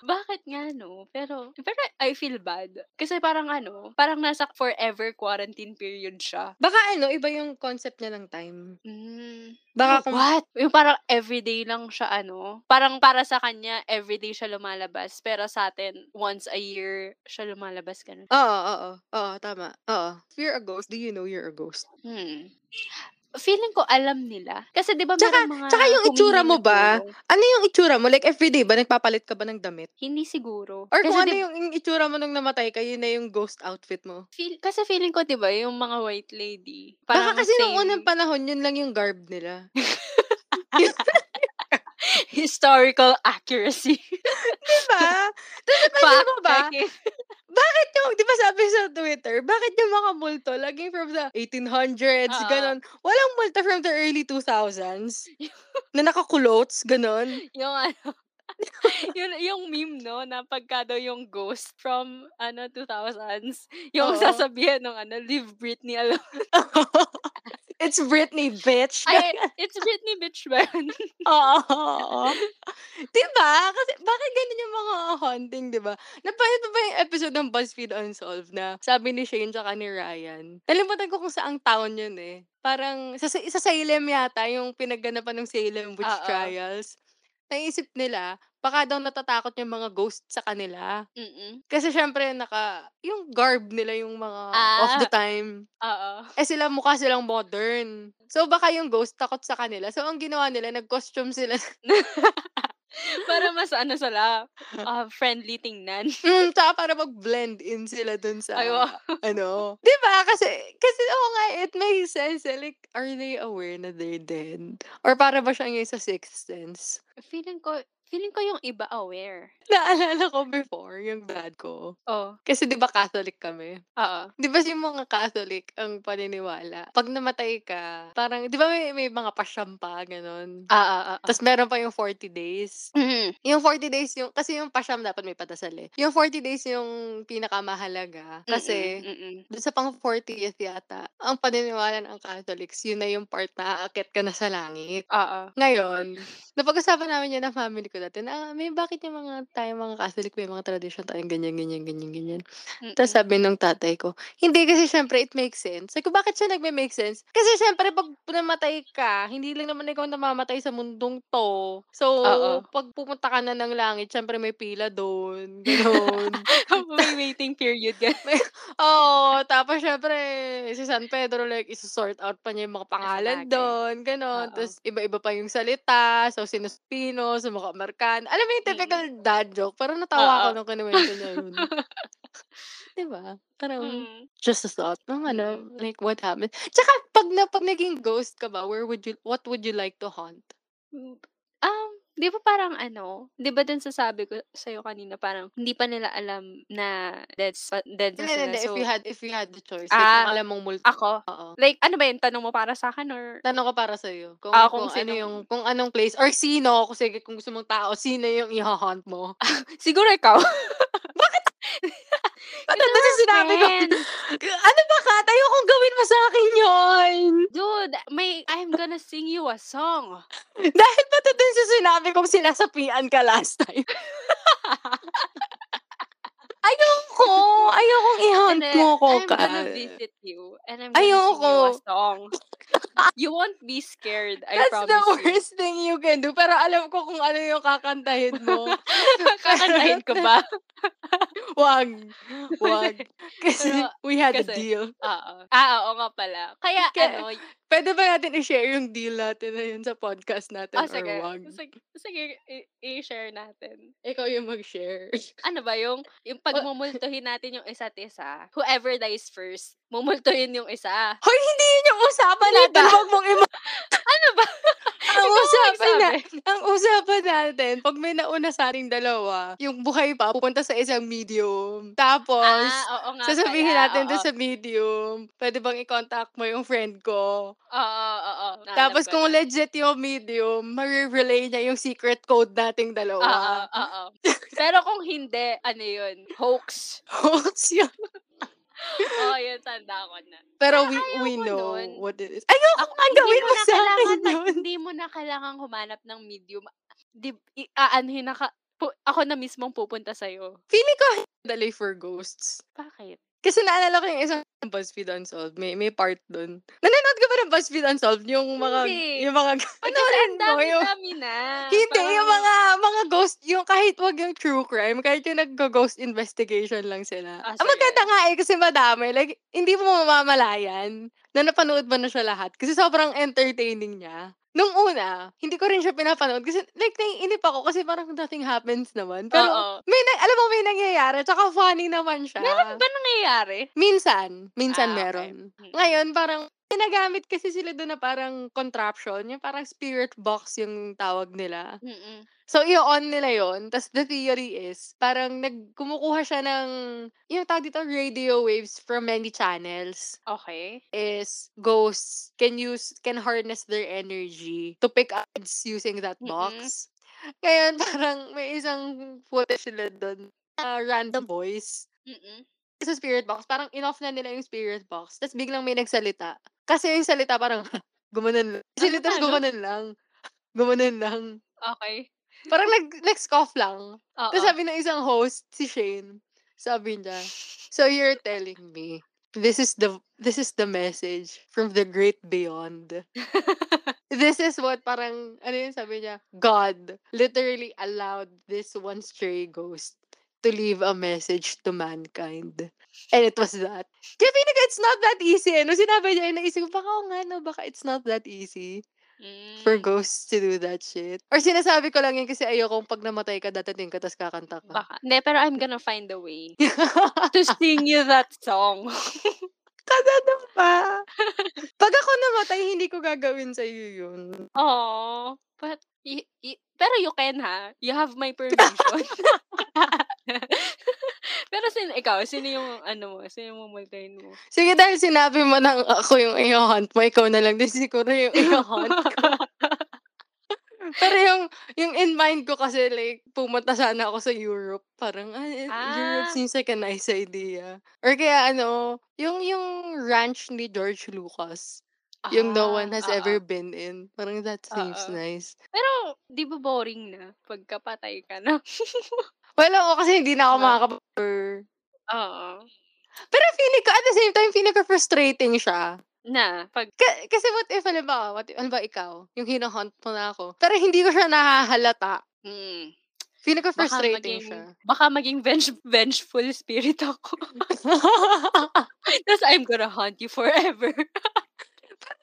[SPEAKER 2] Bakit nga, no? Pero, pero I feel bad. Kasi parang ano, parang nasa forever quarantine period siya.
[SPEAKER 1] Baka ano, iba yung concept niya ng time. Hmm.
[SPEAKER 2] Mm.
[SPEAKER 1] Baka kung,
[SPEAKER 2] What? Yung parang everyday lang siya, ano? Parang para sa kanya, everyday siya lumalabas. Pero sa atin, once a year siya lumalabas. Ganun.
[SPEAKER 1] oo, oo, oo, tama. Oo. If you're a ghost, do you know you're a ghost?
[SPEAKER 2] Hmm. Feeling ko alam nila. Kasi di ba
[SPEAKER 1] Tsaka-
[SPEAKER 2] merong mga
[SPEAKER 1] tsaka yung itsura
[SPEAKER 2] humihingi
[SPEAKER 1] mo
[SPEAKER 2] ng
[SPEAKER 1] ba?
[SPEAKER 2] tulong?
[SPEAKER 1] Ano yung itsura mo? Like, everyday ba nagpapalit ka ba ng damit?
[SPEAKER 2] Hindi siguro.
[SPEAKER 1] Or
[SPEAKER 2] Kasi
[SPEAKER 1] kung ano
[SPEAKER 2] di-
[SPEAKER 1] yung, yung itsura mo nung namatay ka, yun na yung ghost outfit mo.
[SPEAKER 2] Feel, kasi feeling ko, di ba, yung mga white lady.
[SPEAKER 1] Baka kasi
[SPEAKER 2] same
[SPEAKER 1] nung unang panahon, yun lang yung garb nila.
[SPEAKER 2] historical accuracy. eh.
[SPEAKER 1] diba? Tapos napansin mo ba?
[SPEAKER 2] Fact-checking.
[SPEAKER 1] Bakit yung, di ba sabi sa Twitter, bakit yung mga multo laging from the 1800s,
[SPEAKER 2] Oo.
[SPEAKER 1] ganon. Walang multo from the early 2000s. na nakakulots, ganon.
[SPEAKER 2] Yung ano, yung, yung meme, no, na pagka daw yung ghost from, ano, 2000s,
[SPEAKER 1] Oo.
[SPEAKER 2] yung sasabihin ng, ano, leave Britney alone.
[SPEAKER 1] It's Britney, bitch.
[SPEAKER 2] Ay, it's Britney, bitch, man.
[SPEAKER 1] Oo, oo. diba? Kasi, bakit ganun yung mga haunting, diba? Napanood mo ba yung episode ng BuzzFeed Unsolved na sabi ni Shane tsaka ni Ryan? Nalimutan ko kung saang taon yun eh. Parang, sa, sa Salem yata, yung pinagganapan ng Salem Witch
[SPEAKER 2] Oo.
[SPEAKER 1] Trials. naisip nila, baka daw natatakot yung mga ghost sa kanila.
[SPEAKER 2] Mm-mm.
[SPEAKER 1] Kasi syempre, naka, yung garb nila yung mga
[SPEAKER 2] Ah.
[SPEAKER 1] of the time.
[SPEAKER 2] Oo.
[SPEAKER 1] Eh sila mukha silang modern. So baka yung ghost takot sa kanila. So ang ginawa nila, nag-costume sila.
[SPEAKER 2] Para mas ano sila, uh, friendly tingnan.
[SPEAKER 1] mm, tsaka para mag-blend in sila dun sa,
[SPEAKER 2] Ay, wow.
[SPEAKER 1] ano. Di ba? Kasi, kasi oo nga, it makes sense. eh. Like, are they aware na they're dead? Or para ba siya ngayon sa sixth sense?
[SPEAKER 2] Feeling ko, feeling ko yung iba aware.
[SPEAKER 1] Naalala ko before, yung dad ko.
[SPEAKER 2] Oh,
[SPEAKER 1] Kasi di ba Catholic kami?
[SPEAKER 2] oo.
[SPEAKER 1] Di ba yung mga Catholic ang paniniwala? Pag namatay ka, parang, di ba may, may mga pasyampa, ganun?
[SPEAKER 2] Ah, ah, ah, ah.
[SPEAKER 1] Tapos meron pa yung 40 days.
[SPEAKER 2] Mhm.
[SPEAKER 1] Yung 40 days, yung, kasi yung pasyam dapat may patasal eh. Yung 40 days yung pinakamahalaga. Kasi,
[SPEAKER 2] Mm-mm, mm-mm.
[SPEAKER 1] doon sa pang 40th yata, ang paniniwala ng Catholics, yun na yung part na aakit ka na sa langit.
[SPEAKER 2] Oo.
[SPEAKER 1] Ngayon, napag-usapan namin yan ng family ko dati na, ah, may bakit yung mga tayo mga Catholic, may mga tradisyon tayong ganyan, ganyan, ganyan, ganyan.
[SPEAKER 2] Mm-mm.
[SPEAKER 1] Tapos sabi nung tatay ko, hindi kasi syempre it makes sense. Sabi ko, bakit siya nagme-make sense? Kasi syempre pag namatay ka, hindi lang naman ikaw namamatay sa mundong to. So,
[SPEAKER 2] Oo.
[SPEAKER 1] pag pumunta ka na ng langit, syempre may pila doon. Ganun.
[SPEAKER 2] May waiting period ka.
[SPEAKER 1] Oo, tapos syempre, si San Pedro, like, isusort out pa niya yung mga pangalan
[SPEAKER 2] Sabagay.
[SPEAKER 1] doon, ganon.
[SPEAKER 2] Oo.
[SPEAKER 1] Tapos, iba-iba pa yung salita, so sinuspino, sa mga Amerikan. Alam mo yung
[SPEAKER 2] Mm.
[SPEAKER 1] typical dad joke, parang natawa ako
[SPEAKER 2] Oo.
[SPEAKER 1] nung kinuwento niya yun. diba? Parang,
[SPEAKER 2] Mm.
[SPEAKER 1] just a thought. Nung ano,
[SPEAKER 2] Mm.
[SPEAKER 1] like, what happened? Tsaka, pag, na, pag naging ghost ka ba, where would you, what would you like to haunt?
[SPEAKER 2] Um, di ba parang ano, di ba dun sa sabi ko sa'yo kanina, parang hindi pa nila alam na dead, pa- dead
[SPEAKER 1] Hindi,
[SPEAKER 2] na
[SPEAKER 1] hindi,
[SPEAKER 2] sila.
[SPEAKER 1] hindi,
[SPEAKER 2] So,
[SPEAKER 1] if you had, if you had the choice, like,
[SPEAKER 2] Ah.
[SPEAKER 1] kung alam mong multo.
[SPEAKER 2] ako,
[SPEAKER 1] Oo.
[SPEAKER 2] like, ano ba yung tanong mo para sa akin or
[SPEAKER 1] Tanong ko para sa iyo. Kung,
[SPEAKER 2] Ah,
[SPEAKER 1] kung,
[SPEAKER 2] kung
[SPEAKER 1] ano
[SPEAKER 2] sinong-
[SPEAKER 1] yung kung anong place or sino kung sige kung gusto mong tao, sino yung iha-hunt mo?
[SPEAKER 2] Siguro ikaw.
[SPEAKER 1] Ano na sinabi ko? ano ba ka? Tayo kung gawin mo sa akin yon.
[SPEAKER 2] Dude, may I'm gonna sing you a song.
[SPEAKER 1] Dahil ba to dun sa sinabi kong sinasapian ka last time? Ayoko. Ayokong i-hunt
[SPEAKER 2] Hindi,
[SPEAKER 1] mo ko
[SPEAKER 2] I'm
[SPEAKER 1] ka.
[SPEAKER 2] gonna visit you and I'm gonna sing you
[SPEAKER 1] Ayoko.
[SPEAKER 2] a song. You won't be scared, I
[SPEAKER 1] That's
[SPEAKER 2] promise
[SPEAKER 1] the
[SPEAKER 2] you.
[SPEAKER 1] worst thing you can do. Pero alam ko kung ano yung kakantahin mo.
[SPEAKER 2] Kakantahin ko ba?
[SPEAKER 1] Wag. Wag. Kasi
[SPEAKER 2] Pero,
[SPEAKER 1] we had a
[SPEAKER 2] ano, kasi-
[SPEAKER 1] deal.
[SPEAKER 2] Oo. Ah, oo nga pala. Kaya
[SPEAKER 1] Kaya-
[SPEAKER 2] ano,
[SPEAKER 1] Pwede ba natin i-share yung deal natin na yun sa podcast natin or
[SPEAKER 2] ah, sige,
[SPEAKER 1] wag?
[SPEAKER 2] sige, sige, i- i-share natin.
[SPEAKER 1] Ikaw yung mag-share.
[SPEAKER 2] Ano ba yung, yung pagmumultuhin natin yung isa't isa, whoever dies first, mumultuhin yung isa.
[SPEAKER 1] Hoy, hindi yun yung usapan
[SPEAKER 2] Hindi
[SPEAKER 1] natin.
[SPEAKER 2] ba?
[SPEAKER 1] Wag mong ima-
[SPEAKER 2] Ano ba?
[SPEAKER 1] ang
[SPEAKER 2] Ikaw ang
[SPEAKER 1] usapan na,
[SPEAKER 2] nagsabi.
[SPEAKER 1] ang usapan natin, pag may nauna sa ating dalawa, yung buhay pa, pupunta sa isang medium. Tapos,
[SPEAKER 2] Ah, oo nga
[SPEAKER 1] sasabihin
[SPEAKER 2] pala,
[SPEAKER 1] natin doon
[SPEAKER 2] oo.
[SPEAKER 1] sa medium, pwede bang i-contact mo yung friend ko?
[SPEAKER 2] Oo, oo, oo. Naalam
[SPEAKER 1] Tapos
[SPEAKER 2] ko
[SPEAKER 1] kung
[SPEAKER 2] na.
[SPEAKER 1] legit yung medium, marirelay niya yung secret code nating
[SPEAKER 2] Oo, oo,
[SPEAKER 1] dalawa.
[SPEAKER 2] oo. Pero kung hindi, ano yun? Hoax.
[SPEAKER 1] Hoax yun.
[SPEAKER 2] Oo, yun, tanda ko na.
[SPEAKER 1] Pero
[SPEAKER 2] Ah,
[SPEAKER 1] we,
[SPEAKER 2] ayaw
[SPEAKER 1] we
[SPEAKER 2] mo
[SPEAKER 1] know
[SPEAKER 2] nun.
[SPEAKER 1] what it is. Ayoko
[SPEAKER 2] Ako,
[SPEAKER 1] nga
[SPEAKER 2] hindi
[SPEAKER 1] gawin mo
[SPEAKER 2] na
[SPEAKER 1] sa akin
[SPEAKER 2] kailangan na-
[SPEAKER 1] yun.
[SPEAKER 2] Hindi mo na kailangan humanap ng medium. Di, i, aanhin na ka, pu- ako na mismong pupunta sa'yo.
[SPEAKER 1] Feeling ko, dali for ghosts.
[SPEAKER 2] Bakit?
[SPEAKER 1] Kasi naalala ko yung isang BuzzFeed Unsolved. May, may part dun. Nanonood ka ba ng BuzzFeed Unsolved? Yung mga,
[SPEAKER 2] Hindi.
[SPEAKER 1] yung mga,
[SPEAKER 2] Ay, kasi
[SPEAKER 1] panoorin
[SPEAKER 2] ang
[SPEAKER 1] mo yung,
[SPEAKER 2] dami-dami na.
[SPEAKER 1] hindi,
[SPEAKER 2] Parang-
[SPEAKER 1] yung mga, mga ghost, yung kahit wag yung true crime, kahit yung nag-ghost investigation lang sila.
[SPEAKER 2] Ah,
[SPEAKER 1] Ang
[SPEAKER 2] sige.
[SPEAKER 1] maganda nga eh, kasi madami. Like, hindi mo mamamalayan na napanood mo na siya lahat. Kasi sobrang entertaining niya. Nung una, hindi ko rin siya pinapanood kasi like naiinip ako kasi parang nothing happens naman. Pero
[SPEAKER 2] Oo.
[SPEAKER 1] may na- alam mo may nangyayari tsaka funny naman siya.
[SPEAKER 2] Meron ba nangyayari?
[SPEAKER 1] Minsan, minsan
[SPEAKER 2] Ah, okay.
[SPEAKER 1] meron.
[SPEAKER 2] Mm.
[SPEAKER 1] Ngayon, parang ginagamit kasi sila doon na parang contraption, yung parang spirit box yung tawag nila.
[SPEAKER 2] Mm-mm.
[SPEAKER 1] So, i-on nila yon Tapos, the theory is, parang nag, kumukuha siya ng, yung tawag dito, radio waves from many channels
[SPEAKER 2] Okay. is
[SPEAKER 1] ghosts can use can harness their energy to pick ads using that
[SPEAKER 2] Mm-mm.
[SPEAKER 1] box. Ngayon, parang may isang footage sila doon. na random voice.
[SPEAKER 2] Mm-mm.
[SPEAKER 1] Sa spirit box, parang in-off na nila yung spirit box. Tapos biglang may nagsalita. Kasi yung salita parang gumanon lang.
[SPEAKER 2] Ano,
[SPEAKER 1] Salita
[SPEAKER 2] ano?
[SPEAKER 1] gumanon lang. Gumanon lang.
[SPEAKER 2] Okay.
[SPEAKER 1] Parang nag, nag-scoff lang.
[SPEAKER 2] Oo.
[SPEAKER 1] Tapos sabi ng isang host, si Shane, sabi niya, so you're telling me, this is the this is the message from the great beyond. this is what parang, ano yun sabi niya, God literally allowed this one stray ghost to leave a message to mankind. And it was that. Kaya pinaka, it's not that easy. Ano sinabi niya, eh, naisip ko, baka oo nga, no, baka it's not that easy for
[SPEAKER 2] Mm,
[SPEAKER 1] ghosts to do that shit. Or sinasabi ko lang yun kasi ayokong pag namatay ka, datating ka, tas kakanta ka.
[SPEAKER 2] Baka. Hindi, pero I'm gonna find a way to sing you that song.
[SPEAKER 1] Kadado pa. ano Pag ako namatay, hindi ko gagawin sa iyo yun.
[SPEAKER 2] Oh, but y- y- pero you can ha. You have my permission. pero sin ikaw, sino yung ano mo, sino yung mamaltayin mo?
[SPEAKER 1] Sige, dahil sinabi mo nang ako yung i-haunt mo, ikaw na lang din siguro yung i-haunt. Pero yung, yung in mind ko kasi, like, pumunta sana ako sa Europe. Parang, ah, eh, Europe
[SPEAKER 2] Ah.
[SPEAKER 1] seems like a nice idea. Or kaya, ano, yung, yung ranch ni George Lucas. Yung no one has
[SPEAKER 2] Ah,
[SPEAKER 1] ever
[SPEAKER 2] oo.
[SPEAKER 1] been in. Parang that seems
[SPEAKER 2] Oo.
[SPEAKER 1] nice.
[SPEAKER 2] Pero di ba boring na pagkapatay ka na?
[SPEAKER 1] Wala ako kasi hindi na ako
[SPEAKER 2] Diba?
[SPEAKER 1] makakap-
[SPEAKER 2] Oo.
[SPEAKER 1] Pero feeling ko, at the same time, feeling ko frustrating siya.
[SPEAKER 2] Na, pag
[SPEAKER 1] Ka- kasi what if, alam ba, what if, alam ba ikaw, yung hinahunt mo na ako, pero hindi ko siya nakahalata.
[SPEAKER 2] mm,
[SPEAKER 1] Feeling ko
[SPEAKER 2] baka
[SPEAKER 1] frustrating
[SPEAKER 2] maging
[SPEAKER 1] siya.
[SPEAKER 2] baka maging venge, vengeful spirit ako. Tapos I'm gonna haunt you forever.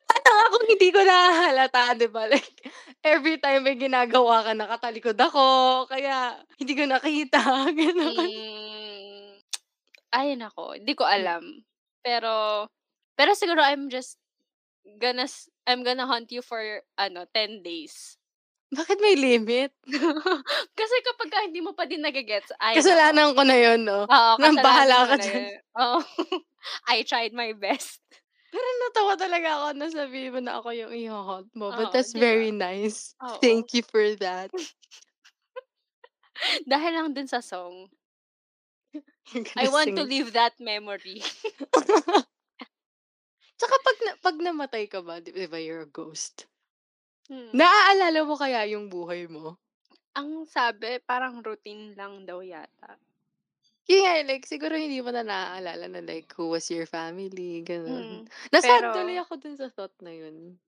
[SPEAKER 1] Ano nga kung hindi ko nakahalata, di ba? Like, every time may ginagawa ka, nakatalikod ako, kaya hindi ko nakita, gano'n.
[SPEAKER 2] Mm, ay nako, di ko alam. Pero pero siguro I'm just gonna s- I'm gonna hunt you for ano 10 days.
[SPEAKER 1] Bakit may limit?
[SPEAKER 2] Kasi kapag ka hindi mo pa din nagagets, ay nako.
[SPEAKER 1] Kasalanan ko na yun, no?
[SPEAKER 2] Oo,
[SPEAKER 1] Nang
[SPEAKER 2] kasalanan
[SPEAKER 1] bahala
[SPEAKER 2] mo
[SPEAKER 1] ka
[SPEAKER 2] na
[SPEAKER 1] dyan.
[SPEAKER 2] yun. Oo. I tried my best.
[SPEAKER 1] Pero natawa talaga ako na sabi mo na ako yung i-haunt mo. But
[SPEAKER 2] Oo,
[SPEAKER 1] that's
[SPEAKER 2] di ba?
[SPEAKER 1] very nice.
[SPEAKER 2] Oo.
[SPEAKER 1] Thank you for that.
[SPEAKER 2] Dahil lang dun sa song.
[SPEAKER 1] You're gonna
[SPEAKER 2] I want
[SPEAKER 1] sing
[SPEAKER 2] to
[SPEAKER 1] it.
[SPEAKER 2] leave that memory.
[SPEAKER 1] Tsaka pag, na- pag namatay ka ba, di, di ba you're a ghost?
[SPEAKER 2] Hmm.
[SPEAKER 1] Naaalala mo kaya yung buhay mo?
[SPEAKER 2] Ang sabi, parang routine lang daw yata.
[SPEAKER 1] Yun nga, like, siguro hindi mo na naaalala na, like, who was your family,
[SPEAKER 2] Mm.
[SPEAKER 1] gano'n. Nasad
[SPEAKER 2] pero-
[SPEAKER 1] tuloy ako dun sa thought na yun.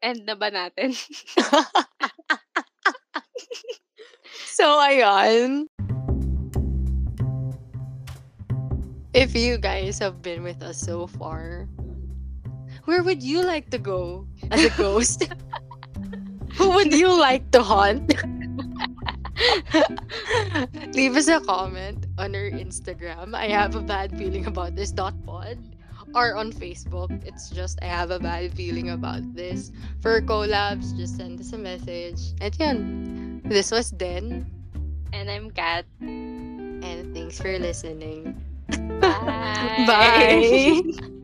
[SPEAKER 2] End na ba natin?
[SPEAKER 1] So, ayun. If you guys have been with us so far, where would you like to go as a ghost? Who would you like to haunt? Leave us a comment on our Instagram. I have a bad feeling about this dot pod. Or on Facebook. It's just I have a bad feeling about this. For collabs, just send us a message. At yun. This was Den.
[SPEAKER 2] And I'm Kat.
[SPEAKER 1] And thanks for listening.
[SPEAKER 2] Bye.
[SPEAKER 1] Bye.